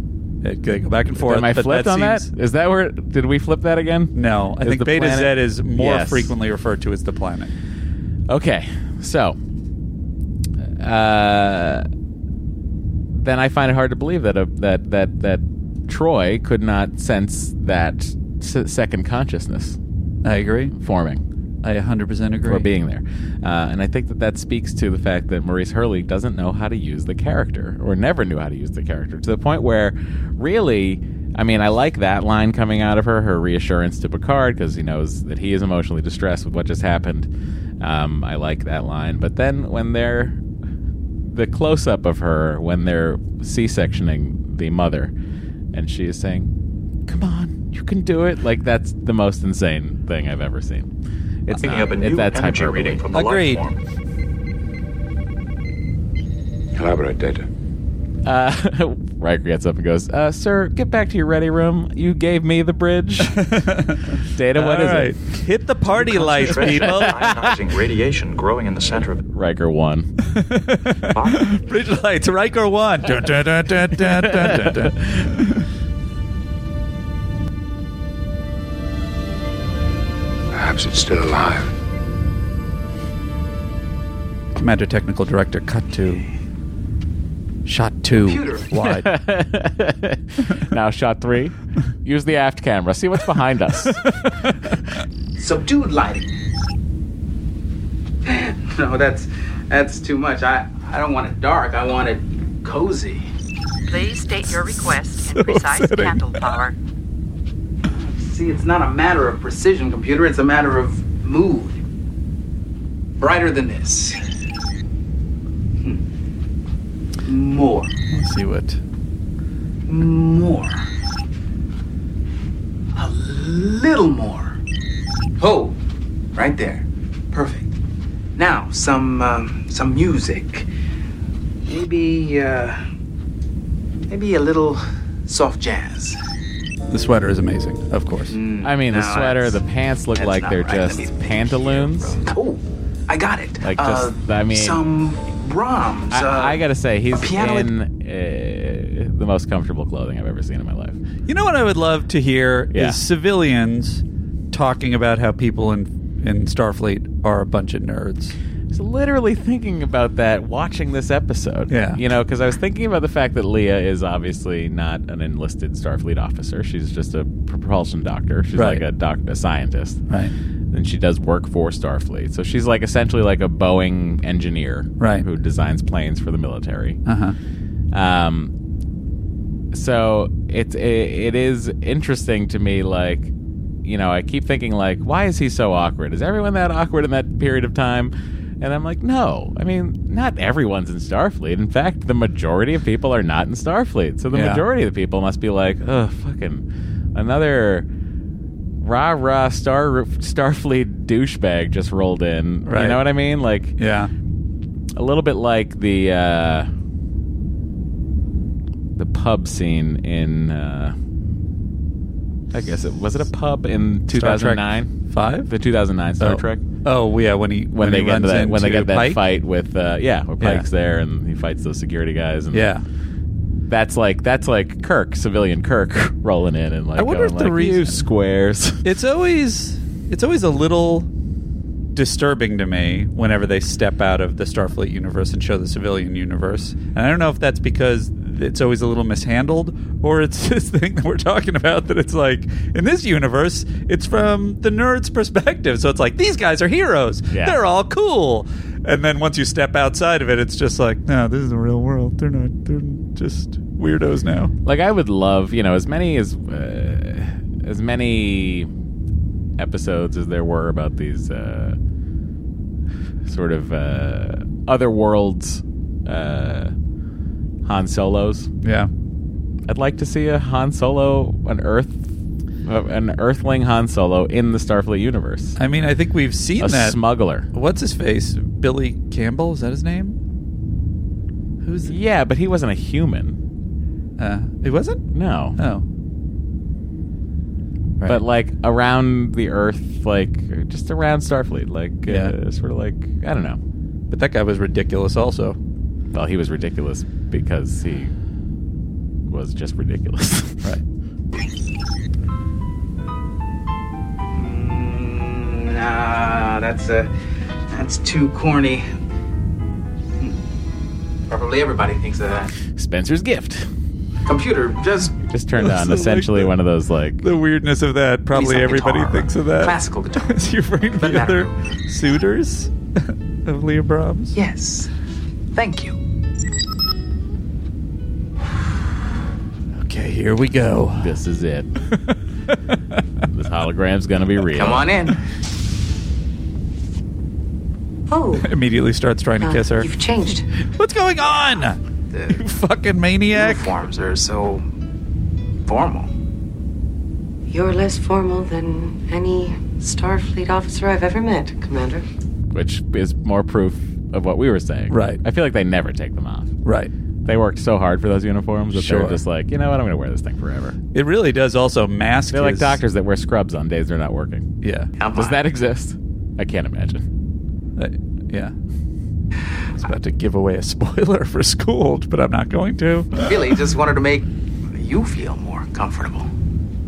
S3: They go back and forth,
S1: Am I
S3: but
S1: flipped
S3: that
S1: on that?
S3: seems-
S1: Is that where did we flip that again?
S3: No, I
S1: Is
S3: think
S1: the
S3: Beta
S1: planet-
S3: Z is more
S1: Yes.
S3: frequently referred to as the planet.
S1: Okay, so uh, then I find it hard to believe that a, that that that Troy could not sense that s- second consciousness.
S3: I agree.
S1: Forming.
S3: I 100% agree.
S1: Or being there, uh, and I think that that speaks to the fact that Maurice Hurley doesn't know how to use the character, or never knew how to use the character, to the point where, really, I mean, I like that line coming out of her, her reassurance to Picard, because he knows that he is emotionally distressed with what just happened. Um, I like that line, but then when they're the close up of her when they're C sectioning the mother, and she is saying, Come on, you can do it. Like, that's the most insane thing I've ever seen. It's
S20: Picking
S1: not-
S20: up a
S1: it-
S20: new
S1: that's
S20: energy
S1: hyperbole.
S20: reading from the Agreed. life form.
S11: Elaborate, Data.
S1: Uh, Riker gets up and goes, uh, Sir, get back to your ready room. You gave me the bridge. Data, what is it?
S3: Hit the party lights,
S20: Concentration
S3: people.
S20: of Ionizing radiation growing in the center of
S1: Riker 1.
S3: Bridge lights, Riker 1. Dun, dun, dun, dun, dun, dun, dun, dun.
S11: Perhaps it's still alive.
S3: Commander Technical Director, cut to shot two. Wide.
S1: now, shot three. Use the aft camera. See what's behind us.
S14: Subdued lighting. no, that's that's too much. I I don't want it dark. I want it cozy.
S25: Please state your request and precise
S14: upsetting.
S25: candle power.
S14: See, it's not a matter of precision, computer. It's a matter of mood. Brighter than this. Hmm. More.
S3: Let's see what.
S14: More. A little more. Oh, right there. Perfect. Now, some um, some music. Maybe uh, maybe a little soft jazz.
S3: The sweater is amazing, of course.
S1: I mean, the
S14: Mm. No,
S1: sweater,
S14: that's-
S1: the pants look
S14: that's
S1: like
S14: not
S1: they're
S14: right. Let
S1: just
S14: me
S1: pantaloons.
S14: Oh, I got it. Uh,
S1: Like, just- I mean-
S14: some Brahms.
S1: I,
S14: uh,
S1: I gotta say, he's
S14: piano-
S1: in uh, the most comfortable clothing I've ever seen in my life.
S3: You know what I would love to hear
S1: Yeah.
S3: is civilians talking about how people in in Starfleet are a bunch of nerds.
S1: I was literally thinking about that watching this episode.
S3: Yeah.
S1: You know, because I was thinking about the fact that Leah is obviously not an enlisted Starfleet officer. She's just a propulsion doctor. She's
S3: Right.
S1: like a doc, a scientist.
S3: Right.
S1: And she does work for Starfleet. So she's like essentially like a Boeing engineer.
S3: Right.
S1: Who designs planes for the military.
S3: Uh huh.
S1: Um, so it's it, it is interesting to me, like you know, I keep thinking like, why is he so awkward? Is everyone that awkward in that period of time? And I'm like, no. I mean, not everyone's in Starfleet. In fact, the majority of people are not in Starfleet. So the
S2: Yeah.
S1: majority of the people must be like, oh, fucking another rah rah star Starfleet douchebag just rolled in.
S3: Right.
S1: You know what I mean? Like,
S3: yeah,
S1: a little bit like the uh, the pub scene in. Uh, I guess it was it a pub in two
S3: Star
S1: thousand
S3: Trek
S1: nine
S3: five
S1: the two thousand nine Star
S3: Oh.
S1: Trek
S3: Oh yeah, when he
S1: when, they
S3: he
S1: get into
S3: runs
S1: that when they
S3: into
S1: get that
S3: Pike?
S1: fight with uh, yeah where
S3: Yeah.
S1: Pike's there and he fights those security guys and
S3: Yeah.
S1: that's like that's like Kirk civilian Kirk rolling in and like
S3: I wonder
S1: going
S3: if the
S1: like,
S3: reason-
S1: "You squares
S3: It's always it's always a little disturbing to me whenever they step out of the Starfleet universe and show the civilian universe. And I don't know if that's because it's always a little mishandled or it's this thing that we're talking about that it's like in this universe it's from the nerd's perspective. So it's like these guys are heroes.
S2: Yeah.
S3: They're all cool. And then once you step outside of it it's just like no, this is the real world. They're not they're just weirdos now.
S1: Like I would love, you know, as many as uh, as many episodes as there were about these uh, sort of uh, other worlds uh, Han Solos.
S3: Yeah,
S1: I'd like to see a Han Solo, an Earth, uh, an Earthling Han Solo in the Starfleet universe.
S3: I mean, I think we've seen
S1: a
S3: that.
S1: smuggler.
S3: What's his face? Billy Campbell? Is that his name? Who's
S1: yeah, but he wasn't a human.
S3: Uh, it wasn't.
S1: No.
S3: Oh. Right.
S1: But like around the Earth, like just around Starfleet, like uh, sort of like I don't know.
S3: But that guy was ridiculous, also.
S1: Well, he was ridiculous because he was just ridiculous.
S3: right.
S14: Nah, that's a, that's too corny. Hmm. Probably everybody thinks of that.
S1: Spencer's gift
S14: Computer, just
S1: just turned on
S3: Like
S1: essentially one of those like
S3: The weirdness of that. Probably
S1: He's a
S3: everybody
S1: guitar.
S3: thinks of that.
S1: Classical
S3: guitar. Is you bring the other suitors of Leah Brahms?
S14: Yes. Thank you.
S3: Okay, here we go.
S1: This is it. this hologram's gonna be real.
S14: Come on in.
S17: Oh,
S3: Immediately starts trying to
S17: uh,
S3: kiss her.
S17: you've changed.
S3: What's going on?
S14: The
S3: fucking maniac.
S14: Uniforms are so formal.
S17: You're less formal than any Starfleet officer I've ever met, Commander.
S1: Which is more proof of what we were saying.
S3: Right.
S1: I feel like they never take them off.
S3: Right.
S1: They worked so hard for those uniforms that
S3: Sure.
S1: they're just like, you know what, I'm gonna wear this thing forever.
S3: It really does also mask.
S1: They're like
S3: his-
S1: doctors that wear scrubs on days they're not working.
S3: Yeah.
S1: Does that exist? I can't imagine.
S3: Uh, yeah. I was about to give away a spoiler for Schooled, but I'm not going to.
S14: Really, just wanted to make you feel more comfortable.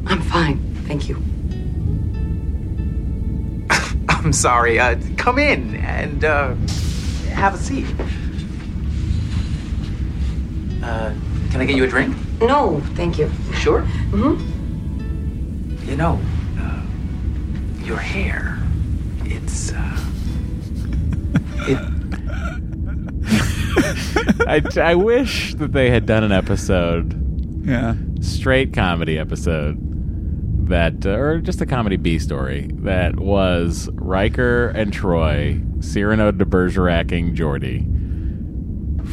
S17: I'm fine, thank you.
S14: I'm sorry. Uh, come in and uh, have a seat. Uh, can I get you a drink?
S17: No, thank you.
S14: Sure.
S17: Mm-hmm.
S14: You know, uh, your hair. It's. Uh,
S1: I, I wish that they had done an episode,
S3: Yeah.
S1: straight comedy episode, that uh, or just a comedy B story that was Riker and Troy, Cyrano de Bergeracing Geordie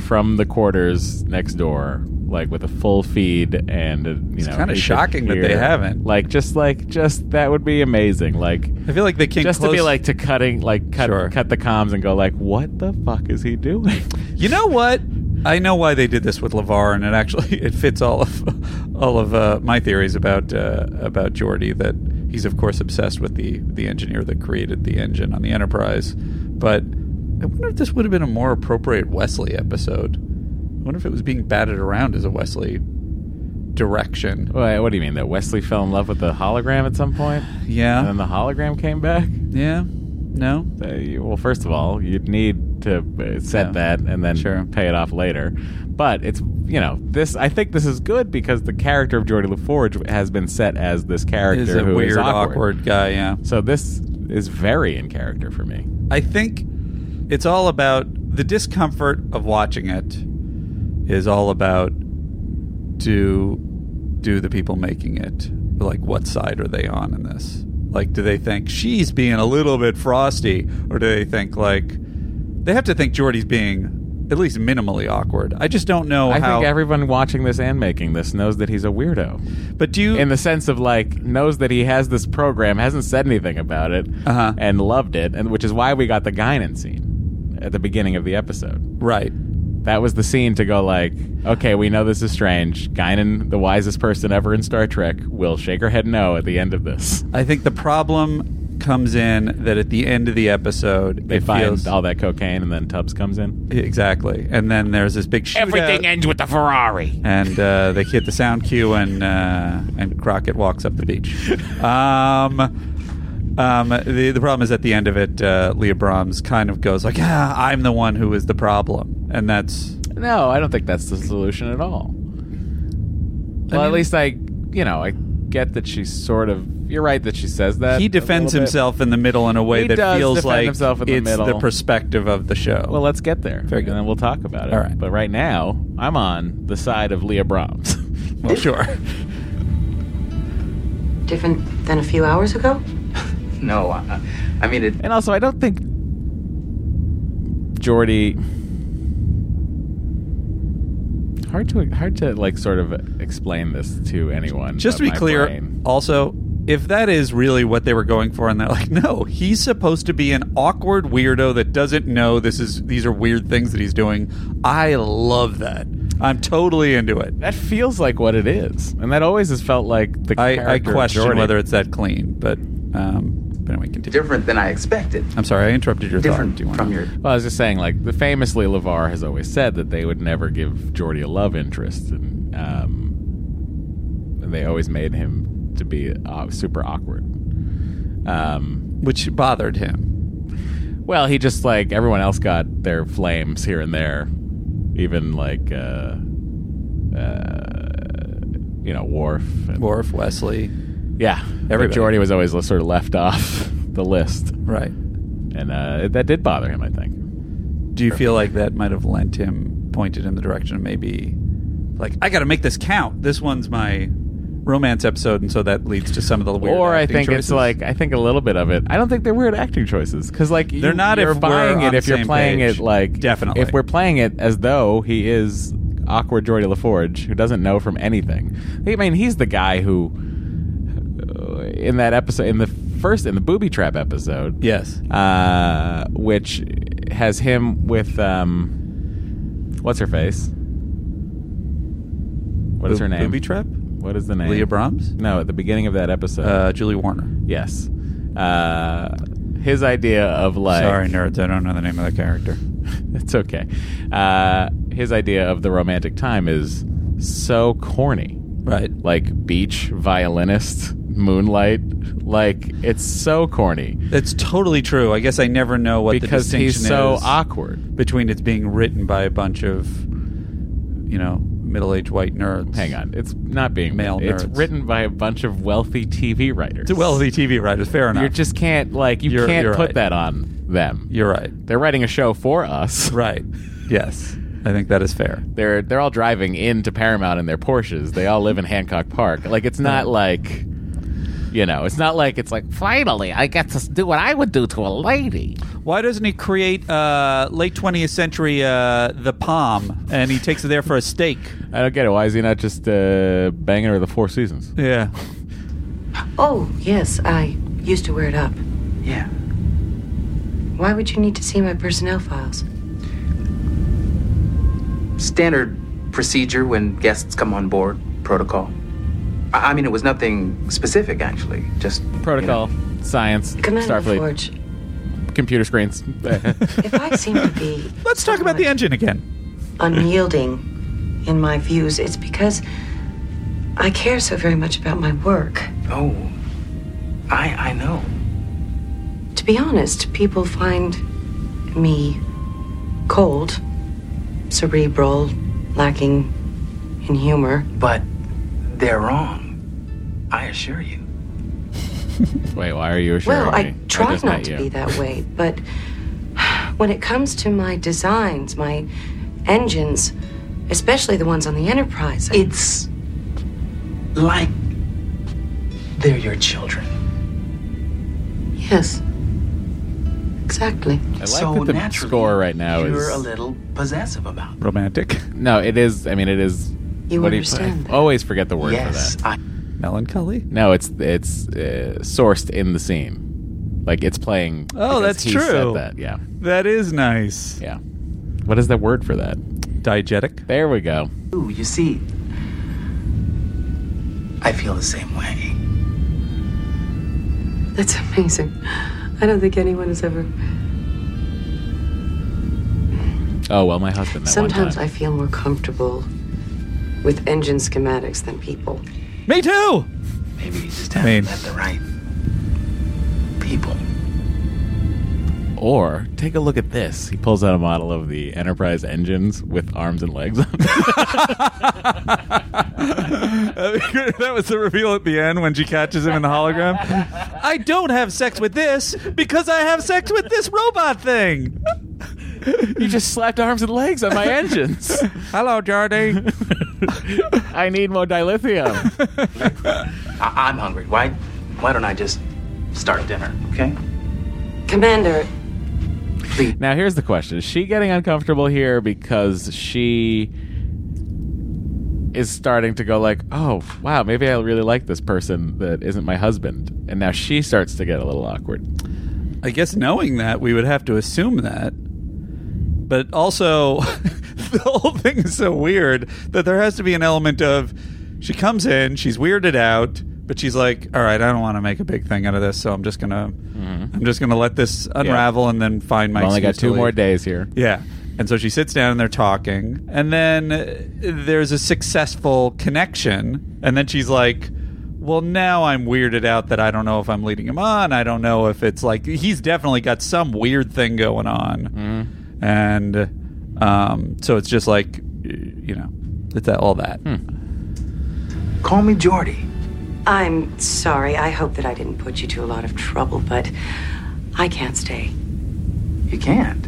S1: from the quarters next door, like with a full feed and uh, you know,
S3: kinda
S1: they could
S3: shocking that they
S1: hear-
S3: haven't.
S1: Like just like just that would be amazing. Like
S3: I feel like they came
S1: just to be
S3: close-
S1: like to cutting like cut
S3: Sure.
S1: cut the comms and go like what the fuck is he doing?
S3: You know what? I know why they did this with Levar, and it actually it fits all of all of uh, my theories about uh, about Geordi. That he's of course obsessed with the the engineer that created the engine on the Enterprise. But I wonder if this would have been a more appropriate Wesley episode. I wonder if it was being batted around as a Wesley direction.
S1: Wait, what do you mean that Wesley fell in love with the hologram at some point?
S3: Yeah.
S1: And then the hologram came back?
S3: Yeah. No.
S1: They- well, first of all, you'd need to uh, set
S3: Yeah.
S1: that and then pay it off later. But it's, you know, this I think this is good because the character of Geordie LaForge has been set as this character
S3: Is a
S1: who is
S3: weird,
S1: awkward.
S3: awkward guy, yeah.
S1: So this is very in character for me.
S3: I think it's all about the discomfort of watching it is all about do do the people making it like what side are they on in this? Like, do they think she's being a little bit frosty, or do they think like they have to think Jordy's being at least minimally awkward? I just don't know
S1: I
S3: how.
S1: think everyone watching this and making this knows that he's a weirdo.
S3: But do you,
S1: in the sense of like, knows that he has this program, hasn't said anything about it, uh-huh. and loved it, and which is why we got the Guinan scene at the beginning of the episode.
S3: Right.
S1: That was the scene to go like, okay, we know this is strange. Guinan, the wisest person ever in Star Trek, will shake her head no at the end of this.
S3: I think the problem comes in that at the end of the episode
S1: They
S3: it
S1: find
S3: feels-
S1: all that cocaine, and then Tubbs comes in.
S3: exactly, and then there's this big shootout.
S1: ends with the Ferrari.
S3: and uh, they hit the sound cue, and uh, and Crockett walks up the beach. Um, um, the the problem is at the end of it, uh, Leah Brahms kind of goes like, "Ah, I'm the one who is the problem," and that's
S1: No, I don't think that's the solution at all. Well, at
S3: mean-
S1: least I, you know, I get that she's sort of. You're right that she says that.
S3: he
S1: a
S3: defends
S1: little bit.
S3: himself in the middle in a way
S1: He
S3: that
S1: does
S3: feels
S1: defend
S3: like it's
S1: himself in the middle.
S3: the perspective of the show.
S1: Well, let's get there.
S3: Very good.
S1: And then we'll talk about it.
S3: All right.
S1: But right now, I'm on the side of Leah Brahms.
S3: well, sure.
S17: Different than a few hours ago?
S12: No, I, I mean it.
S1: And also, I don't think Jordy. Hard to hard to like sort of explain this to anyone.
S3: Just to
S1: but
S3: be
S1: my
S3: clear,
S1: brain.
S3: also, if that is really what they were going for, and they're like, no, he's supposed to be an awkward weirdo that doesn't know this is these are weird things that he's doing. I love that. I'm totally into it.
S1: that feels like what it is, and that always has felt like the.
S3: I, I
S1: character of
S3: question
S1: Geordi.
S3: whether it's that clean, but um, but anyway, continue.
S12: Different than I expected.
S3: I'm sorry, I interrupted your
S12: Different
S3: thought. Do you want
S12: from your.
S1: Well, I was just saying, like, the famously, LeVar has always said that they would never give Jordy a love interest, and, um, and they always made him to be uh, super awkward. Um,
S3: which bothered him.
S1: well, he just like everyone else got their flames here and there, even like, uh, uh, you know, Worf. And,
S3: Worf, Wesley,
S1: Yeah,
S3: Everybody.
S1: But Jordy was always sort of left off the list,
S3: right?
S1: and uh, that did bother him, I think.
S3: Do you feel like that might have lent him, pointed him the direction of maybe, like I got to make this count. This one's my romance episode, and so that leads to some of the weird.
S1: or I
S3: acting
S1: think
S3: choices.
S1: it's like I think a little bit of it. I don't think they're weird acting choices because like you,
S3: They're not if
S1: You're
S3: we're
S1: buying
S3: on
S1: it
S3: the
S1: if you're
S3: same
S1: playing
S3: page.
S1: it like
S3: Definitely.
S1: If we're playing it as though he is awkward Jordy LaForge who doesn't know from anything. I mean, he's the guy who uh, in that episode in the first in the booby trap episode
S3: yes,
S1: uh, which has him with um, what's her face? What is
S3: Bo-
S1: her name?
S3: Booby Trap,
S1: What is the name?
S3: Leah Brahms,
S1: No, at the beginning of that episode.
S3: uh, Julie Warner.
S1: Yes. Uh, his idea of like.
S3: Sorry, nerds, I don't know the name of the character.
S1: It's okay. Uh, his idea of the romantic time is so corny.
S3: Right.
S1: Like beach, violinist, moonlight. Like, it's so corny.
S3: That's totally true. I guess I never know what
S1: because
S3: the distinction
S1: he's so
S3: is
S1: awkward.
S3: between it's being written by a bunch of, you know, middle-aged white nerds.
S1: Hang on. It's not being
S3: Male
S1: It's
S3: nerds.
S1: written by a bunch of wealthy TV writers.
S3: It's a wealthy TV writers. Fair enough.
S1: You just can't, like, you
S3: You're-
S1: can't
S3: you're
S1: put
S3: right.
S1: that on them.
S3: You're right.
S1: They're writing a show for us.
S3: Right. Yes. I think that is fair.
S1: they're they're all driving into Paramount in their Porsches. They all live in Hancock Park. Like it's not like you know, it's not like it's like finally I get to do what I would do to a lady.
S3: Why doesn't he create uh, late 20th century uh, the palm and he takes it there for a steak?
S1: I don't get it. Why is he not just uh, banging her the four seasons?
S3: Yeah.
S17: Oh, yes, I used to wear it up.
S12: Yeah.
S17: Why would you need to see my personnel files?
S12: standard procedure when guests come on board protocol i, I mean it was nothing specific actually just you know.
S1: Protocol, science,
S17: Good night,
S1: Starfleet,
S17: Forge.
S1: computer screens.
S17: If I seem to be
S3: Let's talk about the engine again.
S17: unyielding in my views, it's because I care so very much about my work.
S12: oh i i know
S17: To be honest, people find me cold, cerebral, lacking in humor.
S12: but they're wrong i assure you
S1: Wait, why are you assuring
S17: well,
S1: me?
S17: I try
S1: just
S17: not
S1: met
S17: to
S1: you.
S17: be that way, but when it comes to my designs, my engines, especially the ones on the Enterprise, I-
S12: it's like they're your children
S17: Yes. Exactly.
S1: I like
S12: So
S1: that the
S12: naturally,
S1: score right now
S12: You're
S1: is
S12: a little possessive about.
S1: romantic. No, it is. I mean, it is.
S12: You
S1: what do
S12: understand
S1: I always forget the word
S12: Yes,
S1: for that. Melancholy. No, it's it's uh, sourced in the scene. Like it's playing.
S3: Oh,
S1: because
S3: that's
S1: he
S3: true.
S1: Said that yeah.
S3: That is nice.
S1: Yeah. What is the word for that?
S3: Diegetic.
S1: There we go.
S12: Ooh, you see, I feel the same way.
S17: That's amazing. I don't think anyone has ever.
S1: Oh well, my husband. That
S17: Sometimes
S1: one
S17: I
S1: time.
S17: feel more comfortable with engine schematics than people.
S3: Me too.
S12: Maybe you just
S1: I
S12: haven't
S1: mean-
S12: met the right people.
S1: Or take a look at this. He pulls out a model of the Enterprise engines with arms and legs on. it.
S3: that was the reveal at the end when she catches him in the hologram. I don't have sex with this because I have sex with this robot thing.
S1: you just slapped arms and legs on my engines.
S3: Hello, Jardy.
S1: I need more dilithium.
S12: I- I'm hungry. Why? Why don't I just start dinner? Okay.
S17: Commander,
S1: Now here's the question: Is she getting uncomfortable here because she is starting to go like, "Oh, wow, maybe I really like this person that isn't my husband," and now she starts to get a little awkward.
S3: I guess knowing that, we would have to assume that. But also, the whole thing is so weird that there has to be an element of she comes in, she's weirded out, but she's like, "All right, I don't want to make a big thing out of this, so I'm just gonna, I'm just gonna let this unravel and then find my."
S1: Mm-hmm. I've only got
S3: excuse to
S1: two more
S3: leave."
S1: days here.
S3: Yeah. And so she sits down and they're talking. And then uh, there's a successful connection. And then she's like, well, now I'm weirded out that I don't know if I'm leading him on. I don't know if it's like he's definitely got some weird thing going on. And um, so it's just like, you know, it's that, all that.
S12: Call me Jordy.
S17: I'm sorry. I hope that I didn't put you to a lot of trouble, but I can't stay.
S12: You can't.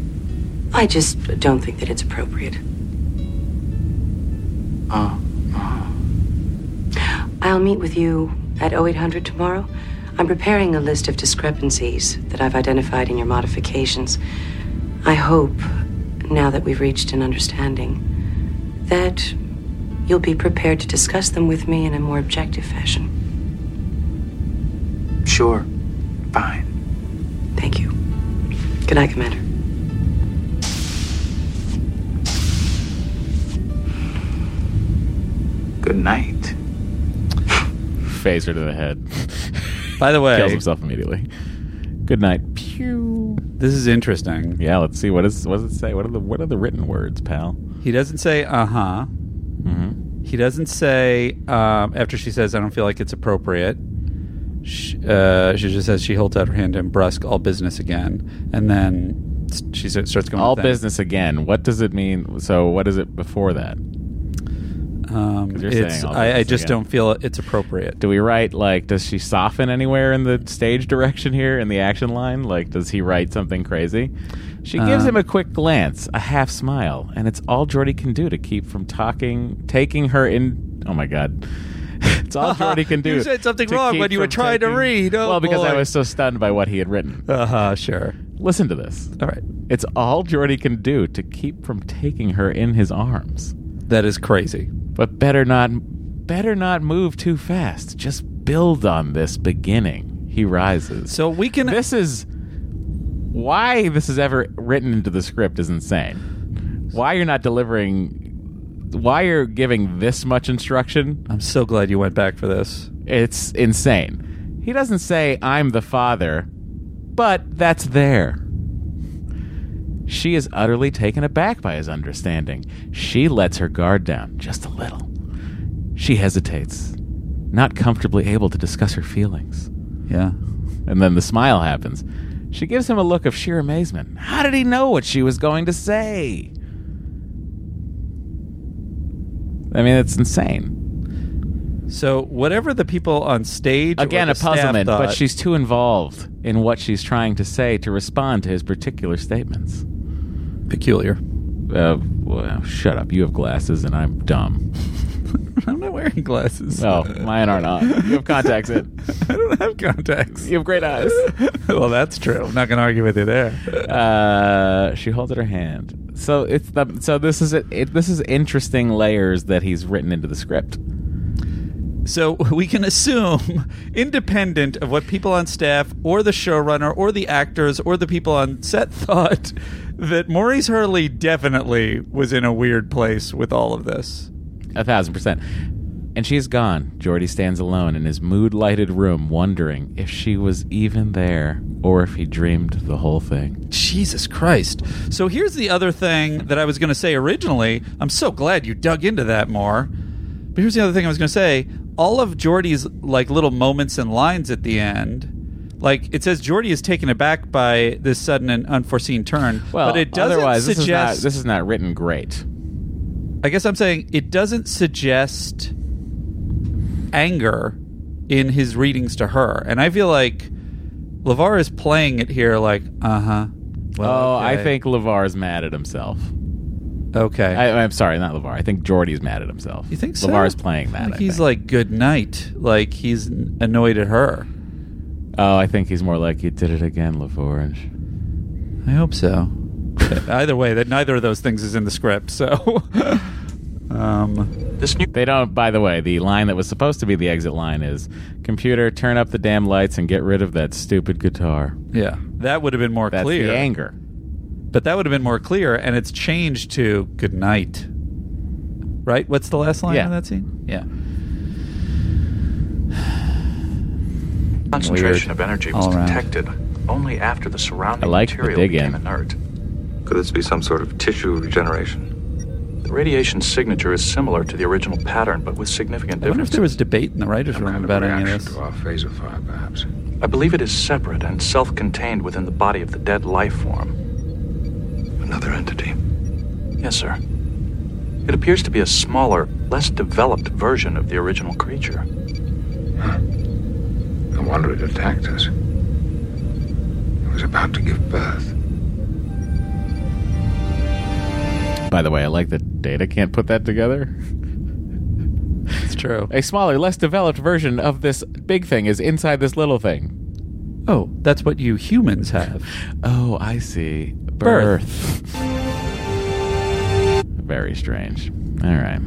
S17: I just don't think that it's appropriate.
S12: Oh.
S17: I'll meet with you at 0800 tomorrow. I'm preparing a list of discrepancies that I've identified in your modifications. I hope, now that we've reached an understanding, that you'll be prepared to discuss them with me in a more objective fashion.
S12: Sure. Fine.
S17: Thank you. Good night, Commander.
S12: Good night.
S1: Phaser to the head.
S3: By the way,
S1: Kills himself immediately. Good night. Pew.
S3: This is interesting.
S1: Yeah, let's see what is what does it say? What are the what are the written words, pal?
S3: He doesn't say uh huh.
S1: Mm-hmm.
S3: He doesn't say um, after she says I don't feel like it's appropriate. She, uh, she just says she holds out her hand and brusque all business again, and then s- she s- starts going
S1: All
S3: with that.
S1: business again. What does it mean? So what is it before that?
S3: Um,
S1: 'Cause you're
S3: it's,
S1: saying all
S3: I, I
S1: business
S3: just
S1: again.
S3: don't feel it's appropriate.
S1: Do we write like does she soften anywhere in the stage direction here in the action line? Like does he write something crazy? She gives
S3: Um,
S1: him a quick glance, a half smile, and it's all Jordy can do to keep from talking taking her in Oh my god. it's all Jordy can do.
S3: You said something
S1: to
S3: wrong
S1: keep
S3: when you were
S1: from
S3: trying to
S1: taking-
S3: read. Oh,
S1: well, because I
S3: boy.
S1: was so stunned by what he had written.
S3: Uh huh. Sure.
S1: Listen to this.
S3: All right.
S1: It's all Jordy can do to keep from taking her in his arms.
S3: That is crazy.
S1: But better not better not move too fast. Just build on this beginning. He rises.
S3: So we can
S1: This is why this is ever written into the script is insane. Why you're not delivering why you're giving this much instruction?
S3: I'm so glad you went back for this.
S1: It's insane. He doesn't say I'm the father, but that's there. She is utterly taken aback by his understanding. She lets her guard down just a little. She hesitates, not comfortably able to discuss her feelings.
S3: Yeah.
S1: And then the smile happens. She gives him a look of sheer amazement. How did he know what she was going to say? I mean, it's insane.
S3: So whatever the people on stage or
S1: Again,
S3: the
S1: a
S3: staff
S1: puzzlement, but
S3: thought-
S1: she's too involved in what she's trying to say to respond to his particular statements.
S3: peculiar.
S1: Uh, well, shut up. You have glasses and I'm dumb.
S3: I'm not wearing glasses.
S1: No, mine are not. Oh, You have contacts in.
S3: I don't have contacts.
S1: You have great eyes.
S3: well, that's true. I'm not going to argue with you there.
S1: Uh, she holds out her hand. So it's the so this is it, it. This is interesting layers that he's written into the script.
S3: So we can assume, independent of what people on staff or the showrunner or the actors or the people on set thought, that Maurice Hurley definitely was in a weird place with all of this.
S1: A thousand percent. And she is gone. Geordie stands alone in his mood lighted room, wondering if she was even there or if he dreamed the whole thing.
S3: Jesus Christ. So here's the other thing that I was going to say originally. I'm so glad you dug into that more. But here's the other thing I was going to say. All of Geordie's like little moments and lines at the end, like it says Geordie is taken aback by this sudden and unforeseen turn.
S1: Well,
S3: but it doesn't
S1: otherwise, this,
S3: suggest
S1: is not, this is not written great.
S3: I guess I'm saying it doesn't suggest anger in his readings to her. And I feel like LeVar is playing it here like, uh huh.
S1: oh, I think LeVar is mad at himself.
S3: Okay.
S1: I, I'm sorry, not LeVar. I think Geordie's mad at himself.
S3: You think so?
S1: LeVar is playing that.
S3: Like he's like, good night. Like he's n- annoyed at her.
S1: Oh, I think he's more like you did it again, LaForge.
S3: I hope so. Either way, that neither of those things is in the script. So, um,
S1: This new- they don't. By the way, the line that was supposed to be the exit line is, "Computer, turn up the damn lights and get rid of that stupid guitar."
S3: yeah, that would have been more
S1: That's
S3: clear.
S1: the anger.
S3: But that would have been more clear, and it's changed to good night. Right? What's the last line
S1: Yeah.
S3: in that scene? Yeah.
S20: Concentration of energy was
S1: All around.
S20: detected only after the surrounding
S1: I like the
S20: material
S1: dig
S20: became
S1: in.
S20: inert.
S24: Could this be some sort of tissue regeneration?
S20: The radiation signature is similar to the original pattern, but with significant
S3: I wonder if
S20: differences.
S3: there was debate in the writers' room about any of this.
S11: to our phaser fire, perhaps.
S20: I believe it is separate and self contained within the body of the dead life form.
S24: Another entity.
S20: Yes, sir. It appears to be a smaller, less developed version of the original creature.
S11: No wonder it attacked us. It was about to give birth.
S1: By the way, I like that Data can't put that together.
S3: It's true.
S1: A smaller, less developed version of this big thing is inside this little thing.
S3: Oh, that's what you humans have.
S1: Oh, I see.
S3: Birth.
S1: Very strange. All right.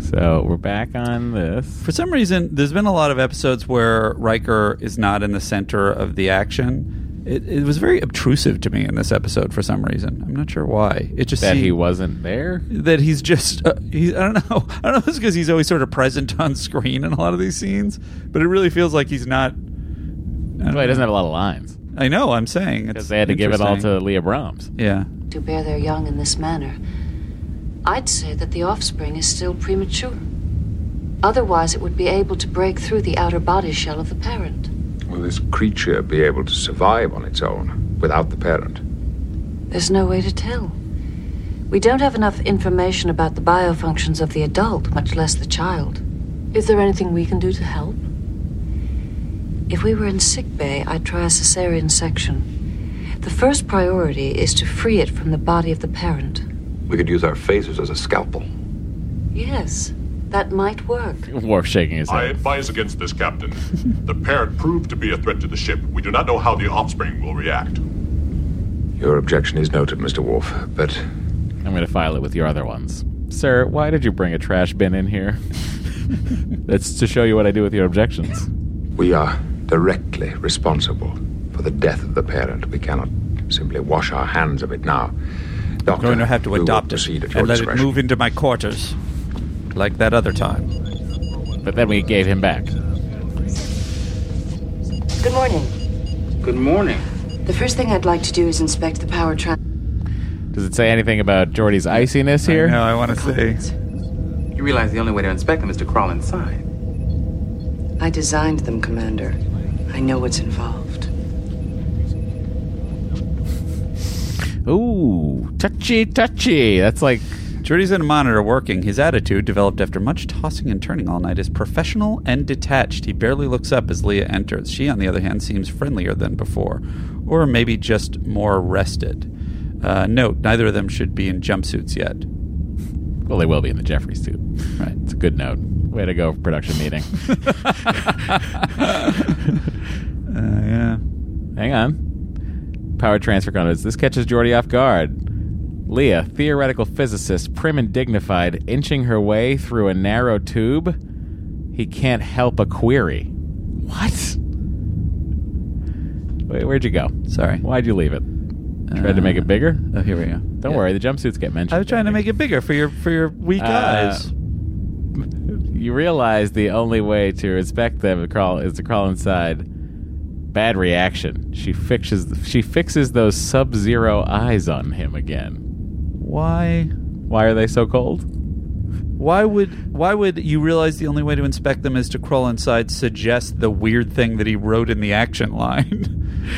S1: So we're back on this.
S3: For some reason, there's been a lot of episodes where Riker is not in the center of the action. It, it was very obtrusive to me in this episode for some reason. I'm not sure why. It just
S1: That he
S3: seemed-
S1: wasn't there.
S3: that he's just uh, he, I don't know I don't know if it's because he's always sort of present on screen in a lot of these scenes, but it really feels like he's not.
S1: Well, he doesn't have a lot of lines
S3: I know. I'm saying
S1: because
S3: it's
S1: they had to give it all
S3: interesting.
S1: to Leah Brahms.
S3: Yeah.
S17: to bear their young in this manner, I'd say that the offspring is still premature. Otherwise, it would be able to break through the outer body shell of the parent.
S11: Will this creature be able to survive on its own without the parent?
S17: There's no way to tell. We don't have enough information about the biofunctions of the adult, much less the child.
S2: Is there anything we can do to help?
S17: If we were in sick bay, I'd try a cesarean section. The first priority is to free it from the body of the parent.
S24: We could use our phasers as a scalpel.
S17: Yes, that might work.
S1: Worf shaking his
S5: I
S1: head.
S5: advise against this, Captain. the parent proved to be a threat to the ship. We do not know how the offspring will react.
S11: Your objection is noted, Mr. Wolf, but
S1: I'm going to file it with your other ones. Sir, why did you bring a trash bin in here? That's to show you what I do with your objections.
S11: we are directly responsible for the death of the parent. We cannot simply wash our hands of it now. Doctor,
S3: going to have to
S11: we will
S3: adopt it
S11: proceed at your
S3: and let it
S11: discretion.
S3: move into my quarters, like that other time.
S1: But then we gave him back.
S17: Good morning.
S12: Good morning.
S17: The first thing I'd like to do is inspect the power tran.
S1: Does it say anything about Jordy's iciness here?
S3: No, I want to see.
S12: You realize the only way to inspect them is to crawl inside.
S17: I designed them, Commander. I know what's involved.
S1: Ooh, touchy, touchy. That's like
S3: Jordy's in a monitor working. His attitude, developed after much tossing and turning all night, is professional and detached. He barely looks up as Leah enters. She, on the other hand, seems friendlier than before, or maybe just more rested. Uh, note: neither of them should be in jumpsuits yet.
S1: Well, they will be in the Jeffries too. Right. It's a good note. Way to go, production meeting.
S3: Uh, yeah.
S1: Hang on. Power transfer condoms. This catches Jordy off guard. Leah, theoretical physicist, prim and dignified, inching her way through a narrow tube. He can't help a query. What? Wait, where'd you go?
S3: Sorry.
S1: Why'd you leave it? Tried to make it bigger?
S3: Oh, here we go.
S1: Don't
S3: Yeah.
S1: worry, the jumpsuits get
S3: I
S1: mentioned.
S3: was trying to make it bigger for your for your weak
S1: Uh,
S3: eyes.
S1: you realize the only way to inspect them to crawl is to crawl inside. Bad reaction. She fixes she fixes those sub-zero eyes on him again.
S3: Why?
S1: Why are they so cold?
S3: Why would why would you realize the only way to inspect them is to crawl inside? Suggest the weird thing that he wrote in the action line.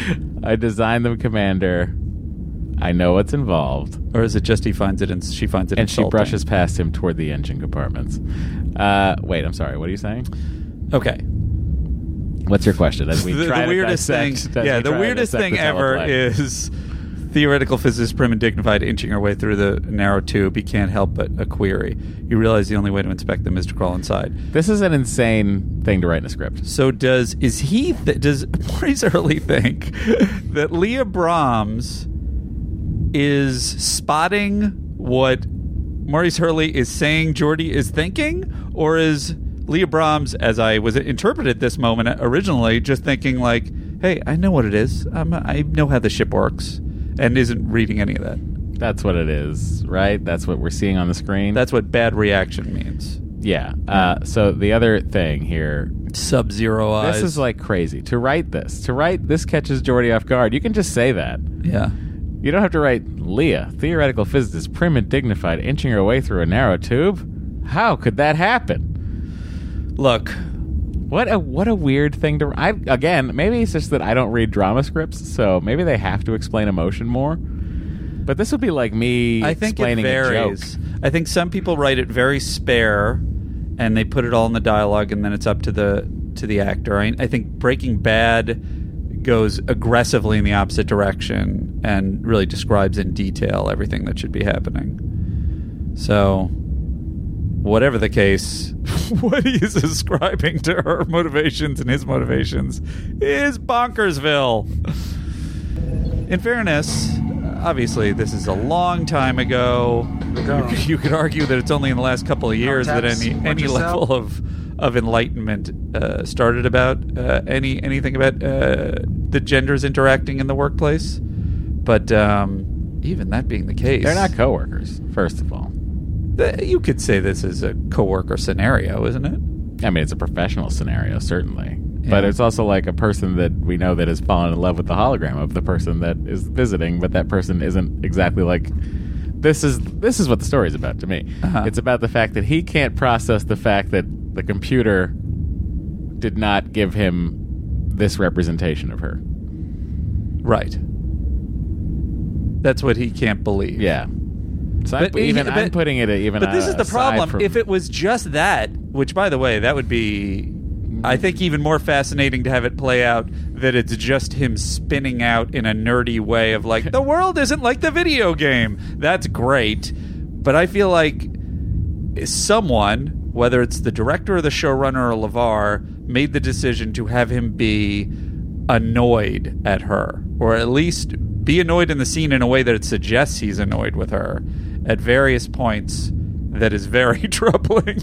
S1: I designed them, Commander. I know what's involved.
S3: Or is it just he finds it and she finds it
S1: and
S3: insulting?
S1: she brushes past him toward the engine compartments. Uh, wait, I'm sorry. What are you saying?
S3: Okay.
S1: What's your question? As we
S3: the,
S1: try
S3: the
S1: to
S3: weirdest thing,
S1: dissect- as
S3: yeah,
S1: we
S3: the
S1: try to
S3: weirdest
S1: dissect
S3: thing
S1: the
S3: ever
S1: teleplay.
S3: is theoretical physicist prim and dignified inching her way through the narrow tube. He can't help but a query. You realize the only way to inspect them is to crawl inside.
S1: This is an insane thing to write in a script.
S3: So does is he th- does Maurice Early think that Leah Brahms is spotting what Maurice Hurley is saying Jordy is thinking, or is Leah Brahms, as I was interpreted this moment originally, just thinking like, "Hey, I know what it is. I'm, I know how the ship works," and isn't reading any of that.
S1: That's what it is, right? That's what we're seeing on the screen.
S3: That's what bad reaction means.
S1: Yeah. Uh, so the other thing here,
S3: Sub zero eyes.
S1: this is like crazy to write this. To write this catches Jordy off guard. You can just say that.
S3: yeah.
S1: You don't have to write Leah, theoretical physicist, prim and dignified, inching her way through a narrow tube. How could that happen?
S3: Look,
S1: what a what a weird thing to. I again, maybe it's just that I don't read drama scripts, so maybe they have to explain emotion more. But this would be like me
S3: I think it
S1: explaining a
S3: varies.
S1: joke.
S3: I think some people write it very spare, and they put it all in the dialogue, and then it's up to the to the actor. I, I think Breaking Bad goes aggressively in the opposite direction and really describes in detail everything that should be happening. So, whatever the case, what he is ascribing to her motivations and his motivations is bonkersville. In fairness, obviously, this is a long time ago. You, you could argue that it's only in the last couple of years that
S12: Contacts,
S3: any
S12: watch
S3: any
S12: yourself.
S3: level of of enlightenment uh, started about uh, any anything about uh, the genders interacting in the workplace. But um, even that being the case,
S1: They're not coworkers, first of all.
S3: th- you could say this is a coworker scenario, isn't it?
S1: I mean, it's a professional scenario, certainly. But
S3: Yeah.
S1: it's also like a person that we know that has fallen in love with the hologram of the person that is visiting, but that person isn't exactly like. This is this is what the story is about to me.
S3: Uh-huh.
S1: It's about the fact that he can't process the fact that the computer did not give him this representation of her.
S3: Right. That's what he can't believe.
S1: Yeah. So I'm,
S3: But he-
S1: even I'm
S3: but-
S1: putting it even.
S3: But this
S1: a-
S3: is the
S1: aside
S3: problem.
S1: from-
S3: If it was just that, which by the way, that would be I think even more fascinating to have it play out that it's just him spinning out in a nerdy way of like the world isn't like the video game. That's great. But I feel like someone, whether it's the director or the showrunner or LeVar, made the decision to have him be annoyed at her, or at least be annoyed in the scene in a way that it suggests he's annoyed with her at various points that is very troubling.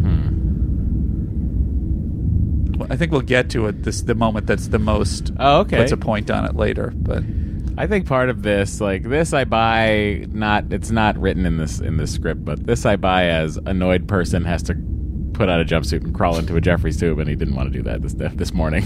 S3: Hmm. Well, I think we'll get to it this the moment that's the most
S1: Oh, okay.
S3: puts a point on it later, but
S1: I think part of this, like this, I buy not. It's not written in this in this script, but this I buy as annoyed person has to put on a jumpsuit and crawl into a Jeffrey's tube, and he didn't want to do that this this morning.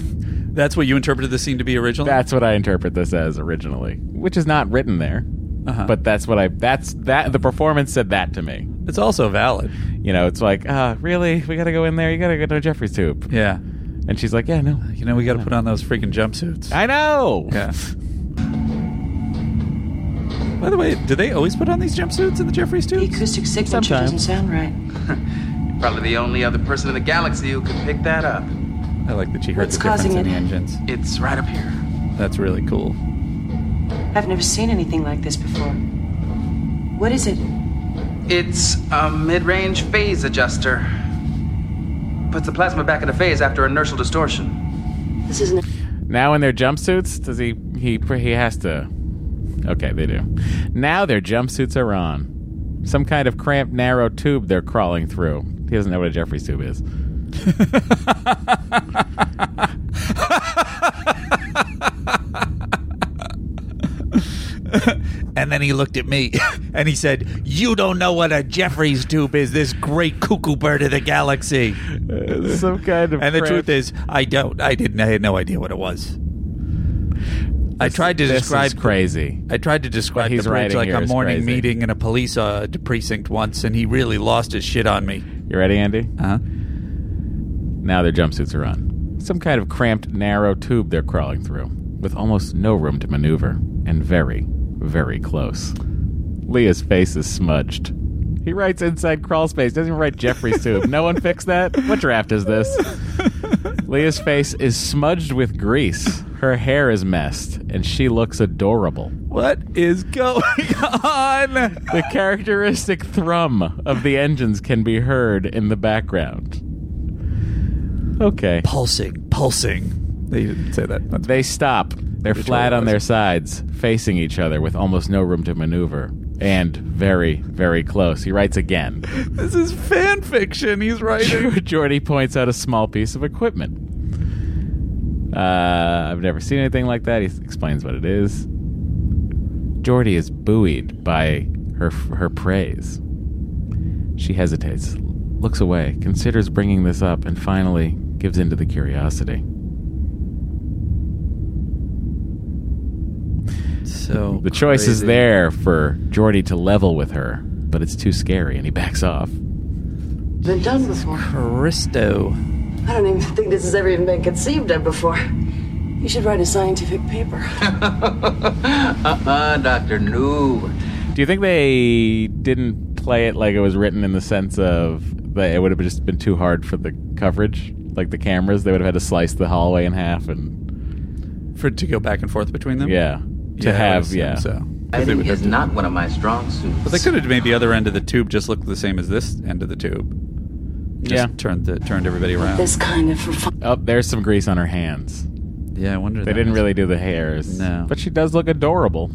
S3: that's what you interpreted the scene to be originally.
S1: that's what I interpret this as originally, which is not written there,
S3: Uh-huh.
S1: but that's what I. That's that. The performance said that to me.
S3: it's also valid.
S1: You know, it's like, ah, really? We got to go in there. You got to go to a Jeffrey's tube.
S3: Yeah.
S1: And she's like, yeah, no,
S3: You know, we got to put on those freaking jumpsuits.
S1: I know.
S3: yeah. By the way, do they always put on these jumpsuits in the Jeffries
S17: The
S3: too?
S17: acoustic signature doesn't sound right.
S14: Probably the only other person in the galaxy who could pick that up.
S3: I like that she heard
S17: What's
S3: the difference
S17: causing
S3: in the
S17: it?
S3: engines.
S14: It's right up here.
S3: That's really cool.
S17: I've never seen anything like this before. What is it?
S14: It's a mid range phase adjuster. Puts the plasma back into phase after inertial distortion.
S17: This isn't.
S1: Now in their jumpsuits, does he he he has to? Okay, they do. Now their jumpsuits are on. Some kind of cramped, narrow tube they're crawling through. He doesn't know what a Jeffrey's tube is.
S10: And then he looked at me and he said, You don't know what a Jeffrey's tube is, this great cuckoo bird of the galaxy.
S1: Uh, Some kind of.
S10: And the
S3: crap.
S10: truth is, I don't. I didn't. I had no idea what it was. I tried to
S1: this
S10: describe.
S1: is crazy.
S10: I tried to describe
S1: He's
S10: the bridge
S1: writing
S10: like
S1: here
S10: a
S1: is
S10: morning
S1: crazy.
S10: meeting in a police uh, precinct once, and he really lost his shit on me.
S1: You ready, Andy?
S10: Uh huh.
S1: Now their jumpsuits are on. Some kind of cramped, narrow tube they're crawling through, with almost no room to maneuver, and very, very close. Leah's face is smudged. He writes inside crawl space, doesn't even write Jeffrey's tube. No one fixed that? What draft is this? Leah's face is smudged with grease. Her hair is messed, and she looks adorable.
S3: What is going on?
S1: The characteristic thrum of the engines can be heard in the background. Okay.
S10: Pulsing, pulsing.
S3: They didn't say that.
S1: they stop. They're
S3: Which
S1: flat
S3: one
S1: on
S3: was
S1: their
S3: it?
S1: sides, facing each other with almost no room to maneuver. And very, very close. He writes again.
S3: This is fan fiction he's writing.
S1: Jordy points out a small piece of equipment. Uh, I've never seen anything like that. He s- explains what it is. Jordy is buoyed by her her praise. She hesitates, looks away, considers bringing this up, and finally gives in to the curiosity.
S10: So
S1: The choice is
S10: crazy.
S1: there for Jordy to level with her, but it's too scary, and he backs off.
S2: Been done before.
S10: Christo.
S2: I don't even think this has ever even been conceived of before. You should write a scientific paper.
S14: Uh, Dr. Noob.
S1: Do you think they didn't play it like it was written in the sense of that it would have just been too hard for the coverage? Like the cameras, they would have had to slice the hallway in half and
S3: For it to go back and forth between them?
S1: yeah,
S3: Yeah, I
S1: to
S3: would
S1: have
S3: assume
S1: yeah.
S3: so.
S12: Editing is not one of my strong suits.
S3: But they could have made the other end of the tube just look the same as this end of the tube. Just
S1: Yeah.
S3: Turned, the, turned everybody around.
S2: this kind of refi-
S1: Oh, there's some grease on her hands.
S3: Yeah, I wonder.
S1: They
S3: that
S1: didn't
S3: was-
S1: really do the hairs.
S3: No.
S1: but she does look adorable.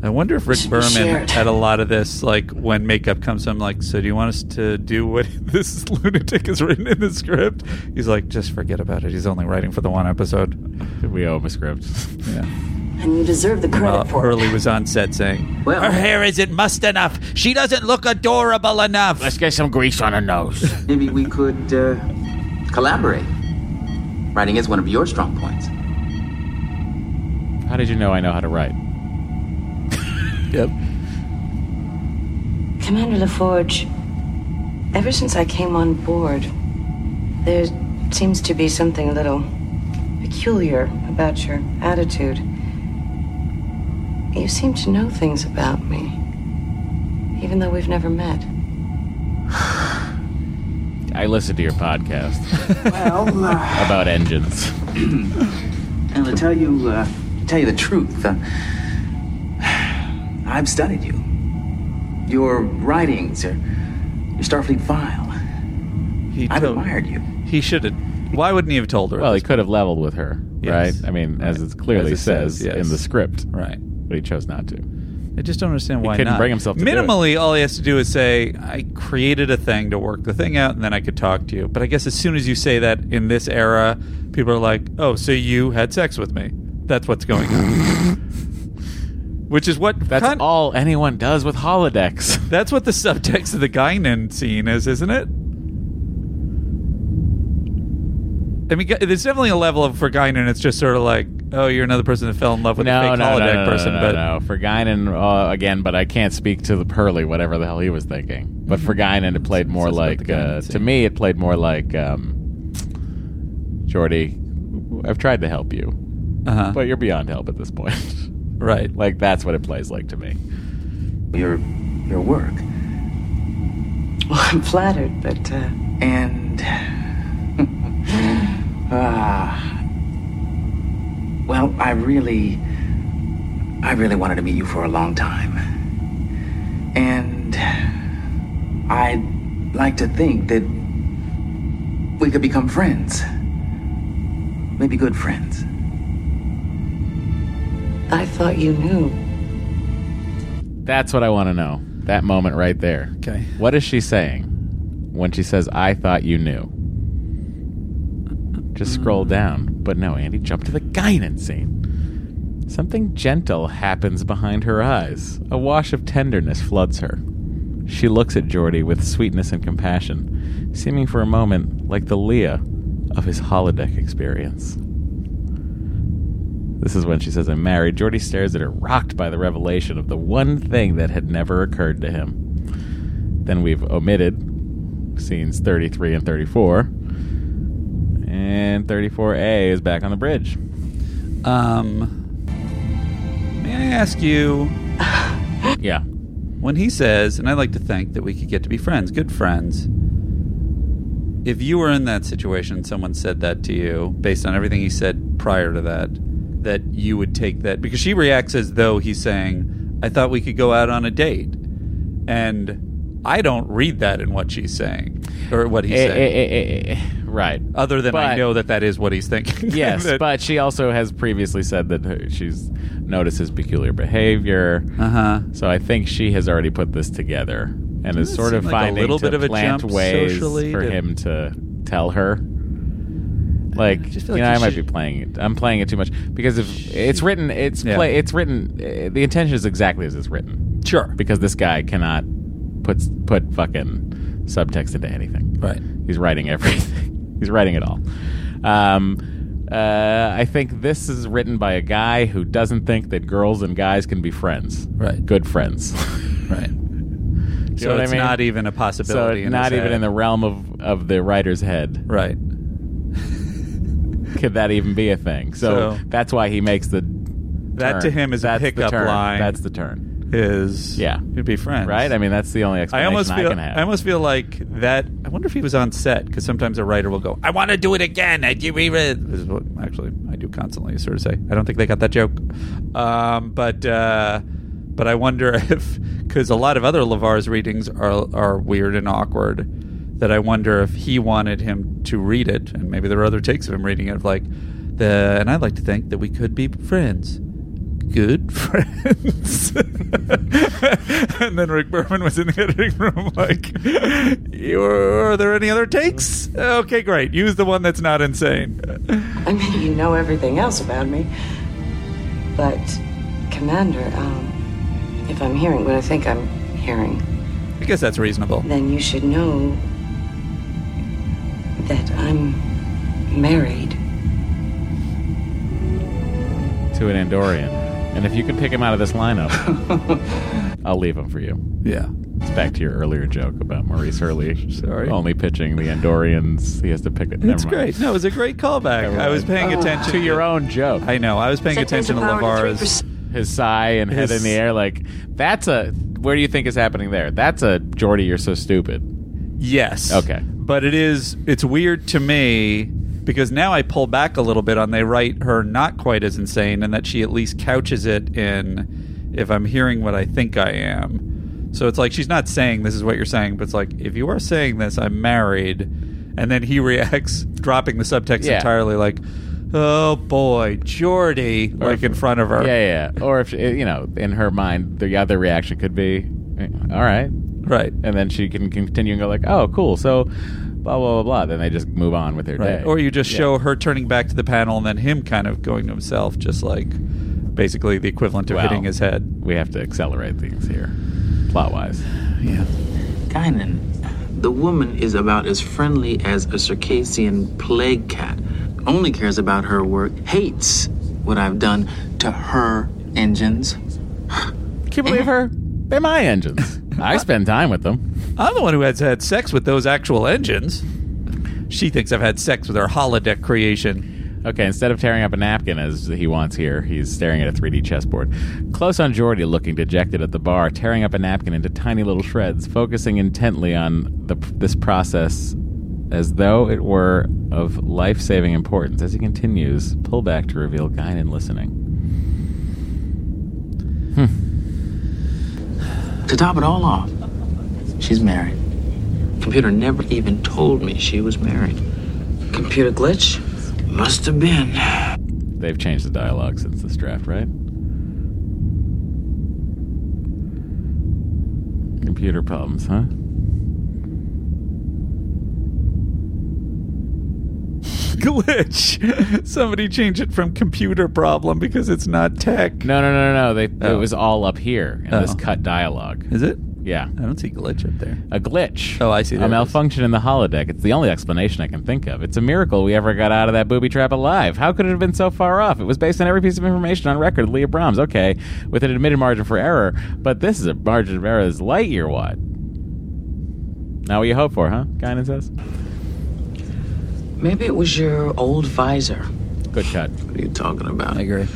S3: I wonder if Rick Berman
S1: shared.
S3: had a lot of this, like when makeup comes to him, like, so do you want us to do what this lunatic has written in the script? He's like, just forget about it. He's only writing for the one episode.
S1: We owe him a script.
S3: Yeah.
S2: and you deserve the credit
S3: Well,
S2: for it.
S3: Hurley was on set saying,
S10: Her hair isn't mussed enough. She doesn't look adorable enough.
S1: Let's get some grease on her nose.
S12: Maybe we could uh,
S14: Collaborate. Writing is one of your strong points.
S1: How did you know I know how to write?
S3: yep.
S17: Commander LaForge, ever since I came on board, there seems to be something a little peculiar about your attitude. You seem to know things about me, even though we've never met.
S1: I listened to your podcast
S12: well, uh,
S1: about engines.
S12: and to tell you, uh, to tell you the truth, uh, I've studied you, your writings, your, your Starfleet file.
S3: He
S12: I've
S3: told-
S12: admired you.
S3: He should have. Why wouldn't he have told her?
S1: Well, he could have leveled with her,
S3: Yes.
S1: right? I mean, as it clearly
S3: As it
S1: says,
S3: says, yes.
S1: in the script,
S3: Right.
S1: but he chose not to.
S3: I just don't understand
S1: He
S3: why
S1: couldn't
S3: not.
S1: bring himself to do it.
S3: Minimally, all he has to do is say, "I created a thing to work the thing out, and then I could talk to you." But I guess as soon as you say that in this era, people are like, "Oh, so you had sex with me? That's what's going on." Which is what
S1: That's all anyone does with holodecks.
S3: that's what the subtext of the Guinan scene is, isn't it? I mean, gu- there's definitely a level of for Guinan. It's just sort of like, "Oh, you're another person that fell in love with a
S1: Oh, no, no,
S3: fake
S1: no,
S3: holodeck
S1: no, no,
S3: person,"
S1: no,
S3: but.
S1: no. For Guinan, uh, again, but I can't speak to the Pearly, whatever the hell he was thinking. But for Guinan, it played more
S3: Says Mm-hmm. about
S1: like,
S3: the Guinan
S1: uh, to
S3: scene.
S1: me, it played more like, um, Jordy, I've tried to help you,
S3: Uh-huh.
S1: but you're beyond help at this point.
S3: Right.
S1: like, that's what it plays like to me.
S12: Your your work.
S17: Well, I'm flattered, but uh,
S12: And. ah. well, I really. I really wanted to meet you for a long time. And I'd like to think that we could become friends. Maybe good friends.
S17: I thought you knew.
S1: That's what I want to know. That moment right there.
S3: Okay.
S1: What is she saying when she says, I thought you knew? Just scroll down. But no, Andy, jump to the guidance scene. Something gentle happens behind her eyes. A wash of tenderness floods her. She looks at Geordie with sweetness and compassion, seeming for a moment like the Leah of his holodeck experience. This is when she says, I'm married. Jordy stares at her, rocked by the revelation of the one thing that had never occurred to him. Then we've omitted scenes 33 and 34. And 34A is back on the bridge.
S3: Um, may I ask you?
S1: yeah.
S3: When he says, and I like to think that we could get to be friends, good friends. If you were in that situation, someone said that to you, based on everything he said prior to that, that you would take that because she reacts as though he's saying, "I thought we could go out on a date," and I don't read that in what she's saying or what he's
S1: Eh,
S3: saying.
S1: eh, eh, eh, eh. Right.
S3: Other than I
S1: But-
S3: know that that is what he's thinking.
S1: yes,
S3: That-
S1: but she also has previously said that her- she's noticed his peculiar behavior.
S3: Uh huh.
S1: So I think she has already put this together and is
S3: Doesn't
S1: sort
S3: it
S1: of
S3: seem like a
S1: finding
S3: little
S1: to
S3: bit of a
S1: plant
S3: jump
S1: ways
S3: socially
S1: for
S3: to-
S1: him to tell her. Like,
S3: feel
S1: you
S3: like
S1: know,
S3: you
S1: I might
S3: should-
S1: be playing it. I'm playing it too much because if it's written, it's play, it's written. Uh, the intention is exactly as it's written.
S3: Sure.
S1: Because this guy cannot put put fucking subtext into anything.
S3: Right.
S1: He's writing everything. He's writing it all. Um, uh, I think this is written by a guy who doesn't think that girls and guys can be friends.
S3: Right.
S1: Good friends.
S3: right.
S1: You
S3: So
S1: know what I
S3: it's
S1: mean?
S3: not even a possibility
S1: So
S3: in
S1: not
S3: his
S1: even
S3: head.
S1: in the realm of, of the writer's head.
S3: Right.
S1: Could that even be a thing? So,
S3: So-
S1: that's why he makes the
S3: That
S1: turn.
S3: to him is a
S1: That's the
S3: pickup
S1: turn.
S3: line.
S1: That's the turn.
S3: Is
S1: yeah,
S3: you'd be friends,
S1: right? I mean, that's the only
S3: I
S1: explanation I,
S3: almost feel.
S1: can have.
S3: I almost feel like that. I wonder if he was on set because sometimes a writer will go, "I want to do it again." I do reread. This is what actually I do constantly. Sort of say, I don't think they got that joke, um, but uh, but I wonder if because a lot of other Lavar's readings are are weird and awkward. That I wonder if he wanted him to read it, and maybe there are other takes of him reading it of like the. And I like to think that we could be friends. Good friends. and then Rick Berman was in the editing room, like, "You- are there any other takes? Okay, great. Use the one that's not insane.
S17: I mean, you know everything else about me. But, Commander, um, if I'm hearing what I think I'm hearing,
S3: I guess that's reasonable.
S17: then you should know that I'm married.
S1: to an Andorian, and if you could pick him out of this lineup, I'll leave him for you.
S3: Yeah.
S1: It's back to your earlier joke about Maurice Hurley
S3: Sorry.
S1: only pitching the Andorians. He has to pick it.
S3: It's great. No, it was a great callback. I was paying
S1: Oh.
S3: attention
S1: To your own joke.
S3: I know. I was paying attention to Lavar's.
S1: his sigh and head
S3: His-
S1: in the air. Like that's a where do you think is happening there? That's a Jordy. You're so stupid.
S3: Yes.
S1: Okay.
S3: But it is. It's weird to me because now I pull back a little bit on they write her not quite as insane and that she at least couches it in if I'm hearing what I think I am. So it's like she's not saying this is what you're saying, but it's like if you are saying this, I'm married, and then he reacts, dropping the subtext
S1: Yeah.
S3: entirely, like, "Oh boy, Jordy," like in front of her.
S1: Yeah, yeah. Or if you know, in her mind, the other reaction could be, eh, "All right,
S3: right,"
S1: and then she can continue and go like, "Oh, cool." So, blah blah blah blah. Then they just move on with their
S3: Right.
S1: day.
S3: Or you just
S1: Yeah.
S3: show her turning back to the panel and then him kind of going to himself, just like basically the equivalent of
S1: Well,
S3: hitting his head.
S1: We have to accelerate things here, plot wise.
S12: Guinan, the woman is about as friendly as a Circassian plague cat. Only cares about her work, hates what I've done to her engines.
S1: Can you believe her? They're my engines. I spend time with them.
S3: Uh, I'm the one who has had sex with those actual engines. She thinks I've had sex with her holodeck creation.
S1: Okay, instead of tearing up a napkin as he wants here, he's staring at a 3D chessboard. Close on Geordie, looking dejected at the bar, tearing up a napkin into tiny little shreds, focusing intently on the, this process as though it were of life saving importance. As he continues, pull back to reveal Guinan listening.
S12: To top it all off, she's married. Computer never even told me she was married. Computer glitch? Must have been.
S1: They've changed the dialogue since this draft, right? Computer problems, huh?
S3: glitch. Somebody change it from computer problem because it's not tech.
S1: No, no, no, no. no. They, It was all up here in this
S3: Oh.
S1: cut dialogue.
S3: Is it?
S1: Yeah.
S3: I don't see glitch up there.
S1: A glitch.
S3: Oh, I see. There
S1: a
S3: it
S1: malfunction in the holodeck. It's the only explanation I can think of. It's a miracle we ever got out of that booby trap alive. How could it have been so far off? It was based on every piece of information on record. Leah Brahms, okay, with an admitted margin for error, but this is a margin of error that's light year wide. Now, what you hope for, huh? Guinan says.
S12: Maybe it was your old visor.
S1: Good cut.
S12: What are you talking about?
S3: I agree.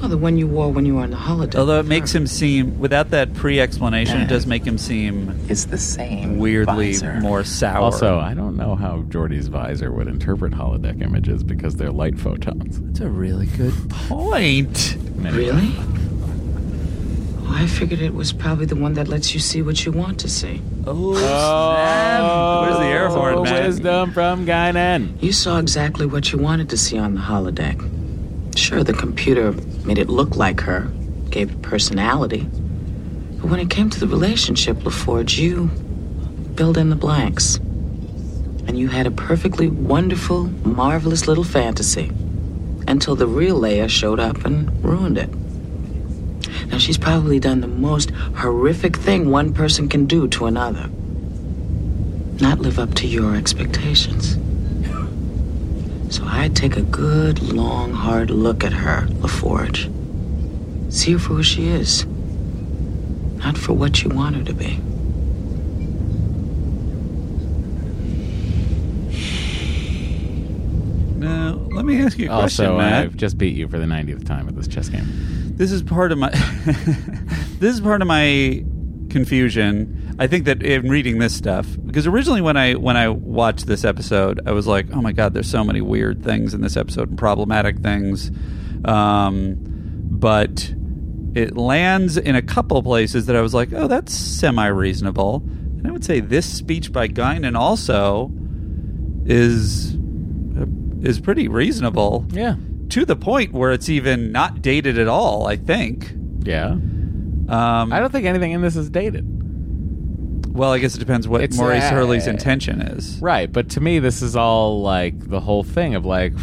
S12: Well, the one you wore when you were on the holiday.
S3: Although it makes him seem, without that pre-explanation, it does make him seem
S12: it's the same
S3: weirdly more sour.
S1: Also, I don't know how Jordy's visor would interpret holodeck images because they're light photons.
S3: That's a really good point.
S1: Really?
S13: Oh, I figured it was probably the one that lets you see what you want to see.
S3: Oh,
S1: snap. Where's the air horn, man? Oh, Wisdom from Guinan.
S13: You saw exactly what you wanted to see on the holodeck. Sure, the computer made it look like her, gave it personality. But when it came to the relationship, LaForge, you filled in the blanks. And you had a perfectly wonderful, marvelous little fantasy until the real Leia showed up and ruined it. Now, she's probably done the most horrific thing one person can do to another not live up to your expectations. So I take a good, long, hard look at her, LaForge. See her for who she is, not for what you want her to be.
S3: Now, let me ask you a question,
S1: Also,
S3: Matt.
S1: I've just beat you for the 90th time at this chess game.
S3: this is part of my this is part of my confusion i think that in reading this stuff because originally when i when i watched this episode i was like oh my god there's so many weird things in this episode and problematic things um, but it lands in a couple places that i was like oh that's semi reasonable and i would say this speech by guinan also is is pretty reasonable.
S1: Yeah.
S3: To the point where it's even not dated at all, I think.
S1: Yeah.
S3: Um,
S1: I don't think anything in this is dated.
S3: Well, I guess it depends what
S1: It's,
S3: Maurice
S1: uh,
S3: Hurley's intention is.
S1: Right, but to me, this is all like the whole thing of like,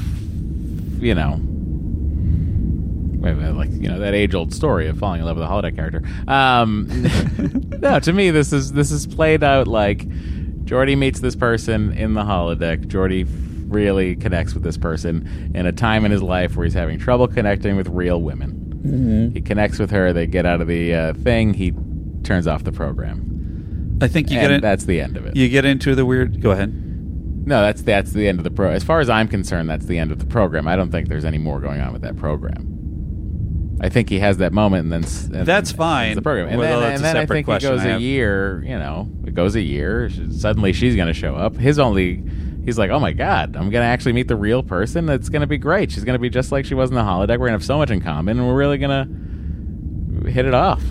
S1: you know, wait a minute, like you know that age-old story of falling in love with a holodeck character. Um, no, to me, this is this is played out like Jordy meets this person in the holodeck. Jordy really connects with this person in a time in his life where he's having trouble connecting with real women.
S3: Mm-hmm.
S1: He connects with her. They get out of the uh, thing. He turns off the program.
S3: I think you
S1: and
S3: get in,
S1: that's the end of it.
S3: you get into the weird. Go ahead.
S1: No, that's that's the end of the pro. As far as I'm concerned, that's the end of the program. I don't think there's any more going on with that program. I think he has that moment, and then s- and
S3: That's
S1: then
S3: fine.
S1: ends The program, and
S3: Well,
S1: then,
S3: that's
S1: and
S3: a
S1: then I
S3: separate
S1: think it
S3: question
S1: goes
S3: I
S1: a
S3: have.
S1: year. You know, it goes a year. She- Suddenly, she's going to show up. His only, he's like, oh my god, I'm going to actually meet the real person. That's going to be great. She's going to be just like she was in the holodeck. We're going to have so much in common, and we're really going to hit it off.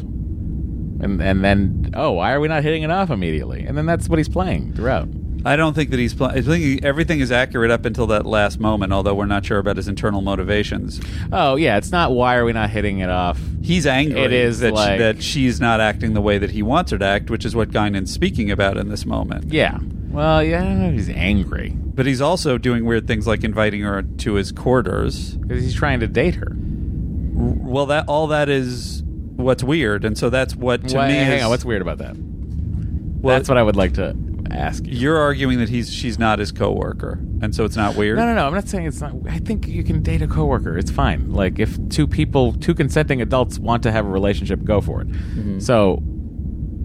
S1: And and then, oh, why are we not hitting it off immediately? And then that's what he's playing throughout.
S3: I don't think that he's playing. I think everything is accurate up until that last moment, although we're not sure about his internal motivations.
S1: Oh yeah, it's not why are we not hitting it off?
S3: He's angry
S1: It is
S3: that, she-
S1: like-
S3: that she's not acting the way that he wants her to act, which is what Guinan's speaking about in this moment.
S1: Yeah. Well, yeah, I don't know if he's angry
S3: But he's also doing weird things like inviting her to his quarters.
S1: because he's trying to date her.
S3: Well, that all that is what's weird, and so that's what to
S1: Why-
S3: me.
S1: hang
S3: is,
S1: on, what's weird about that?
S3: Well-
S1: That's what I would like to ask you.
S3: You're arguing that he's she's not his coworker, and so it's not weird.
S1: No, no, no. I'm not saying it's not. I think you can date a coworker. It's fine. Like if two people, two consenting adults, want to have a relationship, go for it.
S3: Mm-hmm.
S1: So,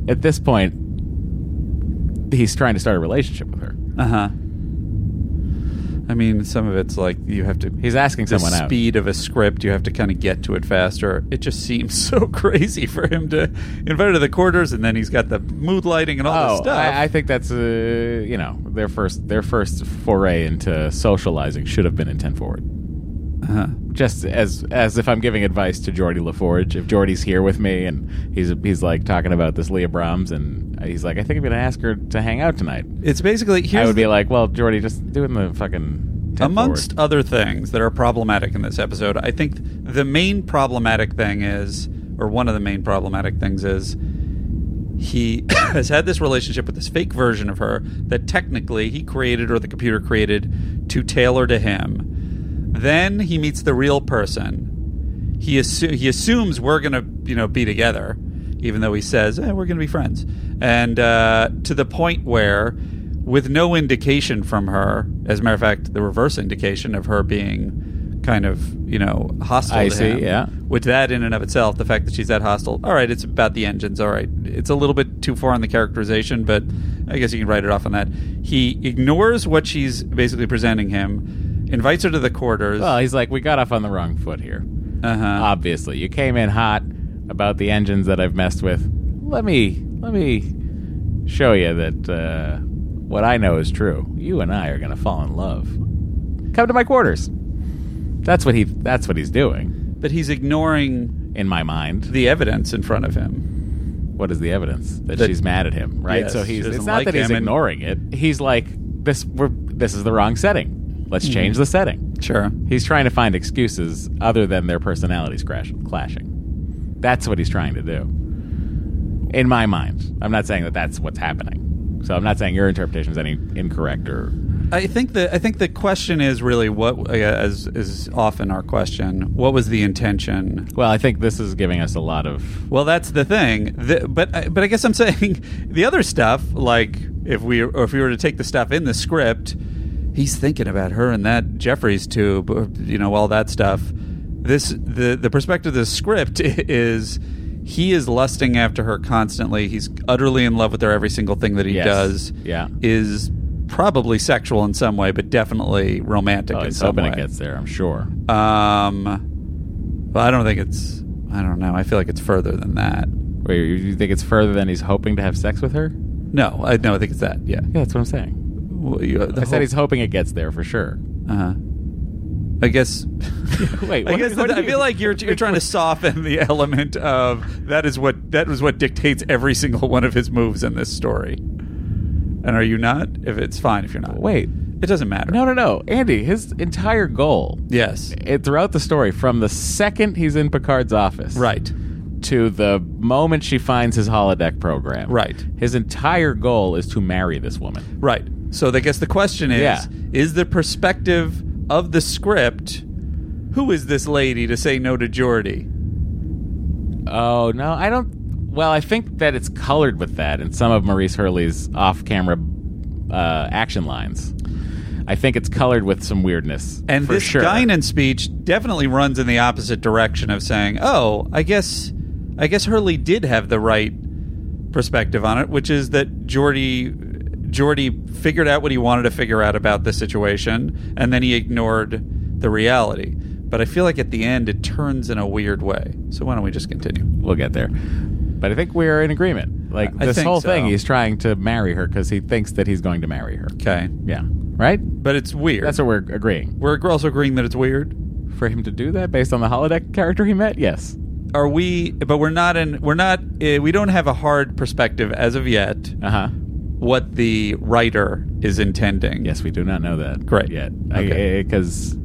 S1: at this point, he's trying to start a relationship with her.
S3: Uh huh. I mean, some of it's like you have to.
S1: He's asking
S3: the
S1: someone out.
S3: speed of a script. You have to kind of get to it faster. It just seems so crazy for him to invite her to the quarters, and then he's got the mood lighting and all
S1: oh,
S3: this stuff.
S1: I, I think that's uh, you know their first their first foray into socializing should have been in ten forward.
S3: Uh-huh.
S1: Just as as if I'm giving advice to Jordy LaForge. If Jordy's here with me and he's he's like talking about this Leah Brahms and he's like, I think I'm gonna ask her to hang out tonight.
S3: It's basically here's
S1: I would
S3: the-
S1: be like, well, Jordy, just do it in the fucking tent
S3: Amongst
S1: forward.
S3: other things that are problematic in this episode, I think the main problematic thing is, or one of the main problematic things is, he has had this relationship with this fake version of her that technically he created or the computer created to tailor to him. Then he meets the real person. He assu- he assumes we're gonna you know be together, even though he says eh, we're gonna be friends. And uh, to the point where, with no indication from her, as a matter of fact, the reverse indication of her being kind of you know hostile.
S1: I
S3: to
S1: see,
S3: him,
S1: yeah.
S3: which that in and of itself, the fact that she's that hostile, all right, it's about the engines, all right. It's a little bit too far on the characterization, but I guess you can write it off on that. He ignores what she's basically presenting him, invites her to the quarters.
S1: Well, he's like, we got off on the wrong foot here.
S3: Uh-huh.
S1: Obviously, you came in hot about the engines that I've messed with. Let me let me show you that uh, what I know is true. You and I are gonna fall in love. Come to my quarters. That's what he. That's what he's doing.
S3: But he's ignoring,
S1: in my mind,
S3: the evidence in front of him.
S1: What is the evidence that,
S3: That-
S1: she's mad at him? Right.
S3: Yes,
S1: so
S3: she
S1: he's.
S3: doesn't
S1: It's not
S3: like
S1: that he's
S3: him and-
S1: ignoring it. He's like this. We're this is the wrong setting. Let's
S3: Mhm.
S1: change the setting.
S3: Sure.
S1: He's trying to find excuses other than their personalities crash, clashing. That's what he's trying to do. In my mind, I'm not saying that that's what's happening. So I'm not saying your interpretation is any incorrect or
S3: I think the I think the question is really what uh, as is often our question. What was the intention?
S1: Well, I think this is giving us a lot of.
S3: Well, that's the thing. The, but I- but I guess I'm saying the other stuff, like if we or if we were to take the stuff in the script, he's thinking about her and that Jeffrey's tube, or, you know, all that stuff. This the the perspective of the script is he is lusting after her constantly. He's utterly in love with her. Every single thing that he
S1: Yes.
S3: does,
S1: Yeah.
S3: is probably sexual in some way, but definitely romantic.
S1: Oh,
S3: in
S1: he's
S3: some
S1: hoping
S3: way.
S1: it gets there. I'm sure.
S3: Um, well, I don't think it's. I don't know. I feel like it's further than that.
S1: Wait, you- you think it's further than he's hoping to have sex with her?
S3: No, I no, I think it's that. Yeah,
S1: yeah, that's what I'm saying.
S3: Well, you, uh, the
S1: I said
S3: whole-
S1: he's hoping it gets there for sure.
S3: Uh huh. I guess.
S1: Wait,
S3: I
S1: what-
S3: guess
S1: what
S3: that-
S1: do
S3: I
S1: you-
S3: feel like you're you're trying to soften the element of that is what that was what dictates every single one of his moves in this story. And are you not? If it's fine, if you're not.
S1: Wait.
S3: It doesn't matter.
S1: No, no, no. Andy, his entire goal.
S3: Yes.
S1: It, throughout the story, from the second he's in Picard's office.
S3: Right.
S1: To the moment she finds his holodeck program.
S3: Right.
S1: His entire goal is to marry this woman.
S3: Right. So I guess the question is:
S1: Yeah.
S3: Is the perspective of the script? Who is this lady to say no to Geordie?
S1: Oh, no, I don't. Well, I think that it's colored with that in some of Maurice Hurley's off camera uh, action lines. I think it's colored with some weirdness.
S3: And
S1: for
S3: this
S1: sure.
S3: Guinan speech definitely runs in the opposite direction of saying, "Oh, I guess, I guess Hurley did have the right perspective on it, which is that Jordy, Jordy figured out what he wanted to figure out about this situation, and then he ignored the reality." But I feel like at the end it turns in a weird way. So why don't we just continue?
S1: We'll get there. But I think we're in agreement. Like
S3: I
S1: this
S3: think
S1: whole
S3: so.
S1: thing, he's trying to marry her because he thinks that he's going to marry her.
S3: Okay.
S1: Yeah. Right?
S3: But it's weird.
S1: That's what we're agreeing.
S3: We're also agreeing that it's weird
S1: for him to do that based on the holodeck character he met. Yes.
S3: Are we? But we're not in. We're not. Uh, we don't have a hard perspective as of yet.
S1: Uh huh.
S3: What the writer is intending.
S1: Yes, we do not know that.
S3: Great.
S1: Yet.
S3: Okay.
S1: Because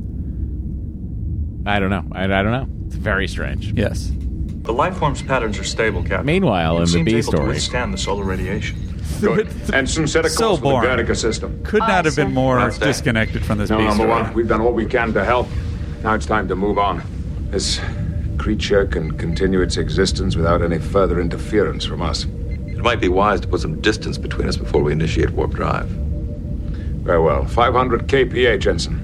S1: I, don't know. I, I don't know. It's very strange.
S3: Yes.
S20: The life form's patterns are stable, Captain.
S1: Meanwhile,
S20: It
S1: in the
S20: seems
S1: B
S20: able
S1: story.
S20: to withstand the solar radiation.
S11: Good. And synthetic
S20: So
S11: calls for the
S20: boring.
S11: Guernica system.
S3: Could not have been more
S11: That's that.
S3: disconnected from this
S11: No,
S3: beast.
S11: number one, we've done all we can to help. Now it's time to move on. This creature can continue its existence without any further interference from us.
S24: It might be wise to put some distance between us before we initiate warp drive.
S11: Very well. 500 kPa, Jensen.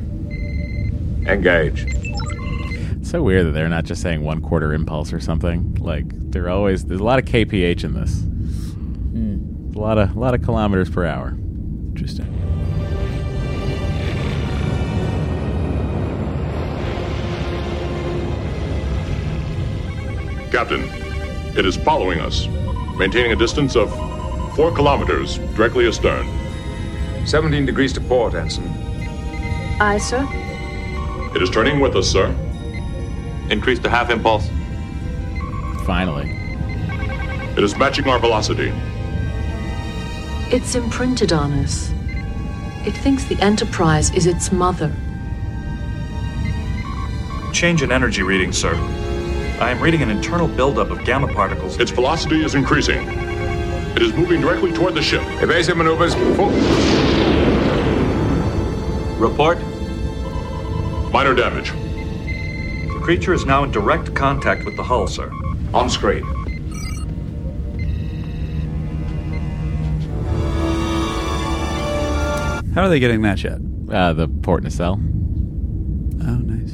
S11: Engage.
S1: It's so weird that they're not just saying one quarter impulse or something. Like they're always there's a lot of kph in this. A lot of a lot of kilometers per hour. Interesting.
S5: Captain, it is following us, maintaining a distance of four kilometers directly astern.
S11: 17 degrees to port, Ensign.
S15: Aye, sir.
S5: It is turning with us, sir.
S24: Increase to half impulse.
S1: Finally.
S5: It is matching our velocity.
S6: It's imprinted on us. It thinks the Enterprise is its mother.
S20: Change in energy reading, sir. I am reading an internal buildup of gamma particles.
S5: Its velocity is increasing. It is moving directly toward the ship.
S11: Evasive maneuvers.
S24: Report.
S5: Minor damage.
S20: The creature is now in direct contact with the hull, sir.
S11: On screen.
S3: How are they getting that shot?
S1: Uh, the port nacelle.
S3: Oh, nice.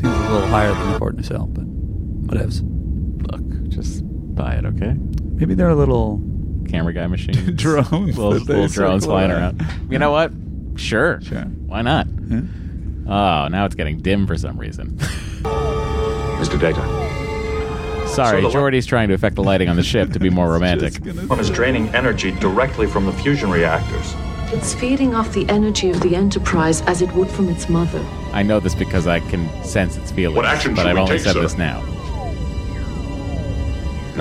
S3: Seems a little higher than the port nacelle, but whatevs.
S1: Look, just buy it, okay?
S3: Maybe they're a little
S1: Camera guy machine.
S3: Drones
S1: Little,
S3: that they
S1: little drones
S3: circle
S1: flying
S3: around.
S1: around. You know what? Sure. Sure. Why not?
S3: Yeah.
S1: Oh, now it's getting dim for some reason.
S11: Mr. Data.
S1: Sorry,
S20: So the-
S1: Jordy's trying to affect the lighting on the ship to be more romantic.
S20: One is draining energy directly from the fusion reactors.
S6: It's feeding off the energy of the Enterprise as it would from its mother.
S1: I know this because I can sense its feelings,
S5: What action
S1: but
S5: should
S1: I've
S5: we
S1: only
S5: take,
S1: said
S5: sir?
S1: this now.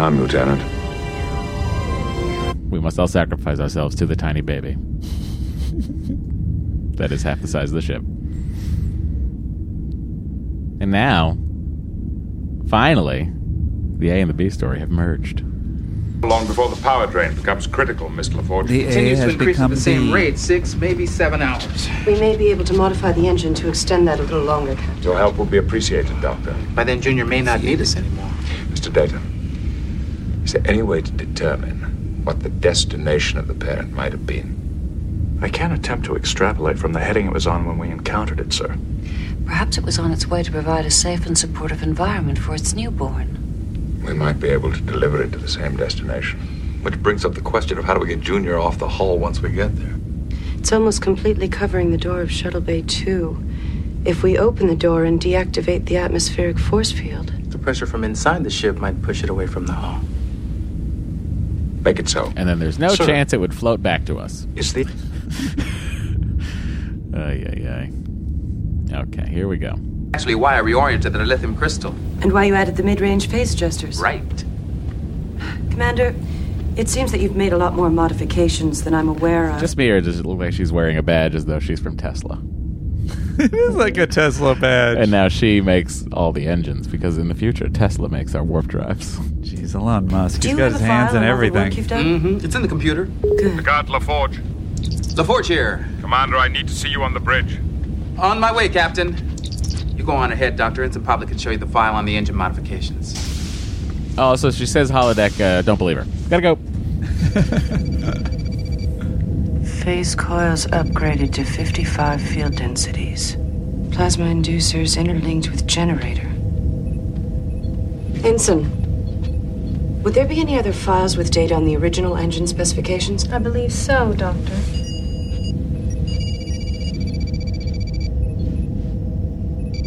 S11: I'm Lieutenant.
S1: We must all sacrifice ourselves to the tiny baby. that is half the size of the ship. And now, finally, the A and the B story have merged.
S11: Long before the power drain becomes critical, Miss LaForge.
S14: continues to increase at the same rate, six, maybe seven hours.
S17: We may be able to modify the engine to extend that a little longer.
S11: Your help will be appreciated, Doctor.
S14: By then, Junior may not need us anymore.
S11: Mr. Data, is there any way to determine what the destination of the parent might have been?
S20: I can't attempt to extrapolate from the heading it was on when we encountered it, sir.
S15: Perhaps it was on its way to provide a safe and supportive environment for its newborn.
S11: We might be able to deliver it to the same destination.
S24: Which brings up the question of how do we get Junior off the hull once we get there?
S17: It's almost completely covering the door of Shuttle Bay 2. If we open the door and deactivate the atmospheric force field,
S12: The pressure from inside the ship might push it away from the hull.
S11: Make it so.
S1: And then there's no
S12: Sir.
S1: chance it would float back to us.
S11: Is the
S1: Ay, ay, ay. Okay, here we go.
S14: Actually, why I reoriented the lithium crystal.
S16: And why you added the mid range phase adjusters.
S14: Right.
S16: Commander, it seems that you've made a lot more modifications than I'm aware of.
S1: Just me, or does it look like she's wearing a badge as though she's from Tesla?
S3: it is like a Tesla badge.
S1: And now she makes all the engines because in the future Tesla makes our warp drives.
S3: Jeez, Elon Musk.
S14: Do
S3: He's
S14: you
S3: got
S14: have
S3: his
S14: a
S3: hands
S14: file
S3: in
S14: on all the work
S3: everything.
S14: you've done? Mhm. It's in the computer. Good.
S21: Picard LaForge.
S14: LaForge here.
S21: Commander, I need to see you on the bridge.
S14: On my way, Captain. You go on ahead, Doctor. Ensign Public can show you the file on the engine modifications.
S1: Oh, so she says holodeck. Uh, don't believe her. Gotta go.
S17: phase coils upgraded to 55 field densities. Plasma inducers interlinked with generator. Ensign, would there be any other files with data on the original engine specifications? I believe so, Doctor.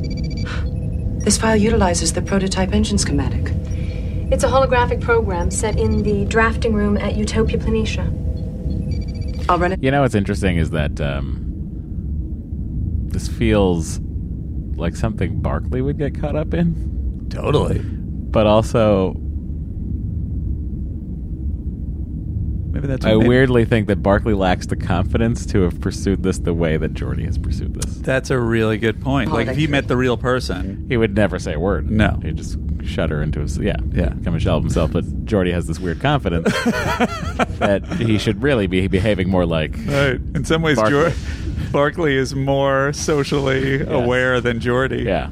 S17: This file utilizes the prototype engine schematic.
S26: It's a holographic program set in the drafting room at Utopia Planitia.
S17: I'll run it.
S1: You know what's interesting is that um, this feels like something Barkley would get caught up in.
S3: Totally.
S1: But also,
S3: Maybe that's
S1: I
S3: what made-
S1: weirdly think that Barkley lacks the confidence to have pursued this the way that Jordy has pursued this.
S3: That's a really good
S14: Oh,
S3: point. Like if he met the real person,
S1: He would never say a word.
S3: No.
S1: He'd just shudder into his, yeah,
S3: Yeah.
S1: become a shell of himself. But Jordy has this weird confidence that he should really be behaving more like.
S3: right? In some ways,
S1: Barkley.
S3: Barkley, Barkley is more socially aware than Jordy.
S1: Yeah,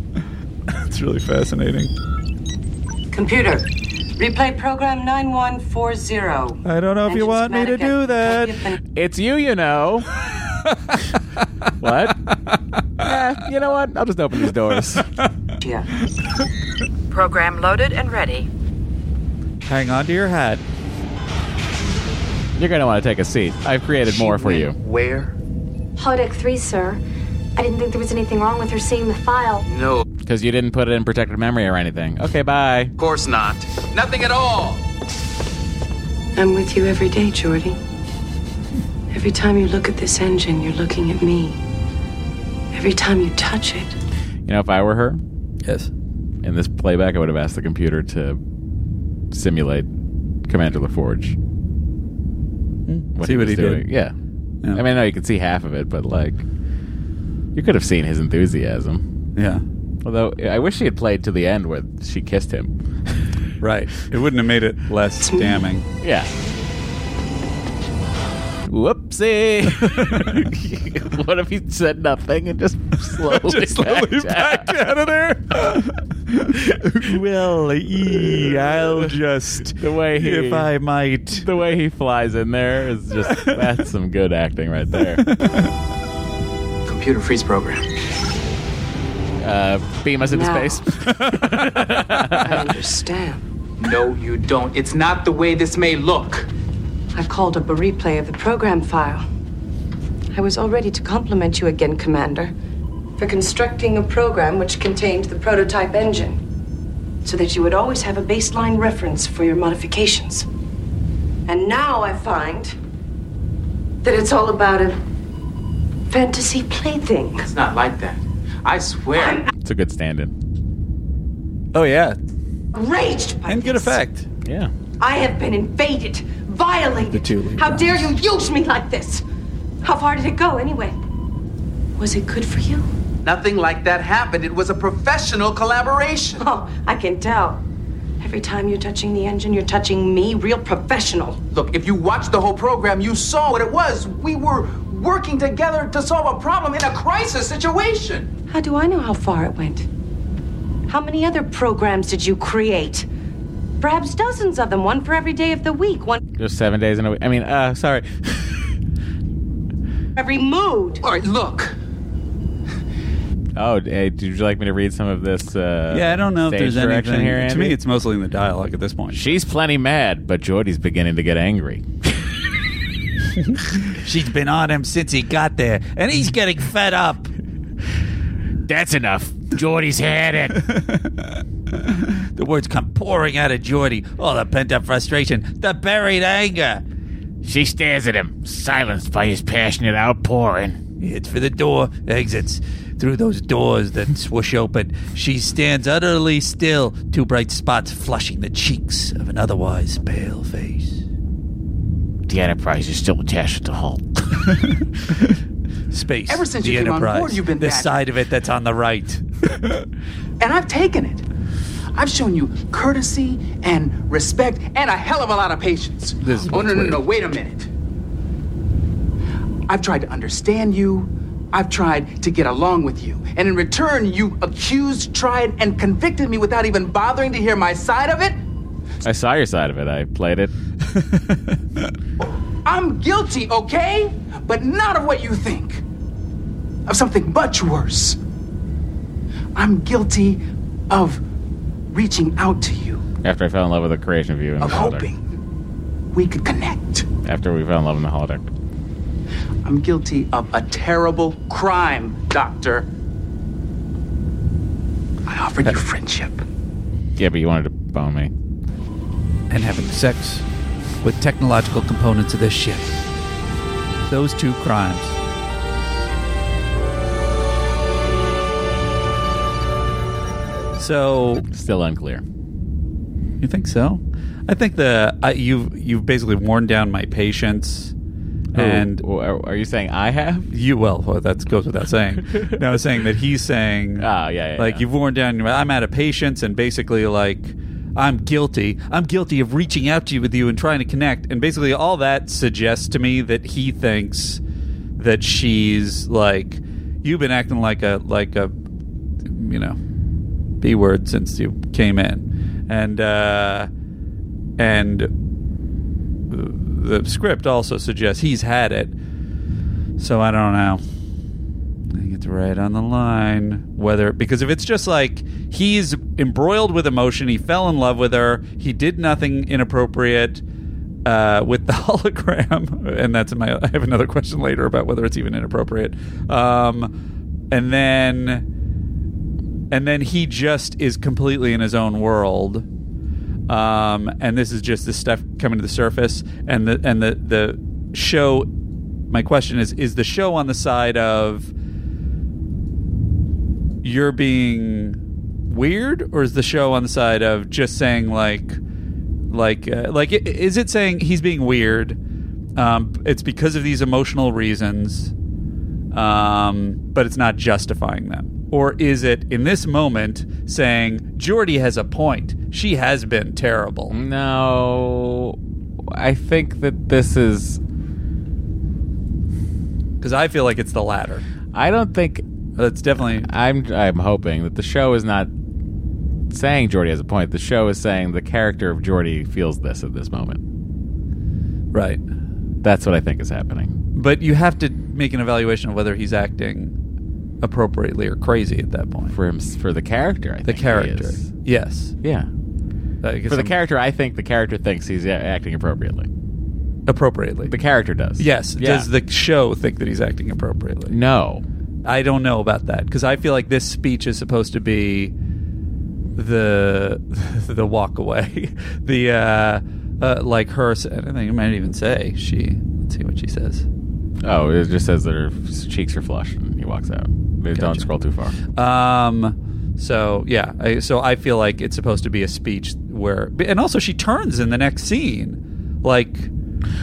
S3: it's really fascinating.
S16: Computer, replay program 9140.
S3: I don't know if you want me to do that.
S1: It's you, you know. what? Eh, you know what? I'll just open these doors.
S16: yeah.
S25: Program loaded and ready.
S3: Hang on to your hat.
S1: You're going to want to take a seat. I've created more for you.
S12: Where?
S26: Holodeck 3, sir. I didn't think there was anything wrong with her seeing the file.
S1: No. Because you didn't put it in protected memory or anything. Okay, bye.
S14: Of course not. Nothing at all.
S17: I'm with you every day, Jordy. Every time you look at this engine, you're looking at me. Every time you touch it,
S1: You know, if I were her,
S3: yes,
S1: in this playback, I would have asked the computer to simulate Commander LaForge.
S3: See what
S1: was
S3: he did?
S1: Yeah. I mean, I know you could see half of it, but like, you could have seen his enthusiasm.
S3: Yeah.
S1: Although I wish she had played to the end where she kissed him.
S3: right. It wouldn't have made it less damning.
S1: Yeah. Whoopsie. what if he said nothing and just slowly,
S4: Just slowly
S1: backed
S3: out of there? well, e, I'll just
S1: the way he,
S3: if I might,
S1: the way he flies in there is just that's some good acting right there.
S12: Computer freeze program.
S1: Uh, beam us into
S12: No.
S1: space.
S12: I
S17: understand.
S12: No, you don't. It's not the way this may look.
S17: I've called up a replay of the program file. I was all ready to compliment you again, Commander, for constructing a program which contained the prototype engine, so that you would always have a baseline reference for your modifications. And now I find that it's all about a fantasy plaything.
S12: It's not like that. I swear.
S1: It's a good stand-in.
S3: Oh yeah,
S17: Outraged by
S3: and good
S17: this.
S3: effect.
S1: Yeah.
S17: I have been invaded, violated.
S3: The two
S17: How dare you use me like this? How far did it go, anyway? Was it good for you?
S14: Nothing like that happened. It was a professional collaboration.
S17: Oh, I can tell. Every time you're touching the engine, you're touching me, real professional.
S14: Look, if you watched the whole program, you saw what it was. We were working together to solve a problem in a crisis situation.
S17: How do I know how far it went? How many other programs did you create? Perhaps dozens of them, one for every day of the week, one
S1: Just seven days in a week. I mean, uh, sorry.
S17: for every mood.
S14: All right, look.
S1: Oh, hey, did you like me to read some of this? Uh,
S3: yeah, I don't know if
S1: stage
S3: there's
S1: direction
S3: anything
S1: here.
S3: To
S1: Andy?
S3: me, it's mostly in the dialogue at this point.
S1: she's plenty mad, but Jordy's beginning to get angry.
S10: She's been on him since he got there, and he's getting fed up.
S1: That's enough. Jordy's had it.
S10: the words come pouring out of Jordy. All the pent up frustration, the buried anger.
S1: She stares at him, silenced by his passionate outpouring.
S10: He heads for the door, exits through those doors that swoosh
S3: oh,
S10: open. She stands utterly still, two bright spots flushing the cheeks of an otherwise pale face.
S1: The Enterprise is still attached to the hull.
S10: Space.
S14: Ever since
S10: the
S14: you came on
S10: Enterprise,
S14: board, you've been
S10: the
S14: bad.
S10: side of it that's on the right.
S14: And I've taken it. I've shown you courtesy and respect and a hell of a lot of patience.
S10: This
S14: oh, no, no, no, wait a minute. I've tried to understand you. I've tried to get along with you. And in return, you accused, tried, and convicted me without even bothering to hear my side of it.
S1: I saw your side of it. I played it.
S14: I'm guilty, okay? But not of what you think. Of something much worse. I'm guilty of reaching out to you,
S1: After I fell in love with the creation of you in the
S14: of
S1: holodeck.
S14: hoping we could connect.
S1: After we fell in love in the holodeck.
S14: I'm guilty of a terrible crime, Doctor. I offered you friendship.
S1: Yeah, but you wanted to bone me.
S10: and having sex with technological components of this ship. Those two crimes. So
S1: still unclear.
S3: You think so? I think the I, you've you've basically worn down my patience.
S1: Oh,
S3: And
S1: are you saying I have?
S3: You well, well that goes without saying. no, I was saying that he's saying.
S1: Oh yeah, yeah,
S3: like
S1: yeah.
S3: you've worn down. your- I'm out of patience, and basically like I'm guilty. I'm guilty of reaching out to you with you and trying to connect. And basically, all that suggests to me that he thinks that she's like you've been acting like a like a you know b word since you came in, and uh, and the script also suggests he's had it. So I don't know. I think it's right on the line whether because if it's just like he's embroiled with emotion, he fell in love with her, he did nothing inappropriate uh, with the hologram, and that's in my. I have another question later about whether it's even inappropriate. Um, and then, and then he just is completely in his own world. Um, and this is just the stuff coming to the surface, and the and the the show. My question is: Is the show on the side of you're being weird, or is the show on the side of just saying like, like, uh, like, i- is it saying he's being weird? Um, it's because of these emotional reasons, um, but it's not justifying them. Or is it in this moment saying Jordy has a point? She has been terrible.
S1: No, I think that this is
S3: because I feel like it's the latter.
S1: I don't think
S3: that's definitely.
S1: I'm I'm hoping that the show is not saying Jordy has a point. The show is saying the character of Jordy feels this at this moment.
S3: Right.
S1: That's what I think is happening.
S3: But you have to make an evaluation of whether he's acting appropriately or crazy at that point.
S1: For him, for the character, I
S3: the
S1: think he
S3: character.
S1: is.
S3: Yes.
S1: Yeah.
S3: I guess Uh,
S1: For the
S3: I'm-
S1: character, I think the character thinks he's a- acting appropriately.
S3: Appropriately.
S1: The character does.
S3: Yes.
S1: Yeah.
S3: Does the show think that he's acting appropriately?
S1: No.
S3: I don't know about that because I feel like this speech is supposed to be the the walk away, the uh, uh, like her. s- I think it might even say she. Let's see what she says.
S1: Oh, it just says that her f- cheeks are flushed, and he walks out. They Don't
S3: Gotcha.
S1: scroll too far.
S3: Um. So yeah. I, so I feel like it's supposed to be a speech where, and also she turns in the next scene, like.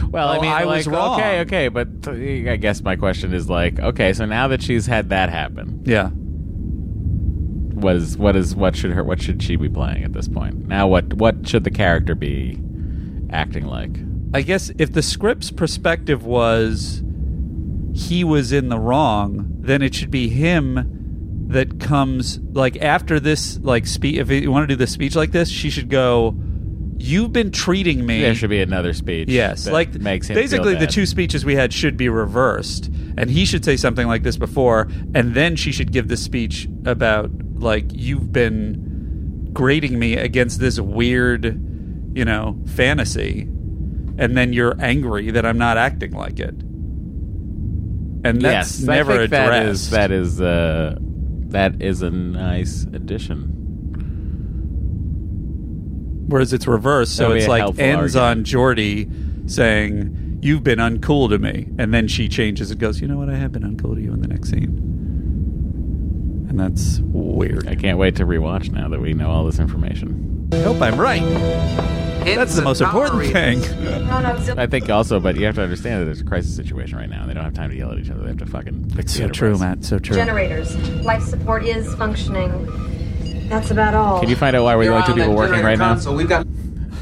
S1: Well, I
S3: "Oh,
S1: mean,
S3: I
S1: like,
S3: was wrong.
S1: Okay, okay, but uh, I guess my question is like, okay, so now that she's had that happen,
S3: Yeah.
S1: what is what is what should her what should she be playing at this point? Now, what what should the character be acting like?
S3: I guess if the script's perspective was he was in the wrong, then it should be him that comes like after this like speech. If you want to do the speech like this, she should go. You've been treating me.
S1: There should be another speech.
S3: Yes,
S1: that
S3: like
S1: makes him feel
S3: basically the
S1: bad.
S3: two speeches we had should be reversed, and he should say something like this before, and then she should give the speech about like you've been grading me against this weird, you know, fantasy, and then you're angry that I'm not acting like it, and that's
S1: yes,
S3: never
S1: I think
S3: addressed.
S1: That is that is uh, that is a nice addition.
S3: Whereas it's reversed, so
S1: That'd be
S3: it's
S1: a
S3: like
S1: helpful
S3: ends
S1: argument.
S3: on Jordy saying you've been uncool to me, and then she changes and goes, you know what, I have been uncool to you in the next scene. And that's weird.
S1: I can't wait to rewatch now that we know all this information.
S3: I hope I'm right. That's the most important thing.
S1: I think also, but you have to understand that there's a crisis situation right now, and they don't have time to yell at each other. They have to fucking. Fix
S3: It's
S1: the
S3: so
S1: enterprise.
S3: true, Matt. So true.
S26: Generators. Life support is functioning. That's about all.
S1: Can you find out why we're the
S12: You're
S1: only two
S12: on that
S1: people working
S12: generator
S1: right now?
S12: console. We've got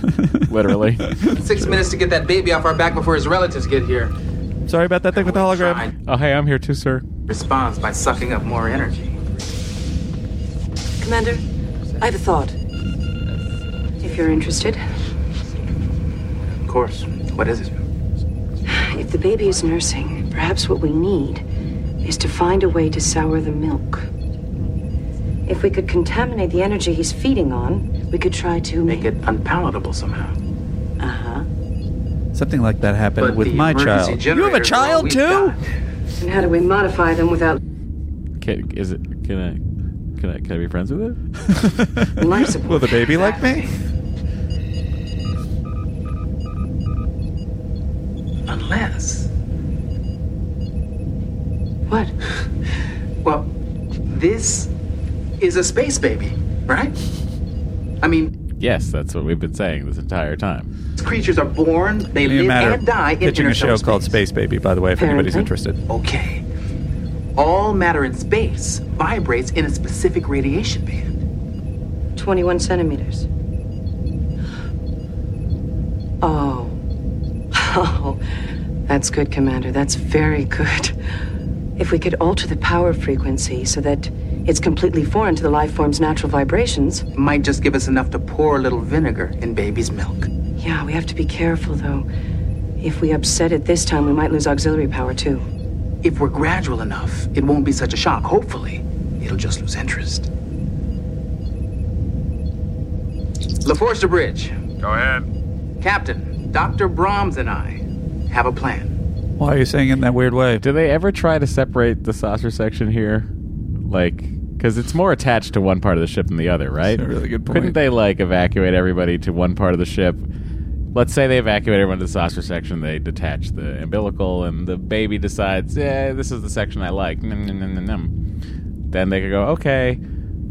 S1: Literally.
S12: six minutes to get that baby off our back before his relatives get here.
S3: Sorry about that thing with the hologram.
S1: Oh, hey, I'm here too, sir.
S12: Responds by sucking up more energy.
S17: Commander, I have a thought. If you're interested,
S12: Of course. What is it?
S17: if the baby is nursing, perhaps what we need is to find a way to sour the milk. If we could contaminate the energy he's feeding on, we could try to make
S12: it unpalatable somehow.
S17: Uh huh.
S3: Something like that happened
S12: But
S3: with
S12: the
S3: my
S12: emergency
S3: child.
S12: generator-
S3: You have a child too?
S17: And how do we modify them without
S1: Can, is it? Can I? Can I? Can I be friends with it?
S17: life support?
S3: Will the baby like me?
S12: Unless.
S17: What?
S12: Well, this is a space baby, right? I mean,
S1: Yes, that's what we've been saying this entire time.
S12: these creatures are born, they
S3: Be a
S12: live
S3: matter
S12: and
S3: of
S12: die in
S3: pitching
S12: interstellar
S3: a show
S12: space.
S3: called Space Baby, by the way, if anybody's interested.
S12: Okay. All matter in space vibrates in a specific radiation band.
S17: 21 centimeters. Oh. Oh. That's good, Commander. That's very good. If we could alter the power frequency so that it's completely foreign to the life form's natural vibrations.
S12: Might just give us enough to pour a little vinegar in baby's milk.
S17: Yeah, we have to be careful, though. If we upset it this time, we might lose auxiliary power, too.
S12: If we're gradual enough, it won't be such a shock. Hopefully, it'll just lose interest. LaForge to Bridge.
S11: Go ahead.
S12: Captain, Dr. Brahms and I have a plan.
S3: Why are you saying it in that weird way?
S1: Do they ever try to separate the saucer section here? Like, because it's more attached to one part of the ship than the other, right?
S3: That's a really good
S1: Couldn't
S3: point.
S1: they like evacuate everybody to one part of the ship? Let's say they evacuate everyone to the saucer section. They detach the umbilical, and the baby decides, "Yeah, this is the section I like." Nom, nom, nom, nom, nom. then they could go, okay,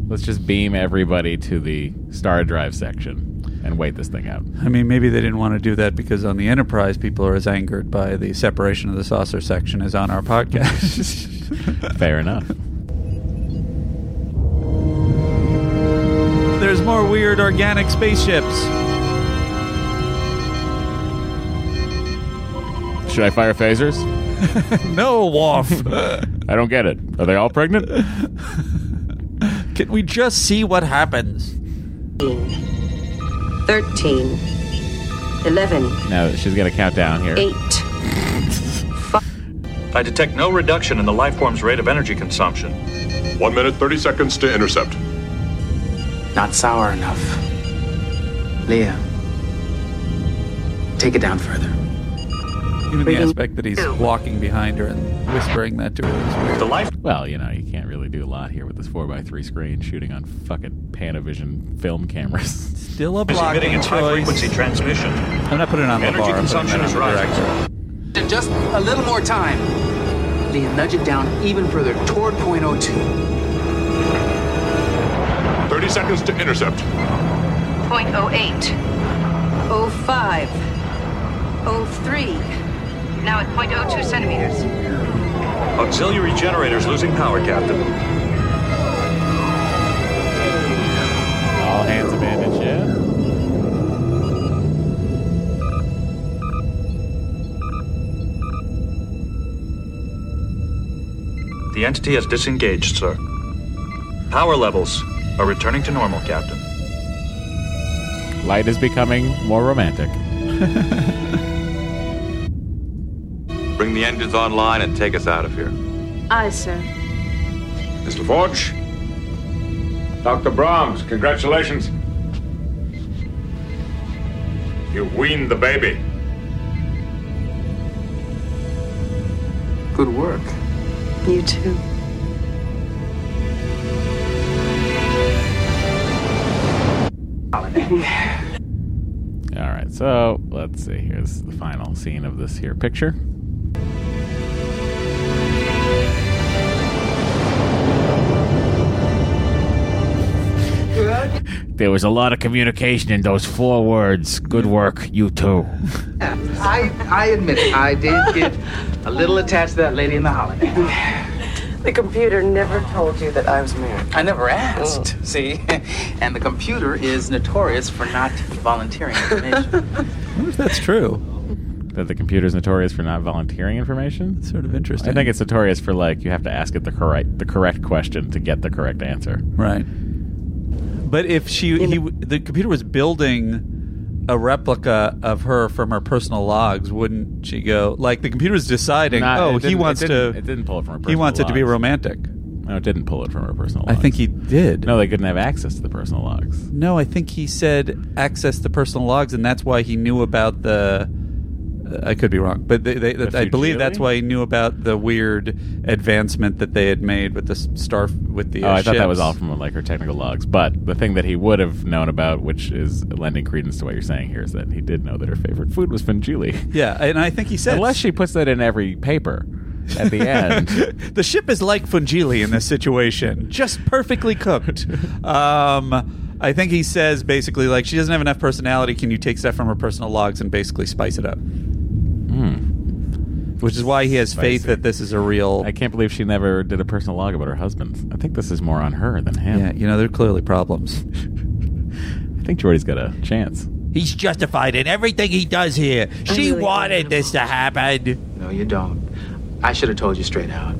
S1: let's just beam everybody to the star drive section and wait this thing out.
S3: I mean, maybe they didn't want to do that because on the Enterprise, people are as angered by the separation of the saucer section as on our podcast.
S1: Fair enough.
S3: There's more weird organic spaceships.
S1: Should I fire phasers?
S3: no, Wolf.
S1: I don't get it. Are they all pregnant?
S3: Can we just see what happens?
S17: 13, 11,
S1: No, she's got to count down here.
S17: 8.
S20: I detect no reduction in the lifeform's rate of energy consumption.
S5: One minute, 30 seconds to intercept.
S12: Not sour enough. Leah, take it down further.
S3: Even the aspect that he's walking behind her and whispering that to her is weird.
S20: The life.
S1: Well, you know, you can't really do a lot here with this 4x3 screen shooting on fucking Panavision film cameras.
S3: Still a
S20: Is emitting
S3: blocking
S20: its high frequency
S3: choice.
S20: transmission.
S3: I'm not putting it on the
S20: Energy
S3: bar. I'm putting
S20: consumption
S3: it on
S20: is
S3: the
S20: rising.
S3: director.
S14: And just a little more time. Leah, nudge it down even further toward .02.
S5: 30 seconds to intercept.
S25: 0.08,
S17: 05, 03.
S25: now at 0.02 centimeters.
S20: Auxiliary generators losing power, Captain.
S1: All hands abandoned ship.
S20: The entity has disengaged, sir. Power levels are returning to normal, Captain.
S1: Light is becoming more romantic.
S24: Bring the engines online and take us out of here.
S17: Aye, sir.
S11: Miss LaForge? Dr. Brahms, congratulations. You weaned the baby.
S12: Good work.
S17: You too.
S1: All right, so let's see. Here's the final scene of this here picture. There was a lot of communication in those four words. Good work, you too.
S12: I, I admit it, I did get a little attached to that lady in the holiday.
S2: The computer never told you that I was married.
S12: I never asked, see? And the computer is notorious for not volunteering information.
S3: I wonder if that's true.
S1: That the computer's notorious for not volunteering information.
S3: Sort of interesting.
S1: I think it's notorious for like you have to ask it the correct the correct question to get the correct answer.
S3: Right. But if she, he, the computer was building a replica of her from her personal logs, wouldn't she go? Like the computer's deciding,
S1: Not-
S3: oh,
S1: it
S3: he
S1: didn't-
S3: wants
S1: it didn't-
S3: to.
S1: it didn't pull it from her
S3: He
S1: personal
S3: wants it to be
S1: logs.
S3: romantic.
S1: No, it didn't pull it from her personal.
S3: I
S1: Logs.
S3: think he did.
S1: No, they couldn't have access to the personal logs.
S3: No, I think he said access to personal logs, and that's why he knew about the. uh, I could be wrong, but they, they,
S1: The
S3: I believe that's
S1: Fujili?
S3: why he knew about the weird advancement that they had made with the s- star with the.
S1: oh,
S3: uh,
S1: I thought that was
S3: ships.
S1: all from like her technical logs. But the thing that he would have known about, which is lending credence to what you're saying here, is that he did know that her favorite food was Finjuli.
S3: Yeah, and I think he said
S1: Unless she puts that in every paper at the end.
S3: the ship is like Fungili in this situation, just perfectly cooked. Um, I think he says basically like she doesn't have enough personality. Can you take stuff from her personal logs and basically spice it up? Hmm. Which is why he has faith that this is a real.
S1: I can't believe she never did a personal log about her husband. I think this is more on her than him.
S3: Yeah, you know there are clearly problems.
S1: I think Jordy's got a chance.
S10: He's justified in everything he does here. She wanted this to happen.
S12: No, you don't. I should have told you straight out.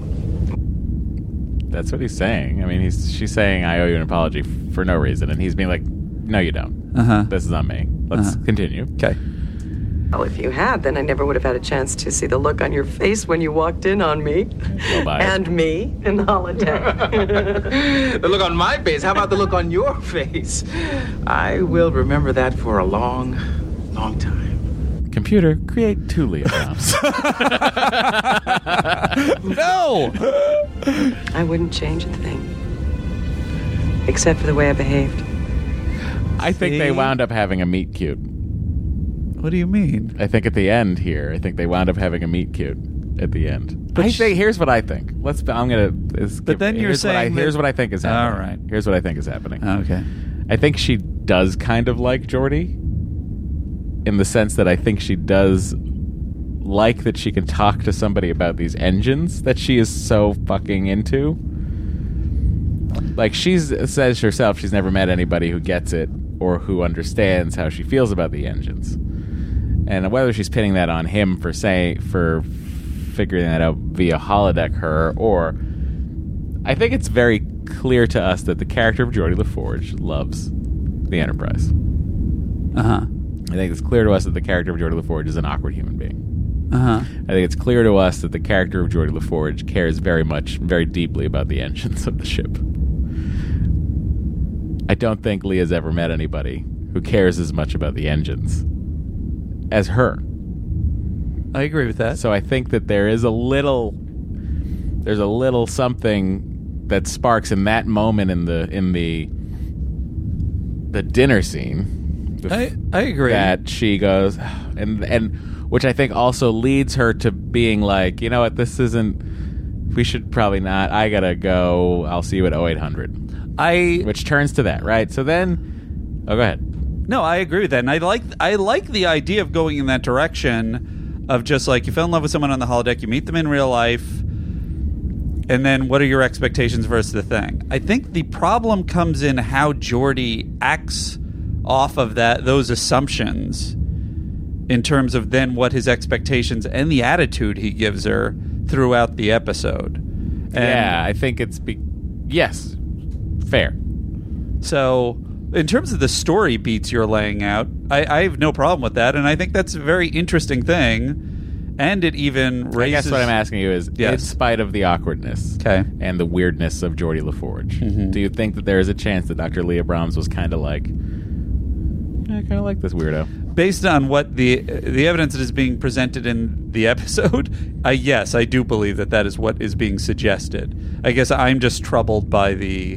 S1: That's what he's saying. I mean, he's she's saying I owe you an apology f- for no reason, and he's being like, "No, you don't.
S3: Uh-huh.
S1: This is on me. Let's
S3: Uh-huh.
S1: continue."
S3: Okay.
S17: Well, if you had, then I never would have had a chance to see the look on your face when you walked in on me.
S1: bye.
S17: and me in the holiday.
S12: the look on my face. How about the look on your face? I will remember that for a long, long time.
S1: Computer, create two Leopoms.
S3: no!
S17: I wouldn't change a thing. Except for the way I behaved.
S1: I think they
S17: See?
S1: wound up having a meet cute.
S3: What do you mean?
S1: I think at the end here, I think they wound up having a meet cute at the end. I say here's what I think. Let's. I'm gonna. Is, but
S3: then you're
S1: here's what I,
S3: saying that-
S1: here's what I think is happening.
S3: All right.
S1: Here's what I think is happening.
S3: Okay.
S1: I think she does kind of like Jordy, in the sense that I think she does like that she can talk to somebody about these engines that she is so fucking into. Like she says herself, she's never met anybody who gets it or who understands how she feels about the engines. And whether she's pinning that on him for saying for figuring that out via holodeck her or I think it's very clear to us that the character of Geordie LaForge loves the Enterprise.
S3: Uh huh.
S1: I think it's clear to us that the character of Geordie LaForge is an awkward human being.
S3: Uh huh.
S1: I think it's clear to us that the character of Geordie LaForge cares very much, very deeply about the engines of the ship. I don't think Leah's ever met anybody who cares as much about the engines as her.
S3: I agree with that.
S1: So I think that there is a little there's a little something that sparks in that moment in the in the the dinner scene. The
S3: I- I agree.
S1: That she goes and and which I think also leads her to being like, you know what, this isn't we should probably not. I got to go. I'll see you at 0800.
S3: I
S1: which turns to that, right? So then Oh, go ahead.
S3: No, I agree with that, and I like I like the idea of going in that direction of just like you fell in love with someone on the holodeck, you meet them in real life, and then what are your expectations versus the thing? I think the problem comes in how Jordy acts off of that those assumptions in terms of then what his expectations and the attitude he gives her throughout the episode. And
S1: Yeah, I think it's be- yes, fair.
S3: So, in terms of the story beats you're laying out, I, I have no problem with that, and I think that's a very interesting thing. And it even
S1: I
S3: raises.
S1: guess what I'm asking you is,
S3: Yes.
S1: in spite of the awkwardness and the weirdness of Geordie LaForge,
S3: Mm-hmm.
S1: do you think that there is a chance that Dr. Leah Brahms was kind of like, I kind of like this weirdo?
S3: based on what the the evidence that is being presented in the episode, I yes, I do believe that that is what is being suggested. I guess I'm just troubled by the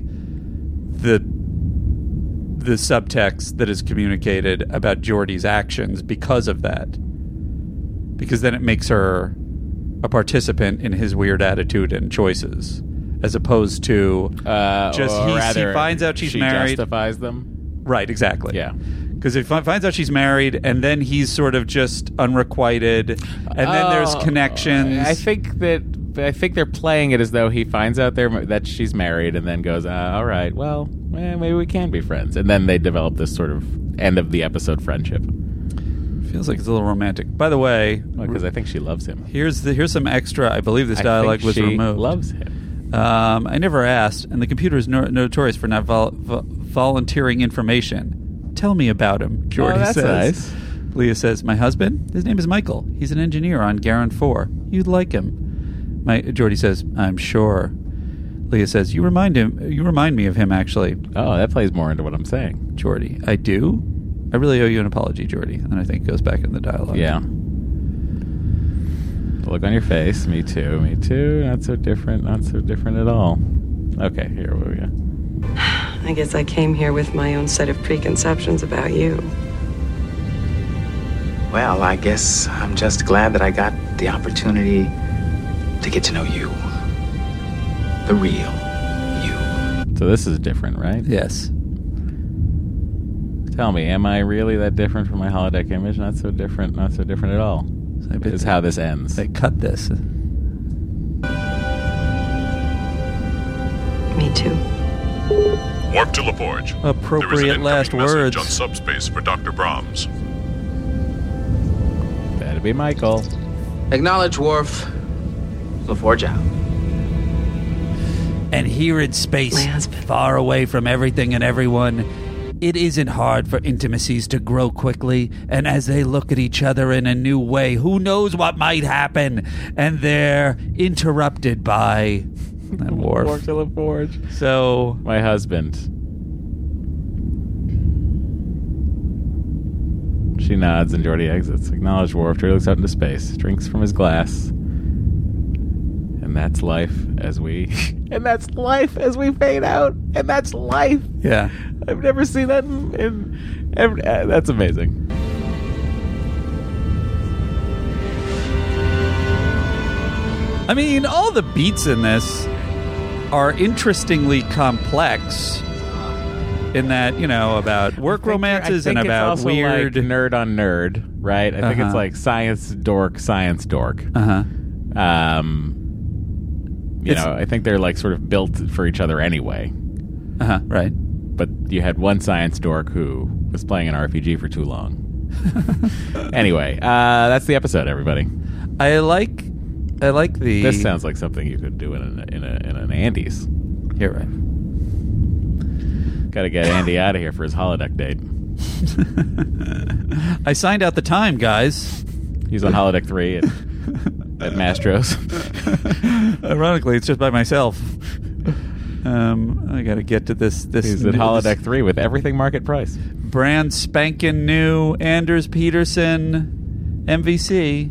S3: the the subtext that is communicated about Geordie's actions because of that. Because then it makes her a participant in his weird attitude and choices, as opposed to
S1: uh,
S3: just
S1: or
S3: he,
S1: rather,
S3: he finds out she's
S1: she
S3: married,
S1: justifies them.
S3: Right, exactly.
S1: Yeah.
S3: Because if he finds out she's married, and then he's sort of just unrequited, and then there's
S1: Oh,
S3: connections.
S1: I think that I think they're playing it as though he finds out there that she's married and then goes, uh, all right, well, eh, maybe we can be friends, and then they develop this sort of end of the episode friendship.
S3: Feels like it's a little romantic. By the way,
S1: because I think she loves him.
S3: Here's the here's some extra. I believe this
S1: I think
S3: dialogue was
S1: she
S3: removed.
S1: loves him.
S3: Um, I never asked, and the computer is no- notorious for not vol- vo- volunteering information. Tell me about him, Jordy
S1: Oh, that's
S3: says. Leah says, "My husband. His name is Michael. He's an engineer on Garin Four. You'd like him." My Jordy says, "I'm sure." Leah says, "You remind him. You remind me of him, actually."
S1: Oh, that plays more into what I'm saying,
S3: Jordy. I do. I really owe you an apology, Jordy. And I think it goes back in the dialogue.
S1: Yeah. The look on your face. Me too. Me too. Not so different. Not so different at all. Okay, here we go.
S17: I guess I came here with my own set of preconceptions about you.
S12: Well, I guess I'm just glad that I got the opportunity to get to know you. The real.
S1: So this is different, right?
S3: Yes.
S1: Tell me, am I really that different from my holodeck image? Not so different. Not so different at all. Is how this ends. They
S3: cut this.
S17: Me too.
S5: Warp to LaForge.
S3: Appropriate
S5: there is an
S3: last
S5: incoming message
S3: words.
S5: on subspace for Dr. Brahms.
S1: That'd be Michael.
S12: Acknowledge, Worf. LaForge out.
S10: And here in space, far away from everything and everyone, it isn't hard for intimacies to grow quickly. And as they look at each other in a new way, who knows what might happen? And they're interrupted by. That
S1: Warp
S10: wharf.
S1: to LaForge.
S3: So
S1: my husband. She nods and Jordy exits. Acknowledged Worf. Jordy looks out into space, drinks from his glass. And that's life as we. And that's life as we fade out. And that's life.
S3: yeah.
S1: I've never seen that in. in ev- uh, that's amazing.
S3: I mean, all the beats in this are interestingly complex. In that, you know, about work romances and about weird
S1: nerd on nerd, right? I think
S3: Uh-huh.
S1: it's like science dork, science dork.
S3: Uh
S1: huh. Um, you
S3: It's-
S1: know, I think they're like sort of built for each other anyway.
S3: Uh huh. Right.
S1: But you had one science dork who was playing an RPG for too long. anyway, uh, that's the episode, everybody.
S3: I like, I like the.
S1: This sounds like something you could do in an in, a, in an Andes.
S3: You're right.
S1: Got to get Andy out of here for his holodeck date.
S3: I signed out the time, guys.
S1: He's on holodeck three at, at Mastro's.
S3: Ironically, it's just by myself. Um, I got to get to this. This
S1: He's at
S3: new-
S1: holodeck three with everything market price.
S3: brand spanking new Anders Peterson MVC.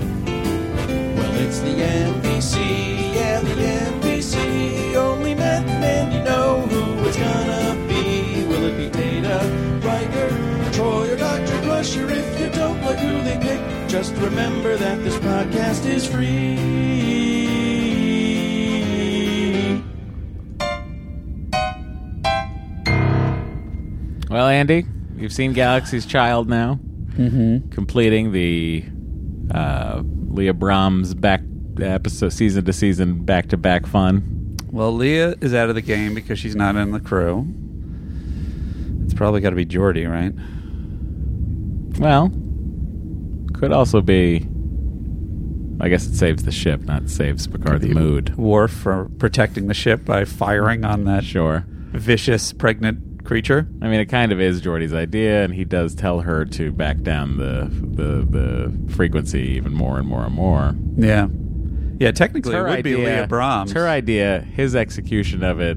S4: Well, it's the MPC, yeah, the MPC. Only met men you know who it's gonna be. Will it be Data, Riker, Troy, or Dr. Crusher? If you don't like who they pick, just remember that this podcast is free.
S1: Well, Andy, you've seen Galaxy's Child now,
S3: Mhm.
S1: completing the uh, Leah Brahms back episode season to season back to back fun.
S3: Well, Leah is out of the game because she's not in the crew. It's probably got to be Jordy, right?
S1: Well, could also be. I guess it saves the ship, not saves Picard the mood.
S3: Worf for protecting the ship by firing on that
S1: sure
S3: vicious pregnant creature.
S1: I mean, it kind of is Geordie's idea, and he does tell her to back down the the, the frequency even more and more and more.
S3: Yeah, yeah. Technically, it
S1: It's her
S3: would be
S1: idea.
S3: Leah Brahms.
S1: It's her idea, his execution of it.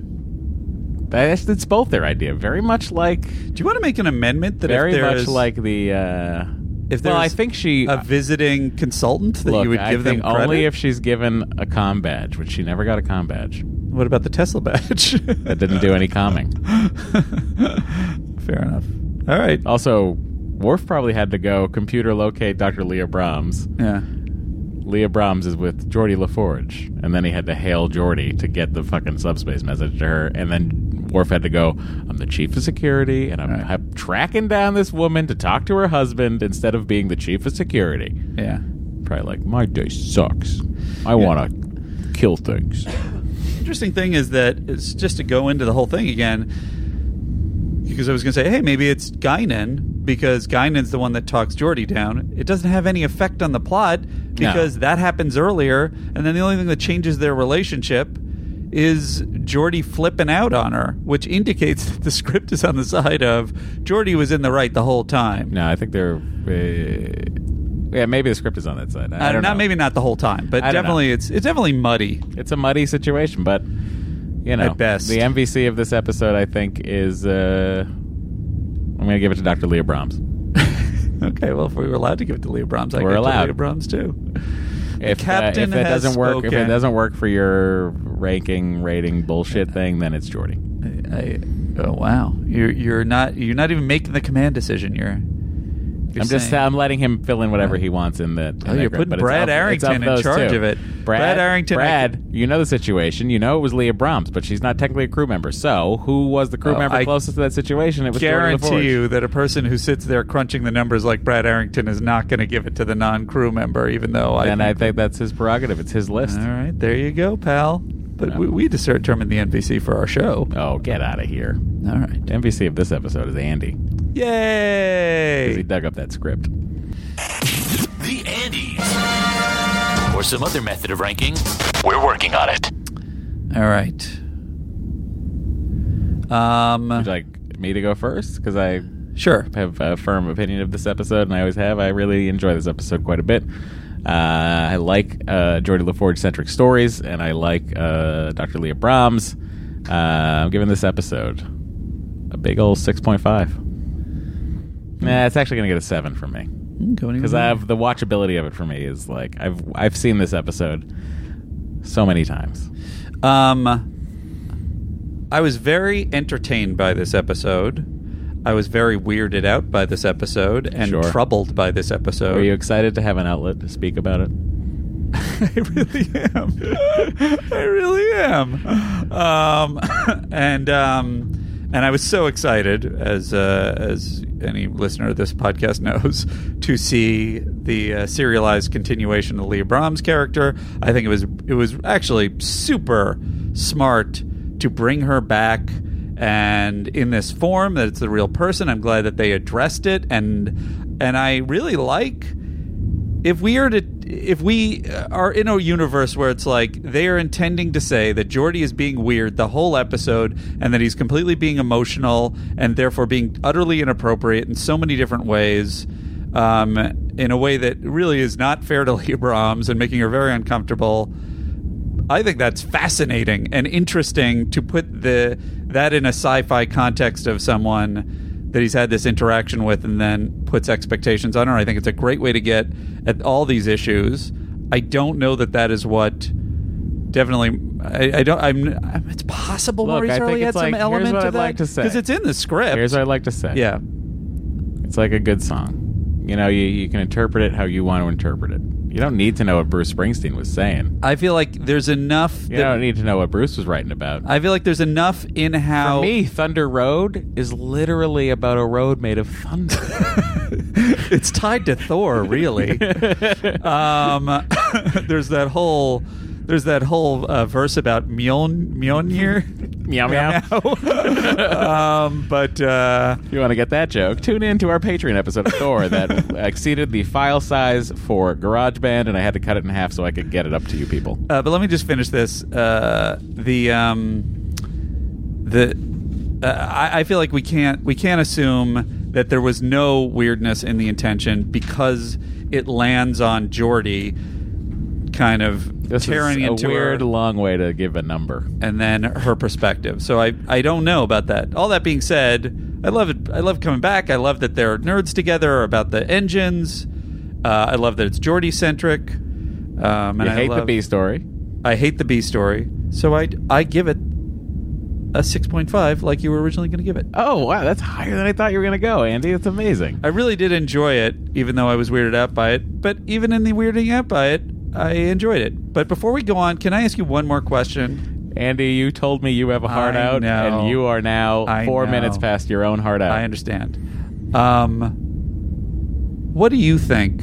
S1: That's, it's both their idea. Very much like. Do
S3: you want to make an amendment that if
S1: very
S3: there
S1: much
S3: is-
S1: like the. Uh,
S3: If
S1: well, I
S3: there's
S1: think she uh,
S3: a visiting consultant that
S1: look,
S3: you would
S1: I
S3: give them
S1: think only
S3: credit?
S1: if she's given a com badge, which she never got a com badge.
S3: What about the Tesla badge?
S1: that didn't do any calming.
S3: Fair enough. All right.
S1: Also, Worf probably had to go computer locate Dr. Leah Brahms.
S3: Yeah.
S1: Leah Brahms is with Geordie LaForge, and then he had to hail Geordie to get the fucking subspace message to her, and then Worf had to go, I'm the chief of security, and I'm, I'm tracking down this woman to talk to her husband instead of being the chief of security.
S3: Yeah.
S1: Probably like, my day sucks. I
S3: Yeah.
S1: want to kill things.
S3: interesting thing is that it's just to go into the whole thing again because I was going to say, hey, maybe it's Guinan because Guinan's the one that talks Geordi down. It doesn't have any effect on the plot because that happens earlier, and then the only thing that changes their relationship is Geordi flipping out on her, which indicates that the script is on the side of Geordi was in the right the whole time.
S1: No, I think they're. Uh, yeah, maybe the script is on that side. I
S3: Uh,
S1: don't
S3: not
S1: know.
S3: maybe not the whole time, but
S1: I don't know.
S3: definitely it's it's definitely muddy.
S1: It's a muddy situation, but you know,
S3: At best.
S1: the MVC of this episode, I think, is uh, I'm going to give it to Dr. Leah Brahms.
S3: Okay, well, if we were allowed to give it to Leah Brahms, I
S1: We're
S3: give it to
S1: allowed.
S3: Leah Brahms too.
S1: If, uh,
S3: captain
S1: if it
S3: has
S1: doesn't work, if it
S3: spoken.
S1: doesn't work for your ranking, rating bullshit thing, then it's Jordy.
S3: I, oh wow, you're you're not you're not even making the command decision. You're, you're
S1: I'm just
S3: saying-
S1: I'm letting him fill in whatever he wants in that. in
S3: Oh,
S1: that
S3: you're
S1: group,
S3: putting
S1: but it's
S3: Brad
S1: of- it's of
S3: Arrington in
S1: those
S3: charge
S1: two.
S3: of it.
S1: Brad,
S3: Brad Arrington-
S1: Brad, you know the situation. You know it was Leah Brahms, but she's not technically a crew member. So who was the crew
S3: Oh,
S1: member
S3: I
S1: closest to that situation? It was Jordan LaForge.
S3: guarantee you that a person who sits there crunching the numbers like Brad Arrington is not going to give it to the non-crew member, even though I.
S1: And I think that's his prerogative. It's his list.
S3: All right, there you go, pal. But we, we just determined the NPC for our show.
S1: Oh, get out of here!
S3: All right,
S1: the NPC of this episode is Andy.
S3: Yay!
S1: He dug up that script.
S7: The Andes. Or some other method of ranking. We're working on it.
S3: All right. Um,
S1: Would you like me to go first? Because I
S3: sure
S1: have a firm opinion of this episode, and I always have. I really enjoy this episode quite a bit. Uh, I like uh, Jordy LaForge centric stories, and I like uh, Dr. Leah Brahms. Uh, I'm giving this episode a big old 6.5. Nah, it's actually going to get a 7 from me.
S3: going even
S1: Because
S3: higher.
S1: I've the watchability of it for me is like I've I've seen this episode so many times.
S3: Um, I was very entertained by this episode. I was very weirded out by this episode and
S1: Sure.
S3: troubled by this episode.
S1: Are you excited to have an outlet to speak about it?
S3: I really am. Um, and um, and I was so excited, as uh, as any listener of this podcast knows, to see the uh, serialized continuation of Leah Brahms' character. I think it was it was actually super smart to bring her back. And in this form, that it's the real person. I'm glad that they addressed it, and and I really like if we are to if we uh, are in a universe where it's like they are intending to say that Jordy is being weird the whole episode and that he's completely being emotional and therefore being utterly inappropriate in so many different ways um, in a way that really is not fair to Leah Brahms and making her very uncomfortable I think that's fascinating and interesting to put the that in a sci-fi context of someone that he's had this interaction with and then puts expectations on her. I think it's a great way to get at all these issues. I don't know that that is what definitely I, I don't I'm it's possible
S1: Look,
S3: Maurice
S1: I think
S3: Hurley had
S1: it's
S3: some
S1: like,
S3: element
S1: here's what
S3: of
S1: I'd
S3: that
S1: like to say.
S3: because it's in the script.
S1: Here's what I'd like to say.
S3: Yeah.
S1: It's like a good song. You know, you, you can interpret it how you want to interpret it. You don't need to know what Bruce Springsteen was saying.
S3: I feel like there's enough
S1: You
S3: that-
S1: don't need to know what Bruce was writing about.
S3: I feel like there's enough in how
S1: For me, Thunder Road is literally about a road made of thunder.
S3: it's tied to Thor, really. um, there's that whole there's that whole uh, verse about Mjoln, Mjolnir.
S1: meow meow.
S3: um, but uh,
S1: you want to get that joke? Tune in to our Patreon episode of Thor that exceeded the file size for GarageBand, and I had to cut it in half so I could get it up to you people.
S3: Uh, but let me just finish this. Uh, the um, the uh, I, I feel like we can't we can't assume that there was no weirdness in the intention because it lands on Jordy, kind of
S1: This
S3: tearing
S1: is a
S3: into her-
S1: weird long way to give a number.
S3: and then her perspective. So I, I don't know about that. All that being said, I love it. I love coming back. I love that they're nerds together about the engines. Uh, I love that it's Geordie centric. Um, and
S1: You
S3: I
S1: hate the
S3: love-
S1: B story.
S3: I hate the B story. So I I give it a six point five, like you were originally going to give it.
S1: Oh wow, that's higher than I thought you were going to go, Andy. That's amazing.
S3: I really did enjoy it, even though I was weirded out by it. But even in the weirding out by it, I enjoyed it. But before we go on, can I ask you one more question?
S1: Andy, you told me you have a heart
S3: I
S1: out,
S3: know.
S1: and you are now
S3: I
S1: four
S3: know.
S1: minutes past your own heart out.
S3: I understand. Um, what do you think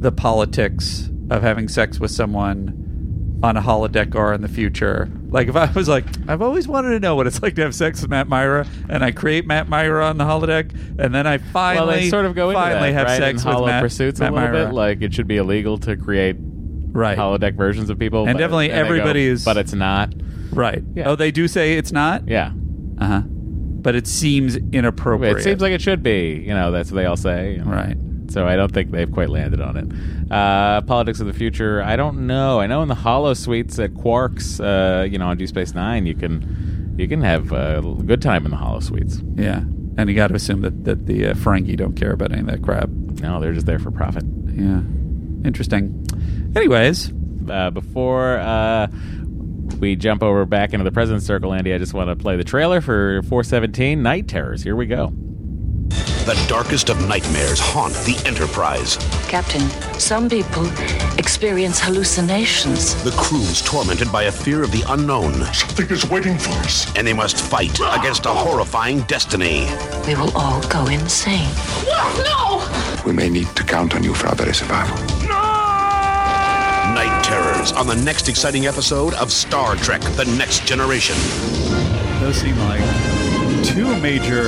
S3: the politics of having sex with someone on a holodeck are in the future? Like, if I was like, I've always wanted to know what it's like to have sex with Matt Myra, and I create Matt Myra on the holodeck, and then I finally
S1: well, they sort of go into
S3: finally
S1: that,
S3: have
S1: right,
S3: sex
S1: in
S3: with
S1: Hollow
S3: Matt,
S1: Pursuits
S3: Matt
S1: a little
S3: Myra.
S1: bit. Like it should be illegal to create
S3: right
S1: holodeck versions of people,
S3: And
S1: but-
S3: definitely
S1: they go,
S3: everybody is-
S1: But it's not.
S3: right. Oh, they do say it's not.
S1: Yeah.
S3: Uh huh. But it seems inappropriate.
S1: It seems like it should be. You know, that's what they all say.
S3: Right.
S1: So I don't think they've quite landed on it. Uh, politics of the future. I don't know. I know in the Hollow Suites at Quarks, uh, you know, on Deep Space Nine, you can you can have a good time in the Hollow Suites.
S3: Yeah, and you got to assume that that the uh, Ferengi don't care about any of that crap.
S1: No, they're just there for profit.
S3: Yeah, interesting. Anyways,
S1: uh, before uh, we jump over back into the president's circle, Andy, I just want to play the trailer for 417 Night Terrors. Here we go.
S8: The darkest of nightmares haunt the Enterprise.
S15: Captain, some people experience hallucinations.
S8: The crew's tormented by a fear of the unknown. Something is waiting for us. And they must fight against a horrifying destiny.
S15: We will all go insane.
S8: We may need to count on you for our very survival. Night Terrors on the next exciting episode of Star Trek The Next Generation.
S3: Those seem like two major,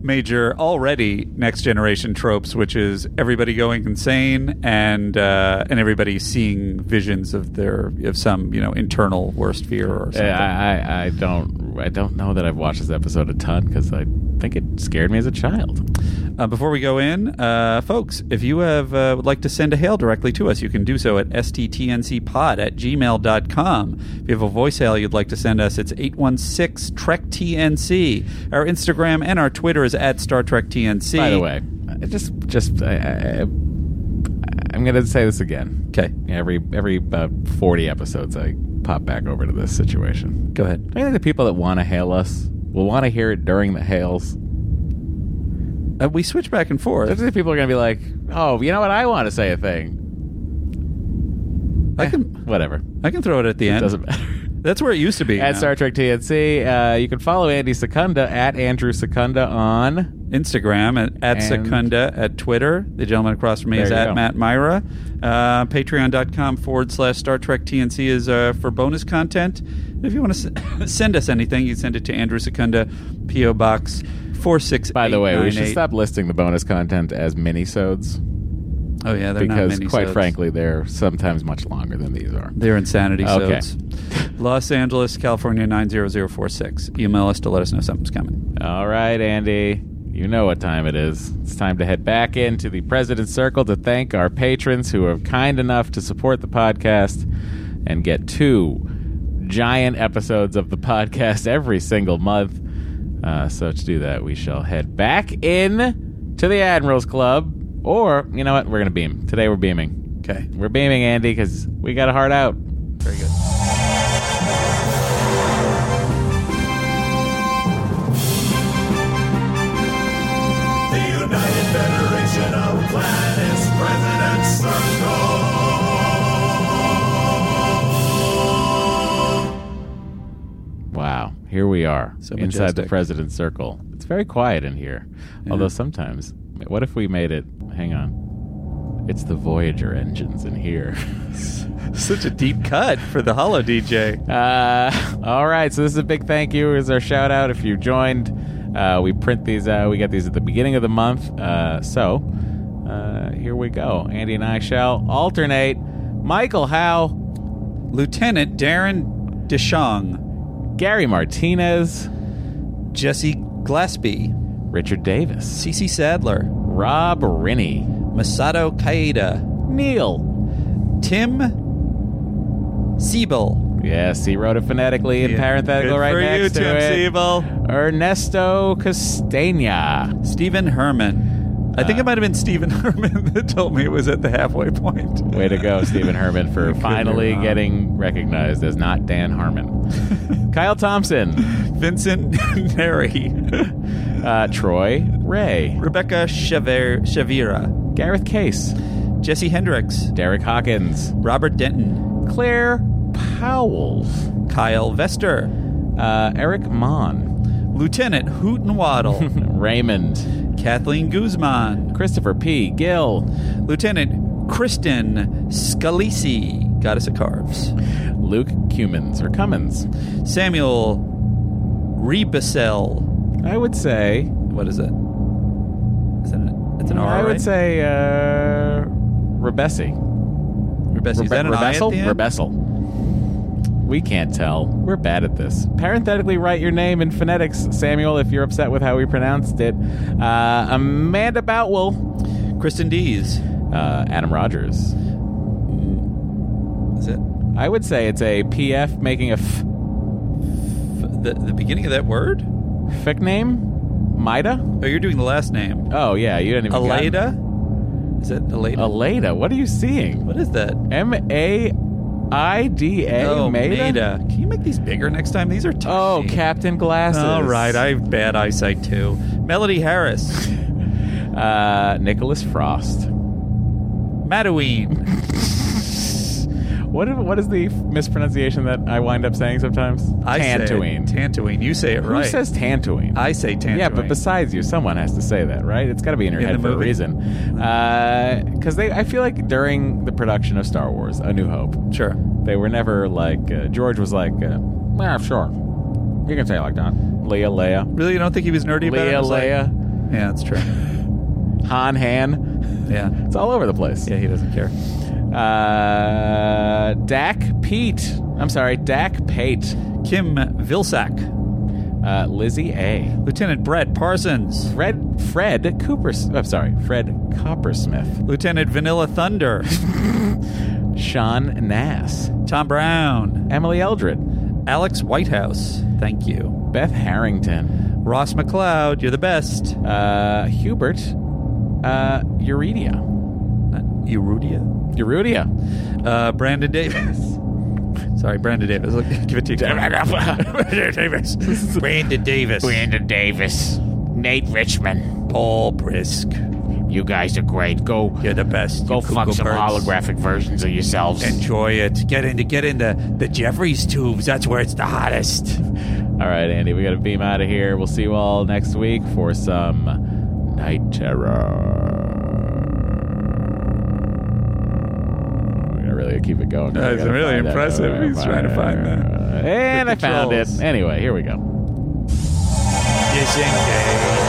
S3: major already next generation tropes, which is everybody going insane and uh, and everybody seeing visions of their of some you know internal worst fear or
S1: Uh,
S3: something.
S1: I, I, I don't I don't know that I've watched this episode a ton because I think it scared me as a child.
S3: Uh, before we go in, uh, folks, if you have uh, would like to send a hail directly to us, you can do so at sttncpod at gmail.com. If you have a voice hail you'd like to send us, it's 816 Trek TNC. Our Instagram and our Twitter is at Star Trek TNC.
S1: By the way, I just just I, I, I'm going to say this again.
S3: Okay.
S1: Every every about 40 episodes, I pop back over to this situation.
S3: Go ahead.
S1: I think the people that want to hail us will want to hear it during the hails,
S3: Uh, we switch back and forth.
S1: people are going to be like, oh, you know what? I want to say a thing. Eh,
S3: I can
S1: whatever.
S3: I can throw it at the end.
S1: doesn't matter.
S3: That's where it used to be.
S1: At
S3: now.
S1: Star Trek TNC, uh, you can follow Andy Secunda at Andrew Secunda on
S3: Instagram at, at
S1: And-
S3: Secunda at Twitter. The gentleman across from me
S1: There
S3: is
S1: you
S3: at
S1: go.
S3: Matt Myra. Uh, Patreon.com forward slash Star Trek TNC is uh, for bonus content. If you want to s- send us anything, you can send it to Andrew Secunda, P.O. Box 46.
S1: By the way, we should stop listing the bonus content as minisodes.
S3: Oh, yeah, they're not
S1: because quite
S3: minisodes.
S1: frankly, they're sometimes much longer than these are.
S3: They're insanity
S1: Okay.
S3: sodes. Los Angeles, California 90046. Email us to let us know something's coming.
S1: All right, Andy. You know what time it is. It's time to head back into the President's Circle to thank our patrons who are kind enough to support the podcast and get two giant episodes of the podcast every single month. Uh, so to do that, we shall head back in to the Admirals Club. Or, you know what? We're going to beam. Today we're beaming.
S3: Okay.
S1: We're beaming, Andy, because we got a heart out.
S3: Very good.
S4: The United Federation of Planets President's Circle.
S1: Wow. Here we are inside the
S3: majestic.
S1: president's circle. It's very quiet in here. Although sometimes, what if we made it? Hang on. It's the Voyager engines in here.
S3: Such a deep cut for the Hollow DJ.
S1: Uh, all right. So, this is a big thank you. Is our shout out. If you joined, uh, we print these out. We get these at the beginning of the month. Uh, so, uh, here we go. Andy and I shall alternate. Michael Howe.
S3: Lieutenant Darren Deshong.
S1: Gary Martinez.
S3: Jesse Gillespie.
S1: Richard Davis.
S3: CC Sadler.
S1: Rob Rennie.
S3: Masato Kaeda.
S1: Neil.
S3: Tim Siebel.
S1: Yes, he wrote it phonetically and
S3: Yeah.
S1: parenthetical
S3: Good
S1: right
S3: for you,
S1: next to
S3: Tim
S1: it.
S3: Siebel.
S1: Ernesto Castagna. Uh,
S3: Stephen Herman. I think it might have been Stephen Herman that told me it was at the halfway point.
S1: Way to go, Stephen Herman, for finally
S3: wrong.
S1: getting recognized as not Dan Harmon. Kyle Thompson.
S3: Vincent Neri.
S1: uh, Troy Ray.
S3: Rebecca Chever- Shavira.
S1: Gareth Case.
S3: Jesse Hendricks.
S1: Derek Hawkins.
S3: Robert Denton.
S1: Claire Powells.
S3: Kyle Vester.
S1: Uh, Eric Mon.
S3: Lieutenant Hoot and Waddle.
S1: Raymond.
S3: Kathleen Guzman.
S1: Christopher P. Gill.
S3: Lieutenant Kristen Scalisi. Goddess of Carves.
S1: Luke Cummins or Cummins.
S3: Samuel Rebusel.
S1: I would say.
S3: What is it? Is that an, it's an R?
S1: I would
S3: right?
S1: say uh, Rebessi.
S3: Rebessi. Is
S1: Rebe-
S3: that an I at
S1: Rebessel?
S3: the end?
S1: Rebessel. We can't tell. We're bad at this. Parenthetically, write your name in phonetics, Samuel, if you're upset with how we pronounced it. Uh, Amanda Boutwell.
S3: Kristen Dees.
S1: Uh, Adam Rogers.
S3: Is it
S1: I would say it's a PF making a f-
S3: f- the, the beginning of that word?
S1: fic name? Mida?
S3: Oh, you're doing the last name.
S1: Oh, yeah. You didn't even
S3: Aleda? Is it Aleda?
S1: Aleda. What are you seeing?
S3: What is that?
S1: M A I D A?
S3: oh,
S1: Maida?
S3: Maida. Can you make these bigger next time? These are tiny.
S1: Oh, Captain Glasses.
S3: All right, I have bad eyesight too. Melody Harris,
S1: Uh, Nicholas Frost.
S3: Madouine,
S1: What if- what is the mispronunciation that I wind up saying sometimes?
S3: I say it.
S1: Tantooine.
S3: Tantooine. You say it
S1: Who
S3: right.
S1: says Tantooine?
S3: I say Tantooine.
S1: Yeah, but besides you, someone has to say that, right? It's got to be in your
S3: In
S1: head
S3: the
S1: for a
S3: movie.
S1: reason. Because they, I feel like during the production of Star Wars, A New Hope,
S3: sure,
S1: they were never like uh, George was like, uh, yeah, sure, you can say it like that. Leia, Leia,
S3: really, you don't think he was nerdy about it? It
S1: Leia,
S3: was like-
S1: Leia,
S3: yeah, that's true.
S1: Han, Han.
S3: Yeah,
S1: It's all over the place.
S3: yeah, he doesn't care.
S1: Uh, Dak Pete. I'm sorry, Dak Pate.
S3: Kim Vilsack,
S1: Uh, Lizzie A.
S3: Lieutenant Brett Parsons,
S1: Fred Fred Cooper. I'm sorry, Fred Coppersmith.
S3: Lieutenant Vanilla Thunder,
S1: Sean Nass.
S3: Tom Brown,
S1: Emily Eldred.
S3: Alex Whitehouse. Thank you,
S1: Beth Harrington.
S3: Ross McLeod. You're the best.
S1: Uh, Hubert. Uh, Euredia.
S3: Not Erudia.
S1: Eurudia.
S3: Uh, Brandon Davis. Sorry, Brandon Davis. Look, give it to you. Davis. Brandon Davis.
S9: Brandon Davis. Nate Richmond.
S10: Paul Brisk.
S9: You guys are great. Go.
S10: You're the best.
S9: Go fuck some
S10: birds.
S9: holographic versions of yourselves.
S10: Enjoy it. Get into get into the Jeffries tubes. That's where it's the hottest.
S1: All right, Andy, we got to beam out of here. We'll see you all next week for some night terror. We gotta really keep it going.
S3: That's
S1: We gotta
S3: really
S1: find that.
S3: impressive. He's trying to find that.
S1: And
S3: The
S1: I found it.
S3: controls.
S1: Anyway, here we go.
S10: Disengage.